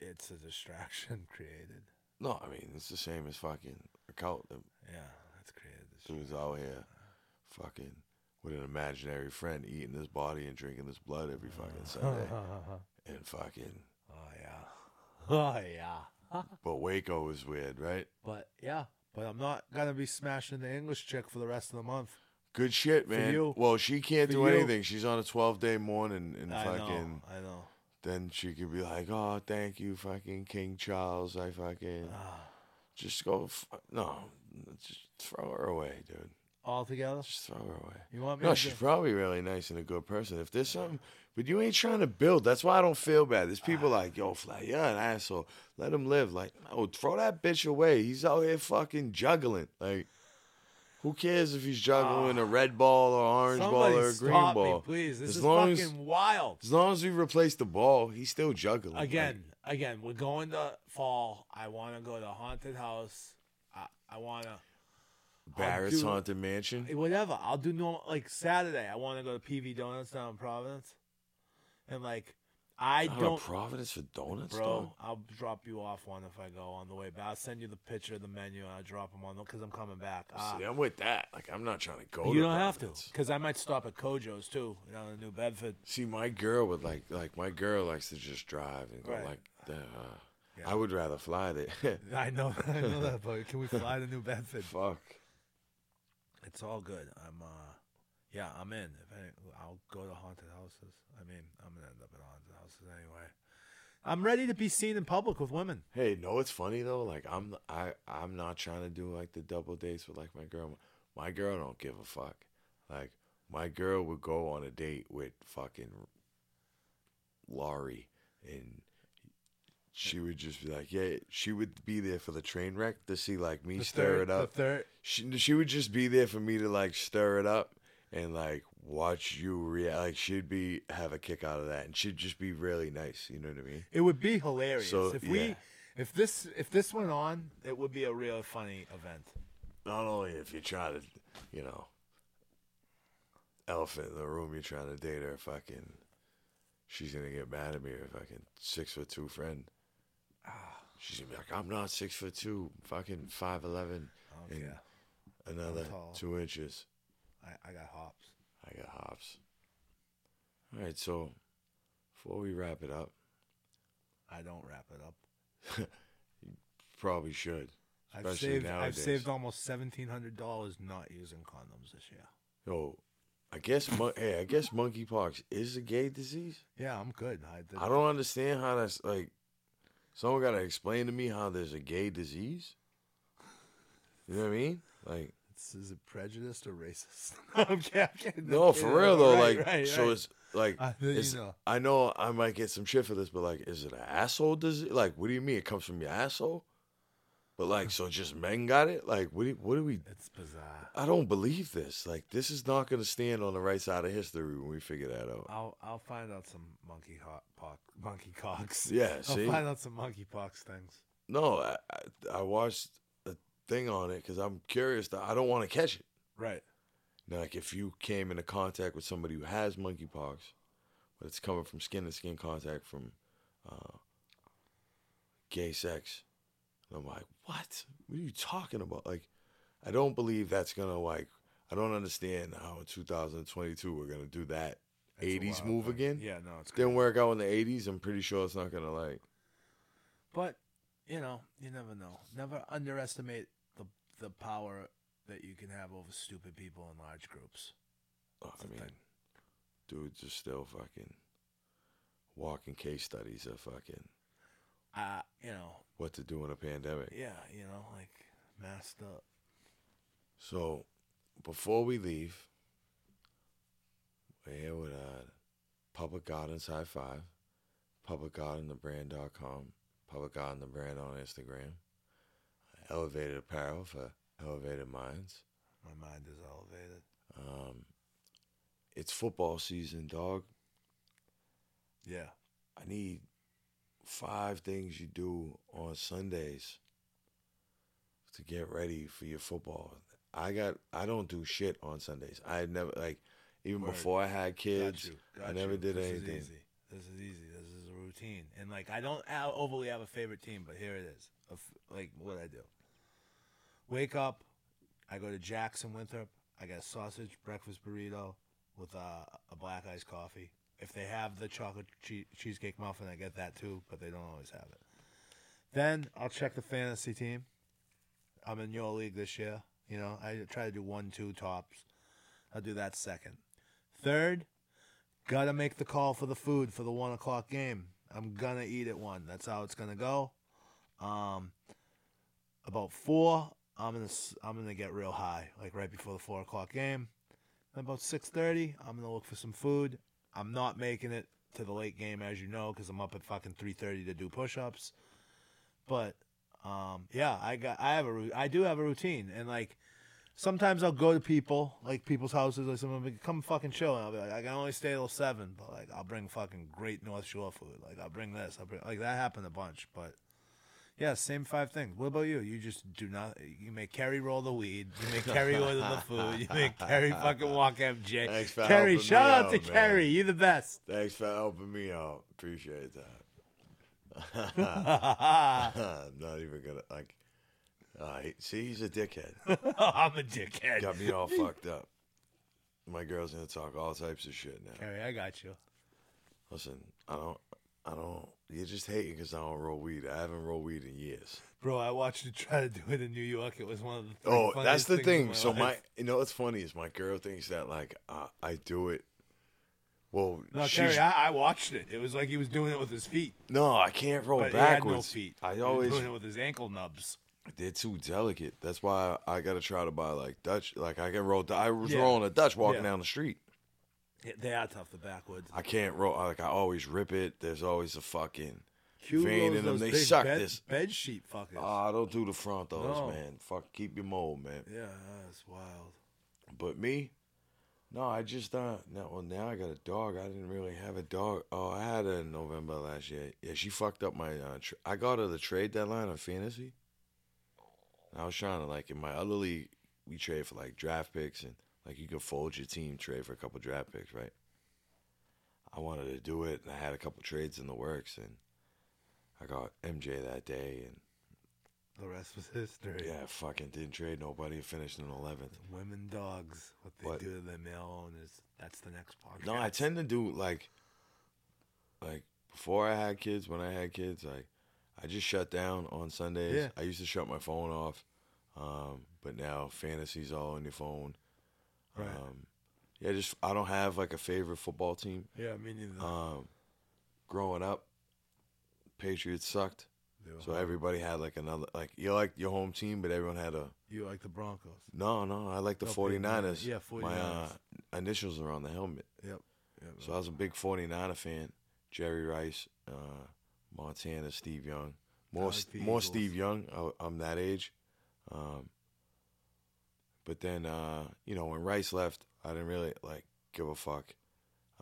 [SPEAKER 3] It's a distraction [laughs] created.
[SPEAKER 1] no. I mean, it's the same as fucking a cult. The
[SPEAKER 3] Yeah, that's created. distraction.
[SPEAKER 1] dude's out here, fucking with an imaginary friend, eating his body and drinking his blood every
[SPEAKER 3] [laughs]
[SPEAKER 1] fucking Sunday, and fucking.
[SPEAKER 3] Oh yeah. Oh yeah.
[SPEAKER 1] But Waco is weird, right?
[SPEAKER 3] But yeah. But I'm not gonna be smashing the English chick for the rest of the month.
[SPEAKER 1] Good shit, man.
[SPEAKER 3] you.
[SPEAKER 1] Well, she can't
[SPEAKER 3] For
[SPEAKER 1] do
[SPEAKER 3] you.
[SPEAKER 1] anything. She's on a twelve day mourning and
[SPEAKER 3] I
[SPEAKER 1] fucking.
[SPEAKER 3] know. I know.
[SPEAKER 1] then she could be like, "Oh, thank you, fucking King Charles. I fucking
[SPEAKER 3] Ah.
[SPEAKER 1] just go. F- no, just throw her away, dude.
[SPEAKER 3] All together.
[SPEAKER 1] Just throw her away.
[SPEAKER 3] You want me?
[SPEAKER 1] No,
[SPEAKER 3] to
[SPEAKER 1] she's
[SPEAKER 3] do-
[SPEAKER 1] probably really nice and a good person. If there's something, but you ain't trying to build. That's why I don't feel bad.
[SPEAKER 3] Ah.
[SPEAKER 1] There's people like, yo, Fly, you're an asshole. Let him live. Like, no, throw that bitch away. He's out here fucking juggling. Like, who cares if he's juggling a red ball or orange
[SPEAKER 3] Ah. Somebody
[SPEAKER 1] ball or a green
[SPEAKER 3] stop me,
[SPEAKER 1] ball?
[SPEAKER 3] please. This
[SPEAKER 1] as
[SPEAKER 3] is
[SPEAKER 1] long
[SPEAKER 3] fucking
[SPEAKER 1] as,
[SPEAKER 3] wild.
[SPEAKER 1] as long as we replace the ball, he's still juggling. Like,
[SPEAKER 3] Again, again, we're going to fall. I want to go to haunted house. I, I want to.
[SPEAKER 1] Barrett's
[SPEAKER 3] do-
[SPEAKER 1] haunted mansion.
[SPEAKER 3] Hey, whatever. I'll do normal. Like Saturday, I want to go to PV Donuts down in Providence, and like I
[SPEAKER 1] Out of
[SPEAKER 3] don't,
[SPEAKER 1] Providence for donuts,
[SPEAKER 3] bro.
[SPEAKER 1] bro.
[SPEAKER 3] I'll drop you off one if I go on the way back. I'll send you the picture of the menu and I'll drop them on because I'm coming back. Uh,
[SPEAKER 1] See, I'm with that. Like, I'm not trying to go.
[SPEAKER 3] you
[SPEAKER 1] to
[SPEAKER 3] don't have to
[SPEAKER 1] Providence.
[SPEAKER 3] because I might stop at Kojo's too down in New Bedford. [laughs]
[SPEAKER 1] See, my girl would like like my girl likes to just drive and go
[SPEAKER 3] Right.
[SPEAKER 1] like. Uh, I would rather fly there. [laughs]
[SPEAKER 3] I know, I know that, but can we fly to New Bedford?
[SPEAKER 1] Fuck.
[SPEAKER 3] It's all good. I'm, uh, yeah, I'm in. If any, I'll go to haunted houses. I mean, I'm gonna end up in haunted houses anyway. I'm ready to be seen in public with women.
[SPEAKER 1] Hey, no, it's funny though. Like I'm I I'm not trying to do like the double dates with like my girl. My girl don't give a fuck. Like my girl would go on a date with fucking Laurie and. She would just be like, yeah. She would be there for the train wreck to see like me stir it up.
[SPEAKER 3] The third,
[SPEAKER 1] she she would just be there for me to like stir it up and like watch you react. Like she'd be have a kick out of that, and she'd just be really nice. You know what I mean?
[SPEAKER 3] It would be hilarious
[SPEAKER 1] So,
[SPEAKER 3] if we,
[SPEAKER 1] yeah.
[SPEAKER 3] if this, if this went on, it would be a real funny event.
[SPEAKER 1] Not only if you try to, you know, elephant in the room, you're trying to date her. Fucking, she's gonna get mad at me. Her fucking six foot two friend. [sighs] She's gonna be like, I'm not six foot two, fucking five eleven, and
[SPEAKER 3] care.
[SPEAKER 1] another
[SPEAKER 3] Oh, tall.
[SPEAKER 1] two inches.
[SPEAKER 3] I, I got hops.
[SPEAKER 1] I got hops. All right, so before we wrap it up,
[SPEAKER 3] I don't wrap it up.
[SPEAKER 1] probably should.
[SPEAKER 3] I've
[SPEAKER 1] Especially
[SPEAKER 3] saved, I've
[SPEAKER 1] nowadays.
[SPEAKER 3] saved almost seventeen hundred dollars not using condoms this year.
[SPEAKER 1] Yo, I guess mon- hey, I guess monkeypox is a gay disease.
[SPEAKER 3] Yeah, I'm good. I, did,
[SPEAKER 1] I don't understand how that's like. Someone gotta explain to me how there's a gay disease. You know what I mean?
[SPEAKER 3] [laughs]
[SPEAKER 1] Like,
[SPEAKER 3] It's- is it prejudiced or racist? [laughs] I'm kidding.
[SPEAKER 1] no,
[SPEAKER 3] I'm
[SPEAKER 1] for
[SPEAKER 3] kidding.
[SPEAKER 1] real though.
[SPEAKER 3] Right,
[SPEAKER 1] like,
[SPEAKER 3] right,
[SPEAKER 1] so
[SPEAKER 3] right.
[SPEAKER 1] it's like,
[SPEAKER 3] I- you
[SPEAKER 1] it's-
[SPEAKER 3] know.
[SPEAKER 1] I know I might get some shit for this, but like, is it an asshole disease? Like, what do you mean it comes from your asshole? But like, so just men got it? Like, what? Do, what do we
[SPEAKER 3] it's bizarre.
[SPEAKER 1] I don't believe this. Like, this is not going to stand on the right side of history when we figure that out.
[SPEAKER 3] I'll I'll find out some monkey hot pox, monkey cocks.
[SPEAKER 1] Yeah,
[SPEAKER 3] I'll
[SPEAKER 1] see?
[SPEAKER 3] find out some monkey pox things.
[SPEAKER 1] No, I, I, I watched a thing on it because I'm curious. To, I don't want to catch it.
[SPEAKER 3] Right.
[SPEAKER 1] Now, like, if you came into contact with somebody who has monkeypox, but it's coming from skin to skin contact from uh, gay sex, and I'm like, what? What are you talking about? Like, I don't believe that's going to, like, I don't understand how in 2022 we're going to do that
[SPEAKER 3] It's a
[SPEAKER 1] 80s
[SPEAKER 3] wild
[SPEAKER 1] move
[SPEAKER 3] thing.
[SPEAKER 1] again?
[SPEAKER 3] Yeah, no, it's
[SPEAKER 1] Didn't work out in the 80s. I'm pretty sure it's not going to like.
[SPEAKER 3] But you know, you never know. Never underestimate the the power that you can have over stupid people in large groups.
[SPEAKER 1] oh, I
[SPEAKER 3] the
[SPEAKER 1] mean,
[SPEAKER 3] thing.
[SPEAKER 1] dudes are still fucking walking case studies of fucking
[SPEAKER 3] Uh, you know,
[SPEAKER 1] what to do in a pandemic.
[SPEAKER 3] yeah, you know, like masked up.
[SPEAKER 1] So, before we leave, we're here with uh, Public Gardens High Five, Public Garden, the brand.com, Public Garden, the brand on Instagram, Elevated Apparel for Elevated Minds.
[SPEAKER 3] My mind is elevated.
[SPEAKER 1] Um, it's football season, dog.
[SPEAKER 3] Yeah.
[SPEAKER 1] I need five things you do on Sundays to get ready for your football. I got I don't do shit on Sundays. I never like even
[SPEAKER 3] Word.
[SPEAKER 1] before I had kids,
[SPEAKER 3] Got you,
[SPEAKER 1] I
[SPEAKER 3] got
[SPEAKER 1] never
[SPEAKER 3] you.
[SPEAKER 1] did
[SPEAKER 3] this
[SPEAKER 1] anything.
[SPEAKER 3] Is easy. This is easy. This is a routine, and like I don't have, overly have a favorite team, but here it is. Of like what I do. Wake up, I go to Jackson Winthrop. I get a sausage breakfast burrito with uh, a black iced coffee. If they have the chocolate che- cheesecake muffin, I get that too, but they don't always have it. Then I'll check the fantasy team. I'm in your league this year. You know, I try to do one, two tops. I'll do that second. Third, Gotta make the call for the food for the one o'clock game. I'm gonna eat at one. That's how it's gonna go. Um, about four, I'm gonna s- I'm gonna get real high, like right before the four o'clock game. And about six thirty, I'm gonna look for some food. I'm not making it to the late game, as you know, because I'm up at fucking three thirty to do push-ups. But um, yeah, I got I have a ru- I do have a routine, and like sometimes I'll go to people, like people's houses, like someone will be, come fucking chill, and I'll be like, I can only stay till seven, but like I'll bring fucking great North Shore food, like I'll bring this, I'll bring like that happened a bunch, but yeah, same five things. What about you? You just do not. You make Kerry roll the weed. You make
[SPEAKER 1] [laughs]
[SPEAKER 3] Kerry order the food. You make Kerry fucking walk MJ.
[SPEAKER 1] Thanks for helping
[SPEAKER 3] Kerry,
[SPEAKER 1] me
[SPEAKER 3] shout out to
[SPEAKER 1] out, man.
[SPEAKER 3] Kerry. You the best. [laughs]
[SPEAKER 1] Thanks for helping me out. Appreciate that.
[SPEAKER 3] I'm
[SPEAKER 1] [laughs] I'm not even gonna like. All right, see, he's a dickhead.
[SPEAKER 3] a dickhead.
[SPEAKER 1] Got me all fucked up. My girl's gonna talk all types of shit now.
[SPEAKER 3] Kerry, I got you.
[SPEAKER 1] Listen, I don't, I don't. You're just hating because I don't roll weed. I haven't rolled weed in years.
[SPEAKER 3] Bro, I watched you try to do it in New York. It was one of the three
[SPEAKER 1] Oh, that's
[SPEAKER 3] funniest
[SPEAKER 1] the
[SPEAKER 3] things
[SPEAKER 1] thing.
[SPEAKER 3] of my
[SPEAKER 1] so
[SPEAKER 3] life.
[SPEAKER 1] my, you know, what's funny is my girl thinks that like uh, I do it. Well,
[SPEAKER 3] No,
[SPEAKER 1] she's-
[SPEAKER 3] Kerry, I, I watched it. It was like he was doing it with his feet,
[SPEAKER 1] no, I can't roll
[SPEAKER 3] but he had no
[SPEAKER 1] Oh, backwards.
[SPEAKER 3] feet.
[SPEAKER 1] I
[SPEAKER 3] [laughs] He was
[SPEAKER 1] always
[SPEAKER 3] doing it with his ankle nubs.
[SPEAKER 1] they're too delicate. That's why I gotta try to buy like Dutch. Like I can roll. I was
[SPEAKER 3] Yeah.
[SPEAKER 1] rolling a Dutch walking
[SPEAKER 3] Yeah.
[SPEAKER 1] down the street.
[SPEAKER 3] Yeah, they are tough. The backwoods.
[SPEAKER 1] I can't roll. I- Like I always rip it. There's always a fucking
[SPEAKER 3] Q
[SPEAKER 1] vein
[SPEAKER 3] rolls
[SPEAKER 1] in them.
[SPEAKER 3] those
[SPEAKER 1] They
[SPEAKER 3] big
[SPEAKER 1] suck
[SPEAKER 3] bed,
[SPEAKER 1] this.
[SPEAKER 3] bed sheet fuckers.
[SPEAKER 1] Ah, don't do the front those,
[SPEAKER 3] No.
[SPEAKER 1] man. Fuck, keep your mold, man.
[SPEAKER 3] yeah, that's wild.
[SPEAKER 1] But me, no, I just uh now well now I got a dog. I didn't really have a dog. Oh, I had her in November last year. Yeah, she fucked up my. Uh, tr I got her the trade deadline on fantasy. And I was trying to like in my other league, we trade for like draft picks and like you can fold your team, trade for a couple draft picks, right? I wanted to do it, and I had a couple trades in the works, and I got MJ that day, and
[SPEAKER 3] The rest was history.
[SPEAKER 1] yeah, I fucking didn't trade nobody, and finished in eleventh.
[SPEAKER 3] Women dogs, what they
[SPEAKER 1] What?
[SPEAKER 3] do to their male owners. That's the next podcast.
[SPEAKER 1] No, I tend to do like, like before I had kids. When I had kids, like I just shut down on Sundays.
[SPEAKER 3] Yeah.
[SPEAKER 1] I used to shut my phone off, um, but now fantasies all on your phone.
[SPEAKER 3] Right.
[SPEAKER 1] Um, yeah, just I don't have like a favorite football team.
[SPEAKER 3] yeah, me neither.
[SPEAKER 1] Um, growing up, Patriots sucked,
[SPEAKER 3] They were-
[SPEAKER 1] so everybody had like another like you like your home team, but everyone had a
[SPEAKER 3] you like the Broncos?
[SPEAKER 1] no, no. I like the
[SPEAKER 3] No,
[SPEAKER 1] Forty 49ers.
[SPEAKER 3] yeah,
[SPEAKER 1] My uh,
[SPEAKER 3] 49ers.
[SPEAKER 1] initials are on the helmet.
[SPEAKER 3] Yep. yep.
[SPEAKER 1] So I was a big 49er fan. Jerry Rice, uh, Montana, Steve Young.
[SPEAKER 3] I
[SPEAKER 1] More,
[SPEAKER 3] like the
[SPEAKER 1] more
[SPEAKER 3] Eagles.
[SPEAKER 1] Steve Young. I, I'm that age. Um, but then, uh, you know, when Rice left, I didn't really like give a fuck.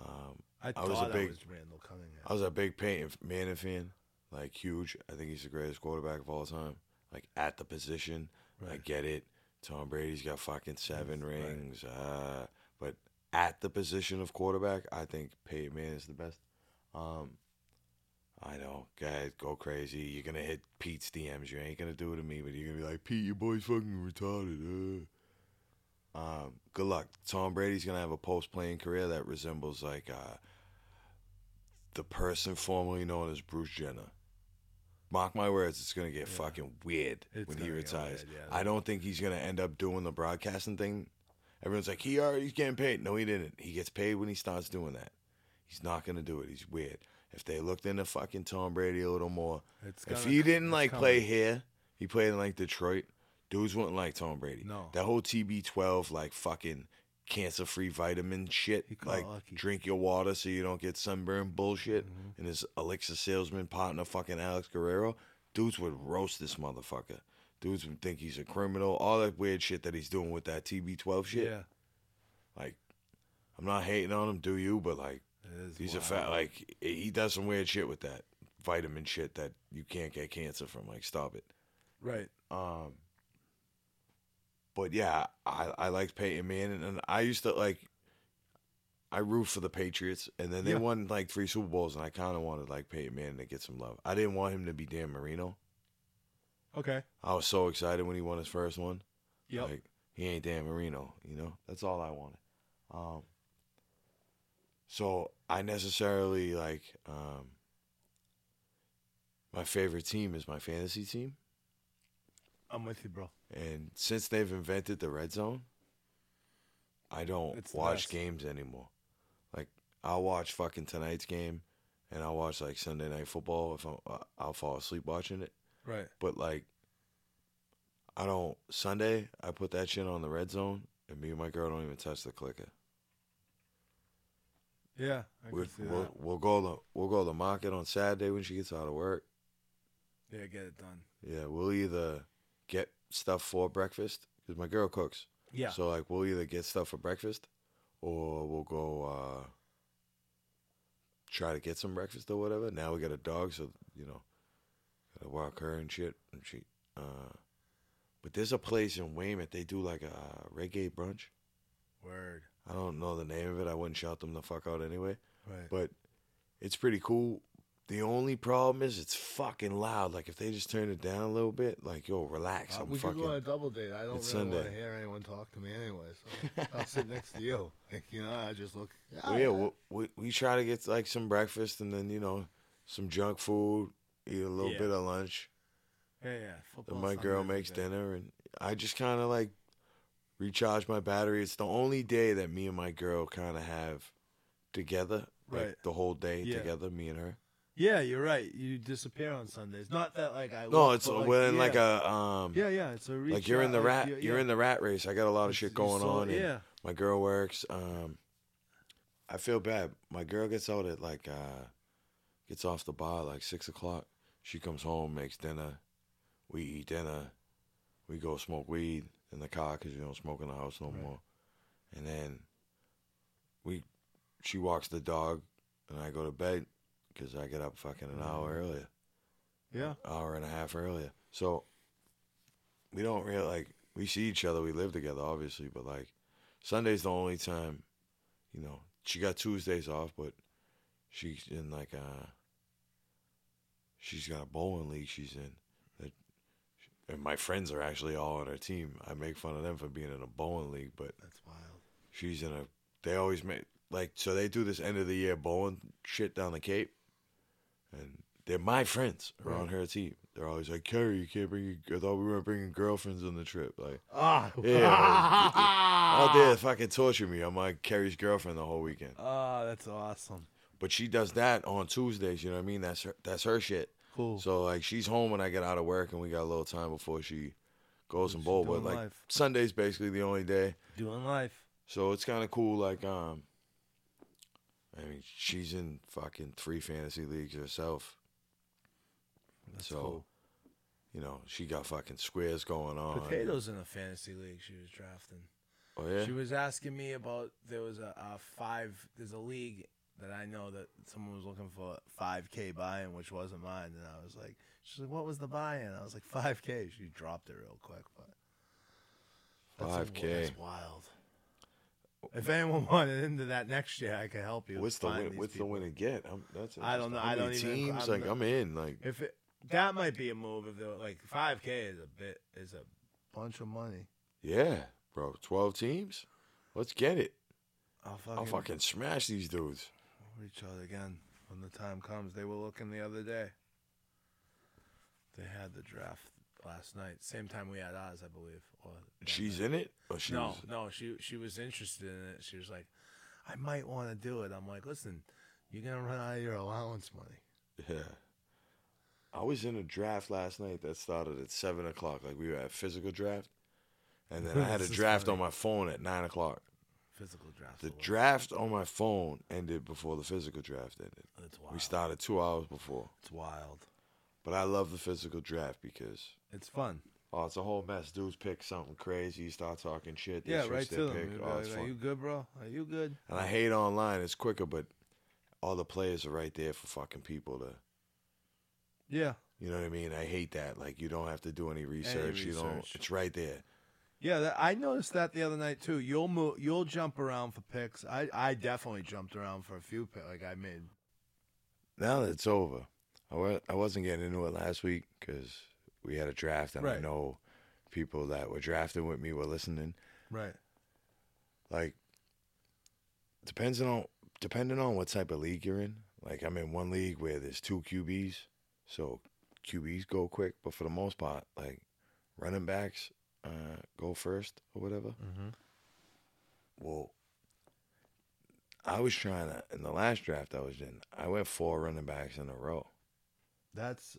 [SPEAKER 1] Um,
[SPEAKER 3] I
[SPEAKER 1] I
[SPEAKER 3] thought
[SPEAKER 1] was a big-
[SPEAKER 3] I was Randall Cunningham.
[SPEAKER 1] I was a big Peyton Manning fan, like huge. I think he's the greatest quarterback of all time. Like at the position, I
[SPEAKER 3] Right.
[SPEAKER 1] get it. Tom Brady's got fucking seven
[SPEAKER 3] Right.
[SPEAKER 1] rings, uh, but at the position of quarterback, I think Peyton Manning is the best. Um, I know, guys, go crazy. You're gonna hit Pete's DMs. You ain't gonna do it to me, but you're gonna be like, Pete, your boy's fucking retarded. Uh. Um, good luck. Tom Brady's gonna have a post playing career that resembles like uh, the person formerly known as Bruce Jenner. Mark my words, it's gonna get fucking weird
[SPEAKER 3] It's
[SPEAKER 1] when he
[SPEAKER 3] gonna get
[SPEAKER 1] retires.
[SPEAKER 3] weird, yeah.
[SPEAKER 1] I don't think he's gonna end up doing the broadcasting thing. Everyone's like, he already he's getting paid. No, he didn't. He gets paid when he starts doing that. He's not gonna do it. He's weird. If they looked into fucking Tom Brady a little more,
[SPEAKER 3] It's
[SPEAKER 1] if
[SPEAKER 3] gonna-
[SPEAKER 1] he didn't
[SPEAKER 3] it's
[SPEAKER 1] like
[SPEAKER 3] coming.
[SPEAKER 1] play here, he played in like Detroit. Dudes wouldn't like Tom Brady.
[SPEAKER 3] No.
[SPEAKER 1] that whole TB12 like fucking cancer-free vitamin shit.
[SPEAKER 3] He got
[SPEAKER 1] Like
[SPEAKER 3] lucky. Mm-hmm.
[SPEAKER 1] drink your water so you don't get sunburn bullshit. And his elixir salesman partner, fucking Alex Guerrero, dudes would roast this motherfucker. Dudes would think he's a criminal. All that weird shit that he's doing with that TB12 shit.
[SPEAKER 3] Yeah,
[SPEAKER 1] Like, I'm not hating on him, do you? But like,
[SPEAKER 3] it is
[SPEAKER 1] He's a
[SPEAKER 3] wild.
[SPEAKER 1] fat like he does some weird shit with that vitamin shit that you can't get cancer from. Like stop it.
[SPEAKER 3] Right.
[SPEAKER 1] Um But yeah, I I liked Peyton Manning and I used to like I root for the Patriots and then they
[SPEAKER 3] Yeah.
[SPEAKER 1] won like three Super Bowls and I kinda wanted like Peyton Manning to get some love. I didn't want him to be Dan Marino.
[SPEAKER 3] Okay.
[SPEAKER 1] I was so excited when he won his first one.
[SPEAKER 3] Yep.
[SPEAKER 1] Like he ain't Dan Marino, you know. That's all I wanted. Um, so I necessarily like um, my favorite team is my fantasy team,
[SPEAKER 3] I'm with you, bro.
[SPEAKER 1] and since they've invented the red zone, I don't
[SPEAKER 3] It's
[SPEAKER 1] watch
[SPEAKER 3] nuts.
[SPEAKER 1] games anymore. Like I'll watch fucking tonight's game, and I'll watch like Sunday night football if I'm, uh, I'll fall asleep watching it
[SPEAKER 3] Right.
[SPEAKER 1] but like I don't Sunday I put that shit on the red zone and me and my girl don't even touch the clicker.
[SPEAKER 3] Yeah. I
[SPEAKER 1] We'll,
[SPEAKER 3] can see
[SPEAKER 1] we'll, we'll go to we'll go to the market on Saturday when she gets out of work.
[SPEAKER 3] that. Yeah, get it done.
[SPEAKER 1] Yeah, we'll either get stuff for breakfast because my girl cooks.
[SPEAKER 3] Yeah.
[SPEAKER 1] So like we'll either get stuff for breakfast or we'll go uh try to get some breakfast or whatever. Now we got a dog so you know gotta walk her and shit and she uh but there's a place in Weymouth they do like a uh, reggae brunch.
[SPEAKER 3] Word.
[SPEAKER 1] I don't know the name of it. I wouldn't shout them the fuck out anyway.
[SPEAKER 3] Right.
[SPEAKER 1] But it's pretty cool. The only problem is it's fucking loud. Like if they just turn it down a little bit, like yo, relax.
[SPEAKER 4] Uh,
[SPEAKER 1] I'm
[SPEAKER 4] we could
[SPEAKER 1] fucking
[SPEAKER 4] go on a double date. I don't
[SPEAKER 1] It's
[SPEAKER 4] really want to
[SPEAKER 1] Sunday.
[SPEAKER 4] hear anyone talk to me anyway, so I'll sit next to you. [laughs] Like, you know, I just look.
[SPEAKER 1] Well, yeah, we, we we try to get like some breakfast and then you know some junk food, eat a little
[SPEAKER 3] Yeah.
[SPEAKER 1] bit of lunch.
[SPEAKER 3] yeah, yeah. Football
[SPEAKER 1] Then my girl
[SPEAKER 3] Sundays are
[SPEAKER 1] makes
[SPEAKER 3] good.
[SPEAKER 1] dinner, and I just kind of like recharge my battery. It's the only day that me and my girl kind of have together, like
[SPEAKER 3] Right.
[SPEAKER 1] the whole day
[SPEAKER 3] Yeah.
[SPEAKER 1] together, me and her.
[SPEAKER 3] Yeah, you're right. You disappear on Sundays. Not that like I.
[SPEAKER 1] No,
[SPEAKER 3] look,
[SPEAKER 1] it's
[SPEAKER 3] but,
[SPEAKER 1] like, we're in
[SPEAKER 3] yeah.
[SPEAKER 1] like a um,
[SPEAKER 3] Yeah, yeah. It's a reach
[SPEAKER 1] like you're in the
[SPEAKER 3] out,
[SPEAKER 1] rat,
[SPEAKER 3] yeah,
[SPEAKER 1] you're in the rat race. I got a lot of
[SPEAKER 3] It's-
[SPEAKER 1] shit
[SPEAKER 3] you
[SPEAKER 1] going
[SPEAKER 3] saw-
[SPEAKER 1] on. and
[SPEAKER 3] yeah.
[SPEAKER 1] my girl works. Um, I feel bad. My girl gets out at like uh, gets off the bar like six o'clock. She comes home, makes dinner. We eat dinner. We go smoke weed in the car because you don't smoke in the house no more. And then we, she walks the dog, and I go to bed because I get up fucking an hour earlier
[SPEAKER 3] Yeah.
[SPEAKER 1] hour and a half earlier. So we don't really like we see each other. We live together, obviously, but like Sunday's the only time. You know, she got Tuesdays off, but she's in like uh she's got a bowling league she's in that, and my friends are actually all on her team. I make fun of them for being in a bowling league, but
[SPEAKER 4] That's wild.
[SPEAKER 1] she's in a they always make like so they do this end of the year bowling shit down the cape and they're my friends are on her team they're always like kerry you can't bring your i thought we weren't bringing girlfriends on the trip
[SPEAKER 3] [laughs]
[SPEAKER 1] like
[SPEAKER 4] Ah,
[SPEAKER 1] yeah all day they fucking torture me i'm like kerry's girlfriend the whole weekend
[SPEAKER 3] Oh, that's awesome.
[SPEAKER 1] but she does that on tuesdays you know what i mean that's her that's her shit
[SPEAKER 3] Cool.
[SPEAKER 1] so like she's home when i get out of work and we got a little time before she goes and
[SPEAKER 3] She's
[SPEAKER 1] bowl but
[SPEAKER 3] doing
[SPEAKER 1] like
[SPEAKER 3] life.
[SPEAKER 1] sunday's basically the only day
[SPEAKER 3] Doing life.
[SPEAKER 1] so it's kind of cool. Like, um, I mean, she's in fucking three fantasy leagues herself.
[SPEAKER 3] That's
[SPEAKER 1] so,
[SPEAKER 3] cool.
[SPEAKER 1] you know, she got fucking squares going on.
[SPEAKER 3] Potatoes in a fantasy league. She was drafting.
[SPEAKER 1] Oh yeah.
[SPEAKER 3] She was asking me about there was a, a five. There's a league that I know that someone was looking for five k buy-in, which wasn't mine. And I was like, she's like, what was the buy-in? I was like, five k. She dropped it real quick, but that's a-
[SPEAKER 1] 5K.
[SPEAKER 3] That's wild. If anyone wanted into that next year, I could help you.
[SPEAKER 1] what's the
[SPEAKER 3] find
[SPEAKER 1] win,
[SPEAKER 3] these
[SPEAKER 1] what's the
[SPEAKER 3] people.
[SPEAKER 1] win again? I'm, that's
[SPEAKER 3] I
[SPEAKER 1] interesting.
[SPEAKER 3] don't know.
[SPEAKER 1] How
[SPEAKER 3] I
[SPEAKER 1] many
[SPEAKER 3] don't even-
[SPEAKER 1] teams
[SPEAKER 3] I'm
[SPEAKER 1] like
[SPEAKER 3] not-
[SPEAKER 1] I'm in like
[SPEAKER 3] If it, that might be a move, if they were, like five k is a bit is a
[SPEAKER 4] bunch of money.
[SPEAKER 1] yeah. bro. Twelve teams. Let's get it.
[SPEAKER 3] I'll fucking,
[SPEAKER 1] I'll fucking smash these dudes.
[SPEAKER 3] reach out again when the time comes. They were looking the other day. They had the draft last night, same time we had ours, I believe. Or that
[SPEAKER 1] She's in it. Or she
[SPEAKER 3] no,
[SPEAKER 1] was-
[SPEAKER 3] no, she she was interested in it. She was like, I might want to do it. I'm like, listen, you're gonna run out of your allowance money.
[SPEAKER 1] Yeah. I was in a draft last night that started at seven o'clock. Like we were at physical draft, and then I had a
[SPEAKER 3] [laughs] This is
[SPEAKER 1] draft
[SPEAKER 3] funny.
[SPEAKER 1] on my phone at nine o'clock.
[SPEAKER 3] Physical draft.
[SPEAKER 1] The draft on my phone ended before the physical draft ended.
[SPEAKER 3] It's
[SPEAKER 1] We
[SPEAKER 3] wild.
[SPEAKER 1] started two hours before,
[SPEAKER 3] It's wild.
[SPEAKER 1] but I love the physical draft because
[SPEAKER 3] It's fun.
[SPEAKER 1] oh, it's a whole mess. Dudes pick something crazy, you start talking shit. They
[SPEAKER 3] yeah,
[SPEAKER 1] switch
[SPEAKER 3] right
[SPEAKER 1] their
[SPEAKER 3] to them.
[SPEAKER 1] pick.
[SPEAKER 3] You'd be
[SPEAKER 1] Oh,
[SPEAKER 3] like,
[SPEAKER 1] it's
[SPEAKER 3] Are
[SPEAKER 1] fun.
[SPEAKER 3] you good, bro? Are you good?
[SPEAKER 1] And I hate online; it's quicker, but all the players are right there for fucking people to.
[SPEAKER 3] Yeah.
[SPEAKER 1] You know what I mean? I hate that. Like you don't have to do any research. You don't.
[SPEAKER 3] research.
[SPEAKER 1] It's right there.
[SPEAKER 3] Yeah, that, I noticed that the other night too. You'll move, you'll jump around for picks. I, I definitely jumped around for a few picks. Like I made,
[SPEAKER 1] Now that it's over, I wa- I wasn't getting into it last week because we had a draft, and I
[SPEAKER 3] Right.
[SPEAKER 1] know people that were drafting with me were listening.
[SPEAKER 3] right,
[SPEAKER 1] Like, depends on depending on what type of league you're in. Like, I'm in one league where there's two QBs, so QBs go quick, but for the most part, like running backs uh, go first or whatever.
[SPEAKER 3] Mm-hmm.
[SPEAKER 1] Well, I was trying to in the last draft I was in. I went four running backs in a row.
[SPEAKER 3] That's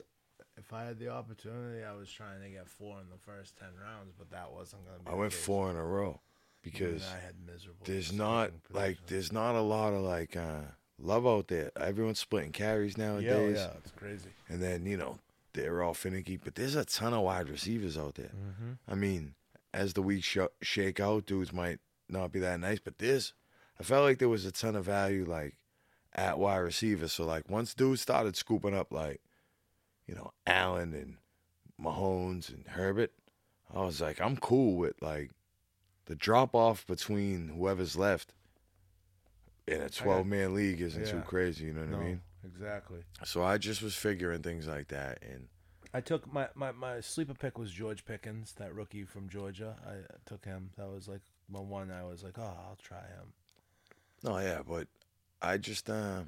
[SPEAKER 3] if I had the opportunity, I was trying to get four in the first ten rounds, but that wasn't gonna be.
[SPEAKER 1] I
[SPEAKER 3] the
[SPEAKER 1] went
[SPEAKER 3] case.
[SPEAKER 1] four in a row
[SPEAKER 3] You and
[SPEAKER 1] because
[SPEAKER 3] I had miserable.
[SPEAKER 1] there's
[SPEAKER 3] starting
[SPEAKER 1] not like
[SPEAKER 3] positions.
[SPEAKER 1] there's not a lot of like uh, love out there. Everyone's splitting carries nowadays,
[SPEAKER 3] Yeah, yeah, it's crazy.
[SPEAKER 1] and then you know they're all finicky. But there's a ton of wide receivers out there.
[SPEAKER 3] Mm-hmm.
[SPEAKER 1] I mean, as the weeks sh- shake out, dudes might not be that nice. But this, I felt like there was a ton of value like at wide receiver. So like once dudes started scooping up like you know Allen and Mahomes and Herbert, I was like, I'm cool with like the drop off between whoever's left in a 12 man league isn't too
[SPEAKER 3] yeah.
[SPEAKER 1] crazy. You know what
[SPEAKER 3] No,
[SPEAKER 1] I mean?
[SPEAKER 3] exactly.
[SPEAKER 1] So I just was figuring things like that, and
[SPEAKER 3] I took my, my, my sleeper pick was George Pickens, that rookie from Georgia. I took him. That was like my one. I was like, oh, I'll try him.
[SPEAKER 1] no, yeah, but I just uh,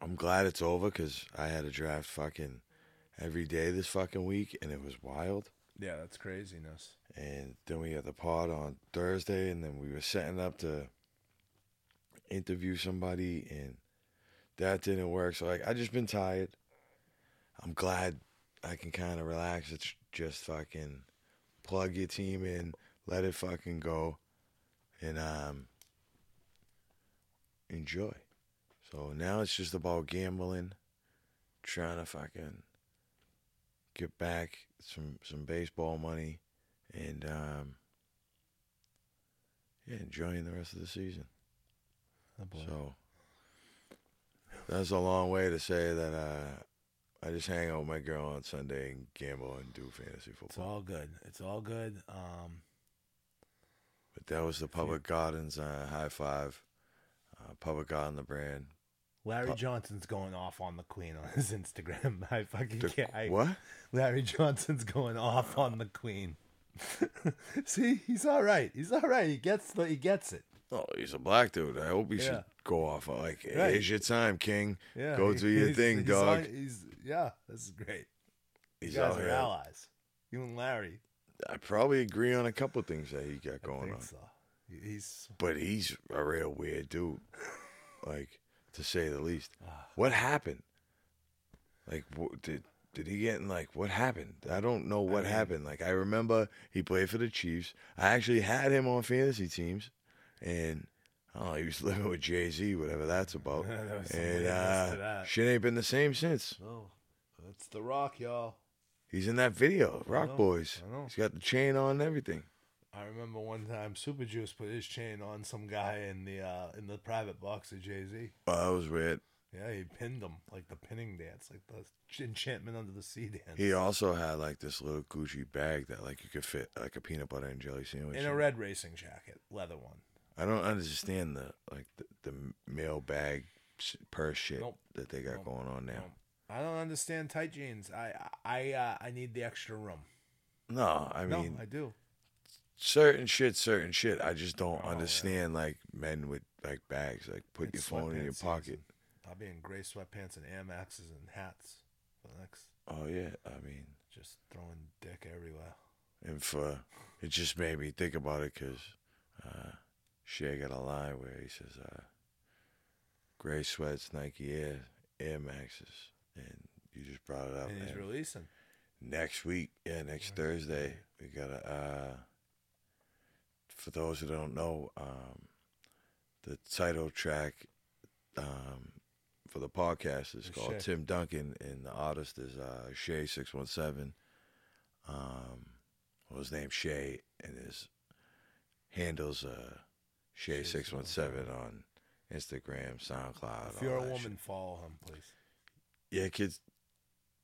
[SPEAKER 1] I'm glad it's over because I had a draft fucking every day this fucking week, and it was wild.
[SPEAKER 3] Yeah, that's craziness.
[SPEAKER 1] And then we had the pod on Thursday, and then we were setting up to interview somebody, and that didn't work. So like, I just been tired. I'm glad I can kind of relax. It's just fucking plug your team in, let it fucking go, and um, enjoy. So now it's just about gambling, trying to fucking get back some some baseball money and um, yeah, enjoying the rest of the season.
[SPEAKER 3] Oh, boy.
[SPEAKER 1] So that's a long way to say that uh, I just hang out with my girl on Sunday and gamble and do fantasy
[SPEAKER 3] it's
[SPEAKER 1] football.
[SPEAKER 3] all good. It's all good. Um,
[SPEAKER 1] But that was the Public Gardens uh, high five. Uh, Public Garden, the brand.
[SPEAKER 3] Larry
[SPEAKER 1] Pu-
[SPEAKER 3] Johnson's going off on the Queen on his [laughs] Instagram. I fucking
[SPEAKER 1] The-
[SPEAKER 3] can't. I,
[SPEAKER 1] what?
[SPEAKER 3] Larry Johnson's going off on the Queen. [laughs] See, he's all right. He's all right. He gets the, he gets it.
[SPEAKER 1] Oh, he's a black dude. I hope he
[SPEAKER 3] Yeah.
[SPEAKER 1] should go off. on, Like,
[SPEAKER 3] Right.
[SPEAKER 1] here's your time, King.
[SPEAKER 3] Yeah,
[SPEAKER 1] go
[SPEAKER 3] he-
[SPEAKER 1] do your
[SPEAKER 3] he's-
[SPEAKER 1] thing,
[SPEAKER 3] he's
[SPEAKER 1] dog.
[SPEAKER 3] on- he's yeah, this is great. You
[SPEAKER 1] he's
[SPEAKER 3] guys
[SPEAKER 1] out
[SPEAKER 3] are
[SPEAKER 1] here.
[SPEAKER 3] allies. You and Larry.
[SPEAKER 1] I probably agree on a couple things that he got
[SPEAKER 3] I
[SPEAKER 1] going
[SPEAKER 3] think
[SPEAKER 1] on.
[SPEAKER 3] so. He- He's
[SPEAKER 1] but he's a real weird dude, like to say the least.
[SPEAKER 3] Ah.
[SPEAKER 1] What happened? Like, wh- did did he get in? Like, what happened? I don't know what happened. Like, I remember he played for the Chiefs. I actually had him on fantasy teams, and oh, he was [laughs] living with Jay Z, whatever that's
[SPEAKER 3] [laughs]
[SPEAKER 1] about.
[SPEAKER 3] There was some
[SPEAKER 1] and
[SPEAKER 3] weirdness to
[SPEAKER 1] uh,
[SPEAKER 3] that.
[SPEAKER 1] shit ain't been the same since.
[SPEAKER 3] oh, it's the Rock, y'all.
[SPEAKER 1] He's in that video, Rock
[SPEAKER 3] know,
[SPEAKER 1] Boys.
[SPEAKER 3] I know.
[SPEAKER 1] He's got the chain on and everything.
[SPEAKER 3] I remember one time Super Juice put his chain on some guy in the uh, in the private box of Jay Z.
[SPEAKER 1] Oh, that was weird.
[SPEAKER 3] Yeah, he pinned him like the pinning dance, like the ch- enchantment under the sea dance.
[SPEAKER 1] He also had like this little Gucci bag that like you could fit like a peanut butter and jelly sandwich.
[SPEAKER 3] in a red racing jacket, leather one.
[SPEAKER 1] I don't understand the like the, the mail bag s- purse shit
[SPEAKER 3] Nope.
[SPEAKER 1] that they got going on now.
[SPEAKER 3] I don't understand tight jeans. I I I, uh, I need the extra room.
[SPEAKER 1] No, I mean
[SPEAKER 3] no, I do.
[SPEAKER 1] certain shit, certain shit. I just
[SPEAKER 3] Oh,
[SPEAKER 1] don't understand like men with like bags, like put
[SPEAKER 3] It's
[SPEAKER 1] your phone in your
[SPEAKER 3] sweatpants
[SPEAKER 1] pocket.
[SPEAKER 3] season. I'll be in gray sweatpants and Air Maxes and hats for the next.
[SPEAKER 1] Oh yeah, I mean,
[SPEAKER 3] Just throwing dick everywhere.
[SPEAKER 1] and for it just made me think about it because uh, Shay got a line where he says, uh, "Gray sweats, Nike Air, Air Maxes," and you just brought it up.
[SPEAKER 3] and he's
[SPEAKER 1] and
[SPEAKER 3] releasing.
[SPEAKER 1] next week, yeah, next Thursday, we got a. Uh, for those who don't know, um, the title track um, for the podcast is
[SPEAKER 3] With
[SPEAKER 1] called
[SPEAKER 3] Shay.
[SPEAKER 1] Tim Duncan, and the artist is uh, Shay Six One Seven. Um, well, his name's Shay, and his handles uh, Shay Six One Seven on Instagram, SoundCloud.
[SPEAKER 3] If you're a
[SPEAKER 1] all that shit.
[SPEAKER 3] woman, follow him, please.
[SPEAKER 1] yeah, kids,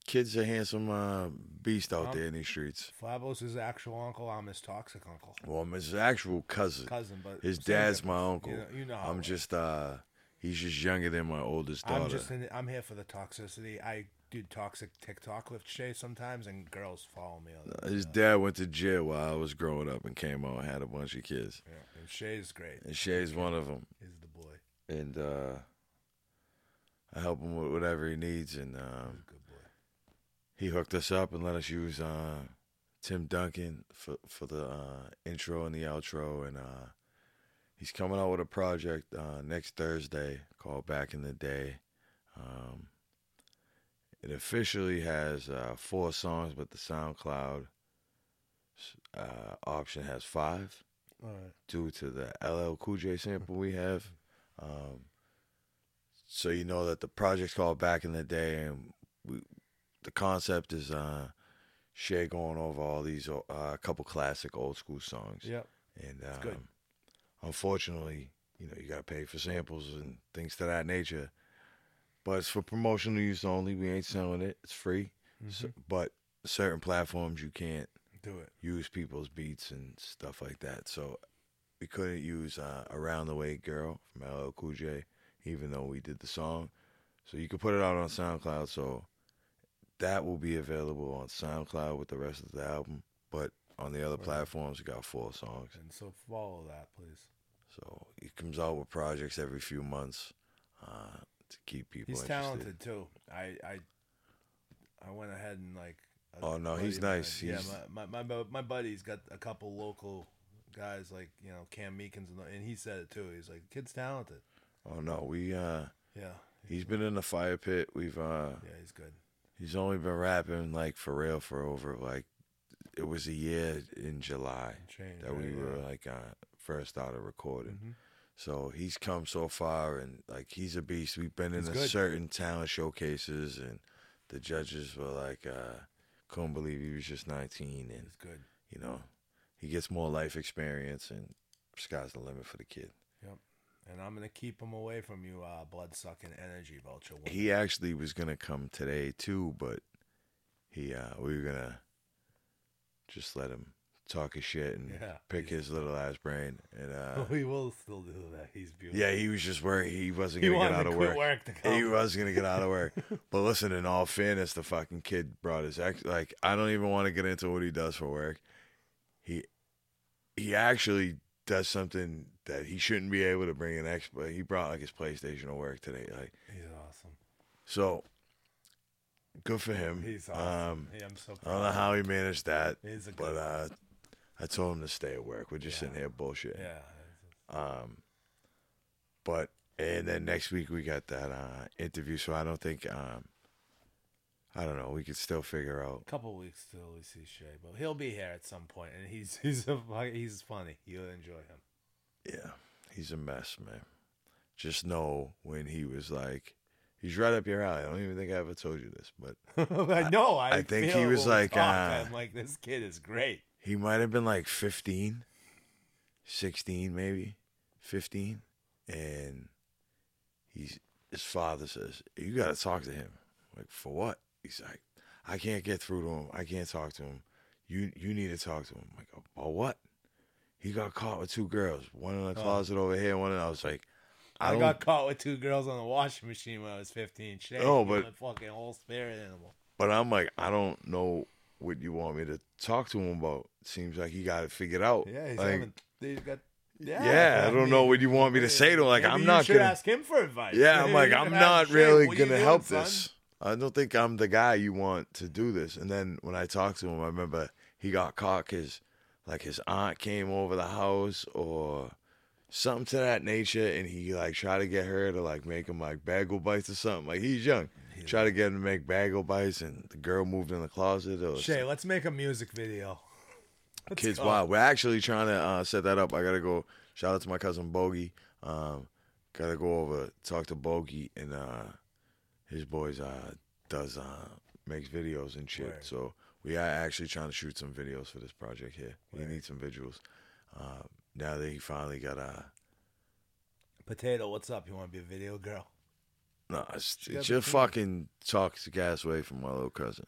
[SPEAKER 1] kids a handsome uh, beast out
[SPEAKER 3] Um,
[SPEAKER 1] there in these streets.
[SPEAKER 3] Flabo's his actual uncle. I'm his toxic uncle.
[SPEAKER 1] Well, I'm his actual cousin.
[SPEAKER 3] Cousin, but
[SPEAKER 1] His
[SPEAKER 3] same thing.
[SPEAKER 1] dad's my uncle.
[SPEAKER 3] You know, you know how
[SPEAKER 1] I'm
[SPEAKER 3] it
[SPEAKER 1] just uh he's just younger than my oldest daughter.
[SPEAKER 3] I'm just. In, I'm here for the toxicity. I do toxic TikTok with Shay sometimes, and girls follow me. On
[SPEAKER 1] Uh, his dad went to jail while I was growing up and came out and had a bunch of kids.
[SPEAKER 3] yeah. And Shay's great.
[SPEAKER 1] And Shay's one of them.
[SPEAKER 3] He's the boy. He's
[SPEAKER 1] And uh I help him with whatever he needs and um
[SPEAKER 3] a good boy.
[SPEAKER 1] he hooked us up and let us use uh Tim Duncan for for the uh intro and the outro and uh he's coming out with a project uh next Thursday called Back in the Day. Um it officially has uh four songs but the SoundCloud uh option has five
[SPEAKER 3] All right.
[SPEAKER 1] due to the LL Cool J sample we have. Um, so you know that the project's called Back in the Day, and we, the concept is uh, Shay going over all these uh, a couple classic old school songs.
[SPEAKER 3] Yep.
[SPEAKER 1] And um,
[SPEAKER 3] good.
[SPEAKER 1] unfortunately, you know, you got to pay for samples and things to that nature. But it's for promotional use only. We ain't selling it. It's free.
[SPEAKER 3] Mm-hmm.
[SPEAKER 1] So- but certain platforms you can't
[SPEAKER 3] Do it.
[SPEAKER 1] use people's beats and stuff like that. So we couldn't use uh, "Around the Way Girl" from LL Cool J, even though we did the song. So you could put it out on SoundCloud. So that will be available on SoundCloud with the rest of the album. But on the other platforms, we got four songs.
[SPEAKER 3] And so follow that, please.
[SPEAKER 1] So he comes out with projects every few months uh, to keep people
[SPEAKER 3] He's
[SPEAKER 1] interested.
[SPEAKER 3] talented too. I I I went ahead and like. a
[SPEAKER 1] Oh, no,
[SPEAKER 3] buddy
[SPEAKER 1] he's
[SPEAKER 3] of mine-
[SPEAKER 1] nice. He's-
[SPEAKER 3] Yeah, my my, my bu- my buddy's got a couple local guys like you know Cam Meekins and, and he said it too. He's like, kid's talented.
[SPEAKER 1] Oh no, we uh,
[SPEAKER 3] Yeah,
[SPEAKER 1] he's been in the fire pit. We've uh,
[SPEAKER 3] yeah, he's good.
[SPEAKER 1] He's only been rapping like for real for over like it was a year in July
[SPEAKER 3] Change,
[SPEAKER 1] that we
[SPEAKER 3] right,
[SPEAKER 1] were
[SPEAKER 3] yeah. Mm-hmm.
[SPEAKER 1] like uh, first started recording. So he's come so far and like he's a beast. We've been in
[SPEAKER 3] He's
[SPEAKER 1] a
[SPEAKER 3] good.
[SPEAKER 1] certain talent showcases and the judges were like uh couldn't believe he was just 19 and
[SPEAKER 3] He's good.
[SPEAKER 1] you know he gets more life experience and sky's the limit for the kid.
[SPEAKER 3] Yep. And I'm gonna keep him away from you, uh, blood sucking energy vulture. woman. [laughs]
[SPEAKER 1] he actually was gonna come today too, but he uh we were gonna just let him talk his shit and
[SPEAKER 3] Yeah.
[SPEAKER 1] pick his little ass brain. And
[SPEAKER 3] [laughs]
[SPEAKER 1] uh
[SPEAKER 3] we will still do that. He's beautiful.
[SPEAKER 1] yeah, he was just worried he wasn't
[SPEAKER 3] He
[SPEAKER 1] gonna
[SPEAKER 3] wanted
[SPEAKER 1] get out
[SPEAKER 3] to
[SPEAKER 1] of
[SPEAKER 3] quit
[SPEAKER 1] work.
[SPEAKER 3] work to come.
[SPEAKER 1] He was gonna get out of
[SPEAKER 3] [laughs]
[SPEAKER 1] work. but listen, in all fairness, the fucking kid brought his ex like I don't even want to get into what he does for work. He he actually does something that he shouldn't be able to bring an ex but he brought like his PlayStation to work today. Like
[SPEAKER 3] He's awesome.
[SPEAKER 1] so good for him.
[SPEAKER 3] He's awesome.
[SPEAKER 1] Um,
[SPEAKER 3] yeah, I'm so
[SPEAKER 1] I don't know
[SPEAKER 3] proud.
[SPEAKER 1] how he managed that,
[SPEAKER 3] He's a good-
[SPEAKER 1] but uh, I told him to stay at work. We're just sitting here bullshit.
[SPEAKER 3] Yeah.
[SPEAKER 1] But and then next week we got that uh, interview, so I don't think um, I don't know. We could still figure out.
[SPEAKER 3] couple weeks till we see Shay, but he'll be here at some point, and he's [laughs] he's a, fu- he's funny. You'll enjoy him. [laughs]
[SPEAKER 1] Yeah, he's a mess, man. Just know when he was like, he's right up your alley. I don't even think I ever told you this, but
[SPEAKER 3] I know. I,
[SPEAKER 1] I think
[SPEAKER 3] feel
[SPEAKER 1] he
[SPEAKER 3] it
[SPEAKER 1] was
[SPEAKER 3] when we
[SPEAKER 1] like,
[SPEAKER 3] talked.
[SPEAKER 1] uh,
[SPEAKER 3] I'm like, this kid is great.
[SPEAKER 1] He might have been like 15, 16 maybe, 15. And he's, his father says, You got to talk to him. I'm like, for what? He's like, I can't get through to him. I can't talk to him. You you need to talk to him. I'm like, about what? He got caught with two girls, one in the
[SPEAKER 4] Oh.
[SPEAKER 1] closet over here, one in I was like, I,
[SPEAKER 3] I,
[SPEAKER 1] don't,
[SPEAKER 3] got caught with two girls on the washing machine when I was 15. Shay,
[SPEAKER 1] No,
[SPEAKER 3] you're
[SPEAKER 1] Oh, but-
[SPEAKER 3] a fucking whole spirit animal.
[SPEAKER 1] but I'm like, I don't know what you want me to talk to him about. Seems like he got it figured out.
[SPEAKER 4] Yeah, he's
[SPEAKER 1] Like,
[SPEAKER 4] having. They've got. Yeah,
[SPEAKER 1] yeah, I don't know
[SPEAKER 4] mean,
[SPEAKER 1] what you want me to say to him. Like,
[SPEAKER 4] maybe
[SPEAKER 1] I'm
[SPEAKER 4] you
[SPEAKER 1] not
[SPEAKER 4] should
[SPEAKER 1] gonna.
[SPEAKER 4] ask him for advice.
[SPEAKER 1] [laughs] Yeah,
[SPEAKER 4] [laughs]
[SPEAKER 1] I'm like,
[SPEAKER 4] You're
[SPEAKER 1] I'm
[SPEAKER 4] gonna
[SPEAKER 1] not
[SPEAKER 4] ask Jay,
[SPEAKER 1] really
[SPEAKER 4] "What are you
[SPEAKER 1] gonna
[SPEAKER 4] doing,
[SPEAKER 1] help
[SPEAKER 4] son?"
[SPEAKER 1] this. I don't think I'm the guy you want to do this. And then when I talked to him, I remember he got caught because, like, his aunt came over the house or something to that nature, and he like tried to get her to like make him like bagel bites or something. Like he's young, try to get him to make bagel bites, and the girl moved in the closet or
[SPEAKER 3] Shay, let's make a music video. Let's
[SPEAKER 1] Kids
[SPEAKER 3] go.
[SPEAKER 1] Wild. We're actually trying to uh, set that up. I gotta go. Shout out to my cousin Bogey. Um, gotta go over talk to Bogey and uh, his boys. Uh, does uh, makes videos and shit.
[SPEAKER 3] Word.
[SPEAKER 1] So we are actually trying to shoot some videos for this project here. We
[SPEAKER 3] Word.
[SPEAKER 1] need some visuals. Uh, now that he finally got uh,
[SPEAKER 3] Potato, what's up? You want to be a video girl?
[SPEAKER 1] no, it's,
[SPEAKER 4] got
[SPEAKER 1] it's
[SPEAKER 4] the
[SPEAKER 1] your
[SPEAKER 4] thing.
[SPEAKER 1] fucking toxic ass way from my little cousin.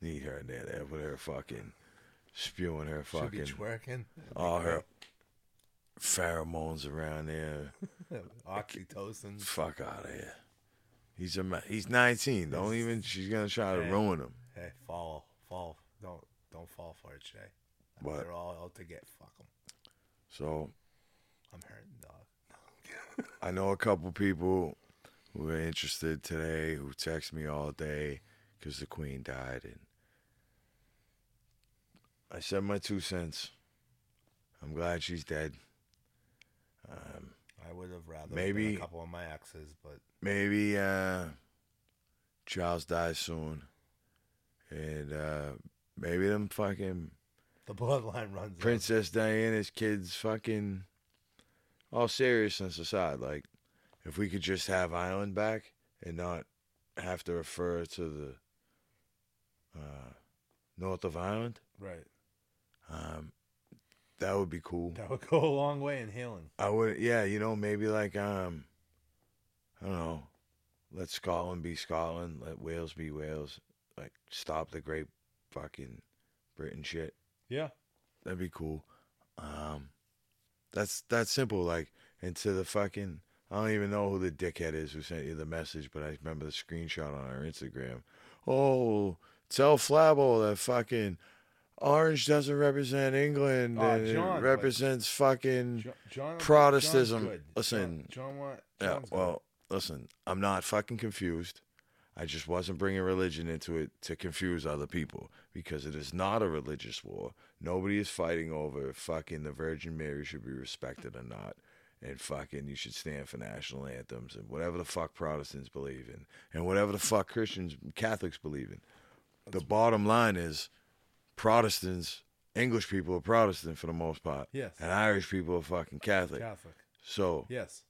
[SPEAKER 1] Need her in there, there with her fucking spewing her
[SPEAKER 4] Should be
[SPEAKER 1] fucking
[SPEAKER 3] [laughs]
[SPEAKER 4] twerking.
[SPEAKER 1] all her pheromones around there.
[SPEAKER 4] Oxytocin.
[SPEAKER 1] Fuck out of here. He's a ma- he's 19. Don't even. She's gonna try to
[SPEAKER 4] Yeah.
[SPEAKER 1] ruin him.
[SPEAKER 4] Hey,
[SPEAKER 3] Fall, fall. Don't don't fall for it, Shay.
[SPEAKER 1] But
[SPEAKER 3] They're all out to get. Fuck 'em.
[SPEAKER 1] so
[SPEAKER 3] I'm hurting, dog.
[SPEAKER 1] I know a couple people who are interested today who text me all day because the queen died and I said my two cents. I'm glad she's dead. Um,
[SPEAKER 3] I would have rather
[SPEAKER 1] Maybe-
[SPEAKER 3] been a couple of my exes, but
[SPEAKER 1] maybe uh, Charles dies soon, and uh, maybe them fucking
[SPEAKER 3] the [laughs] bloodline runs.
[SPEAKER 1] Princess Diana's kids fucking all seriousness aside, like if we could just have Island back and not have to refer to the uh, north of Ireland,
[SPEAKER 4] Right.
[SPEAKER 1] um, that would be cool.
[SPEAKER 3] That would go a long way in healing.
[SPEAKER 1] I would, yeah, you know, maybe like um, I don't know, let Scotland be Scotland, let Wales be Wales, like stop the great fucking Britain shit.
[SPEAKER 4] Yeah.
[SPEAKER 1] That'd be cool. Um, that's that's simple. Like, and to the fucking, I don't even know who the dickhead is who sent you the message, but I remember the screenshot on our Instagram. Oh, tell Flabbo that fucking orange doesn't represent England.
[SPEAKER 4] Oh,
[SPEAKER 1] and
[SPEAKER 4] John,
[SPEAKER 1] it
[SPEAKER 4] like-
[SPEAKER 1] represents fucking.
[SPEAKER 4] Jo- John,
[SPEAKER 1] Protestantism.
[SPEAKER 4] John's good.
[SPEAKER 1] Listen.
[SPEAKER 4] John, John want.
[SPEAKER 1] yeah,
[SPEAKER 4] John's good.
[SPEAKER 1] well, listen, I'm not fucking confused. I just wasn't bringing religion into it to confuse other people because it is not a religious war. Nobody is fighting over if fucking the Virgin Mary should be respected or not. And fucking, you should stand for national anthems and whatever the fuck Protestants believe in and whatever the fuck Christians, Catholics believe in. The bottom line is Protestants, English people are Protestant for the most part.
[SPEAKER 4] Yes.
[SPEAKER 1] And Irish people are fucking Catholic.
[SPEAKER 4] Catholic.
[SPEAKER 1] So
[SPEAKER 4] Yes.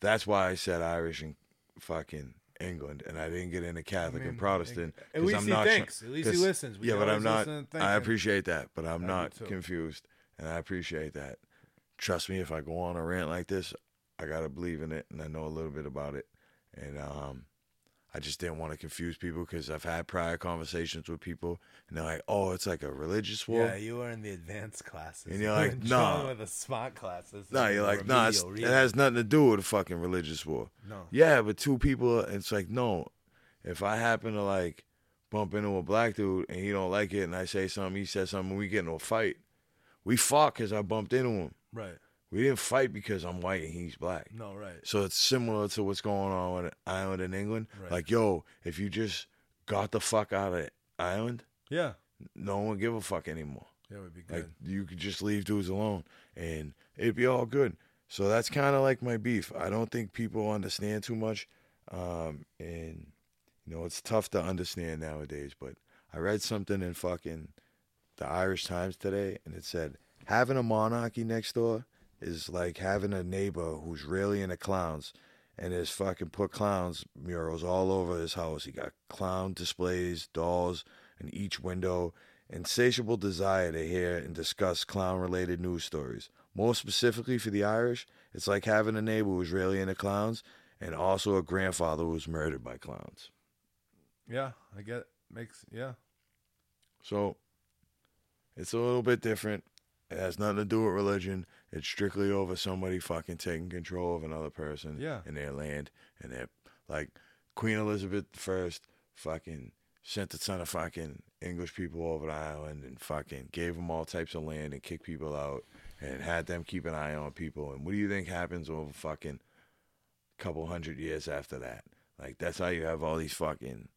[SPEAKER 1] that's why I said Irish and fucking England, and I didn't get into Catholic and Protestant.
[SPEAKER 4] at
[SPEAKER 1] 'cause
[SPEAKER 4] least
[SPEAKER 1] I'm
[SPEAKER 4] he
[SPEAKER 1] not tr-
[SPEAKER 4] thinks. At least he
[SPEAKER 1] 'cause-
[SPEAKER 4] listens. We
[SPEAKER 1] yeah,
[SPEAKER 4] can
[SPEAKER 1] but I'm
[SPEAKER 4] always
[SPEAKER 1] not.
[SPEAKER 4] listen and think
[SPEAKER 1] I
[SPEAKER 4] and-
[SPEAKER 1] appreciate that, but I'm
[SPEAKER 4] do
[SPEAKER 1] not
[SPEAKER 4] too.
[SPEAKER 1] confused, and I appreciate that. Trust me, if I go on a rant like this, I gotta believe in it, and I know a little bit about it, and um. I just didn't want to confuse people because I've had prior conversations with people, and they're like, "Oh, it's like a religious war."
[SPEAKER 3] yeah, you were in the advanced classes.
[SPEAKER 1] And
[SPEAKER 3] [laughs]
[SPEAKER 1] you're
[SPEAKER 3] You were
[SPEAKER 1] like,
[SPEAKER 3] in
[SPEAKER 1] nah.
[SPEAKER 3] John with the smart classes.
[SPEAKER 1] No,
[SPEAKER 3] and
[SPEAKER 1] you're
[SPEAKER 3] the
[SPEAKER 1] like, no, it's,
[SPEAKER 3] remedial
[SPEAKER 1] it
[SPEAKER 3] reading."
[SPEAKER 1] has nothing to do with a fucking religious war.
[SPEAKER 4] No.
[SPEAKER 1] Yeah, but two people, it's like, no. If I happen to like bump into a black dude and he don't like it, and I say something, he says something, and we get into a fight, we fought because I bumped into him.
[SPEAKER 4] Right.
[SPEAKER 1] We didn't fight because I'm white and he's black.
[SPEAKER 4] No. Right.
[SPEAKER 1] So it's similar to what's going on with Ireland and England.
[SPEAKER 4] Right.
[SPEAKER 1] Like, yo, if you just got the fuck out of Ireland,
[SPEAKER 4] Yeah.
[SPEAKER 1] no one would give a fuck anymore.
[SPEAKER 4] That would be good.
[SPEAKER 1] Like you could just leave dudes alone and it'd be all good. So that's kind of like my beef. I don't think people understand too much, um, and you know it's tough to understand nowadays. But I read something in fucking the Irish Times today, and it said having a monarchy next door is like having a neighbor who's really into clowns, and has fucking put clowns murals all over his house. He got clown displays, dolls in each window, insatiable desire to hear and discuss clown-related news stories. More specifically for the Irish, it's like having a neighbor who's really into clowns, and also a grandfather who was murdered by clowns.
[SPEAKER 4] yeah. I get it. makes. Yeah.
[SPEAKER 1] So it's a little bit different. It has nothing to do with religion. It's strictly over somebody fucking taking control of another person
[SPEAKER 4] Yeah.
[SPEAKER 1] and their land and their like Queen Elizabeth I fucking sent the son of fucking English people over the island and fucking gave them all types of land and kicked people out and had them keep an eye on people. And what do you think happens over fucking couple hundred years after that? Like that's how you have all these fucking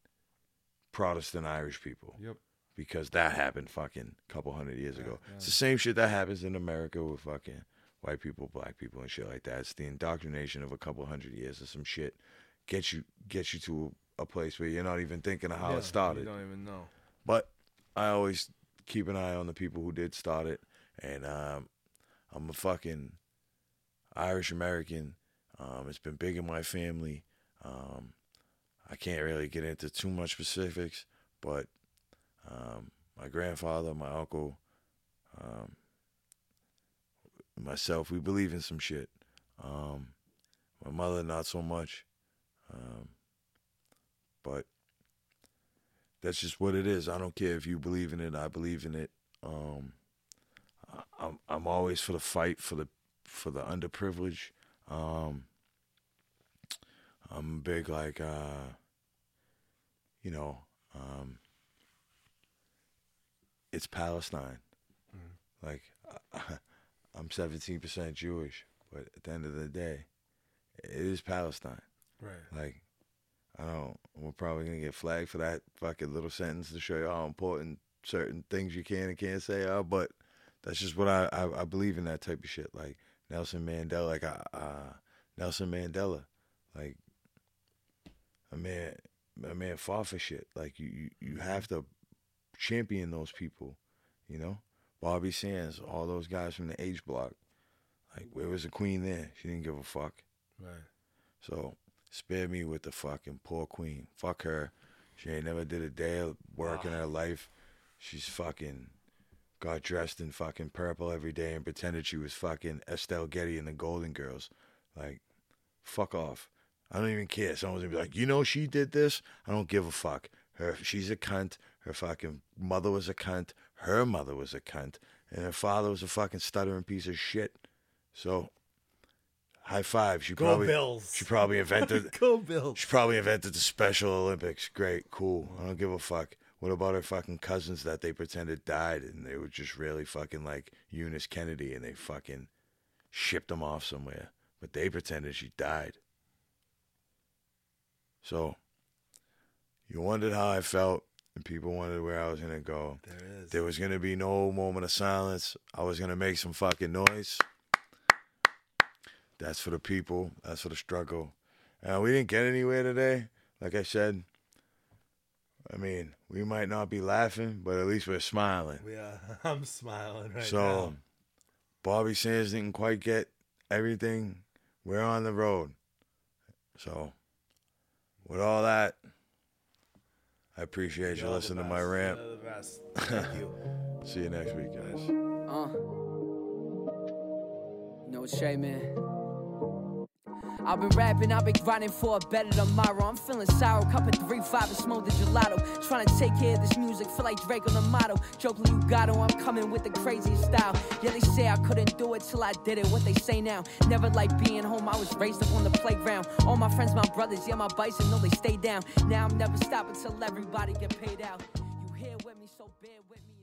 [SPEAKER 1] Protestant Irish people
[SPEAKER 5] Yep.
[SPEAKER 1] because that happened fucking couple hundred years ago.
[SPEAKER 5] yeah.
[SPEAKER 1] It's the same shit that happens in America with fucking white people, black people, and shit like that. It's the indoctrination of a couple hundred years of some shit gets you gets you to a place where you're not even thinking of how
[SPEAKER 4] Yeah,
[SPEAKER 1] it started.
[SPEAKER 4] You don't even know.
[SPEAKER 1] But I always keep an eye on the people who did start it, and um, I'm a fucking Irish American. Um, it's been big in my family. Um, I can't really get into too much specifics, but um, my grandfather, my uncle, um, myself, we believe in some shit. Um, my mother, not so much. Um, but that's just what it is. I don't care if you believe in it. I believe in it. Um, I- I'm I'm always for the fight for the for the underprivileged. Um, I'm big like uh, you know, um, it's Palestine. Like [laughs] I, I'm 17% Jewish, but at the end of the day, it is Palestine.
[SPEAKER 4] Right.
[SPEAKER 1] Like, I don't. We're probably gonna get flagged for that fucking little sentence to show you how important certain things you can and can't say are. But that's just what I I, I believe in that type of shit. Like Nelson Mandela, like I, uh, Nelson Mandela, like a man a man fought for shit. Like you you, you have to champion those people. You know, Bobby Sands, all those guys from the age block. Like where was the queen there? She didn't give a fuck.
[SPEAKER 4] Right.
[SPEAKER 1] So spare me with the fucking poor queen. Fuck her. She ain't never did a day of work in her life. She's fucking got dressed in fucking purple every day and pretended she was fucking Estelle Getty and the Golden Girls. Like, fuck off. I don't even care. Someone's gonna be like, you know, she did this. I don't give a fuck. Her, she's a cunt. Her fucking mother was a cunt. Her mother was a cunt, and her father was a fucking stuttering piece of shit. So, high five. She
[SPEAKER 3] Go
[SPEAKER 1] probably
[SPEAKER 3] Bills.
[SPEAKER 1] [laughs] she probably invented
[SPEAKER 3] [laughs] Go Bills.
[SPEAKER 1] she probably invented the Special Olympics. Great, cool. I don't give a fuck. What about her fucking cousins that they pretended died and they were just really fucking like Eunice Kennedy and they fucking shipped them off somewhere, but they pretended she died. So you wondered how I felt and people wondered where I was going to go.
[SPEAKER 4] There it is.
[SPEAKER 1] There was going to be no moment of silence. I was going to make some fucking noise. That's for the people. That's for the struggle. And we didn't get anywhere today. Like I said, I mean, we might not be laughing, but at least we're smiling.
[SPEAKER 4] We
[SPEAKER 3] uh, [laughs]
[SPEAKER 4] are. I'm smiling right
[SPEAKER 1] so,
[SPEAKER 4] now.
[SPEAKER 1] Bobby Sands didn't quite get everything. We're on the road. So, with all that, I appreciate you
[SPEAKER 4] You're the
[SPEAKER 1] listening to my
[SPEAKER 4] best.
[SPEAKER 1] rant.
[SPEAKER 4] You're the
[SPEAKER 1] [laughs]
[SPEAKER 4] best. Thank you.
[SPEAKER 1] See you next week, guys.
[SPEAKER 2] Uh. No shame, man. I've been rapping, I've been grinding for a better tomorrow. I'm feeling sour, cup of three five and smoke the gelato. Trying to take care of this music, feel like Drake on the motto. Joke Legato, I'm coming with the craziest style. Yeah, they say I couldn't do it till I did it. What they say now? Never like being home. I was raised up on the playground. All my friends, my brothers, yeah, my bison, no, they stay down. Now I'm never stopping till everybody get paid out. You here with me, so bear with me.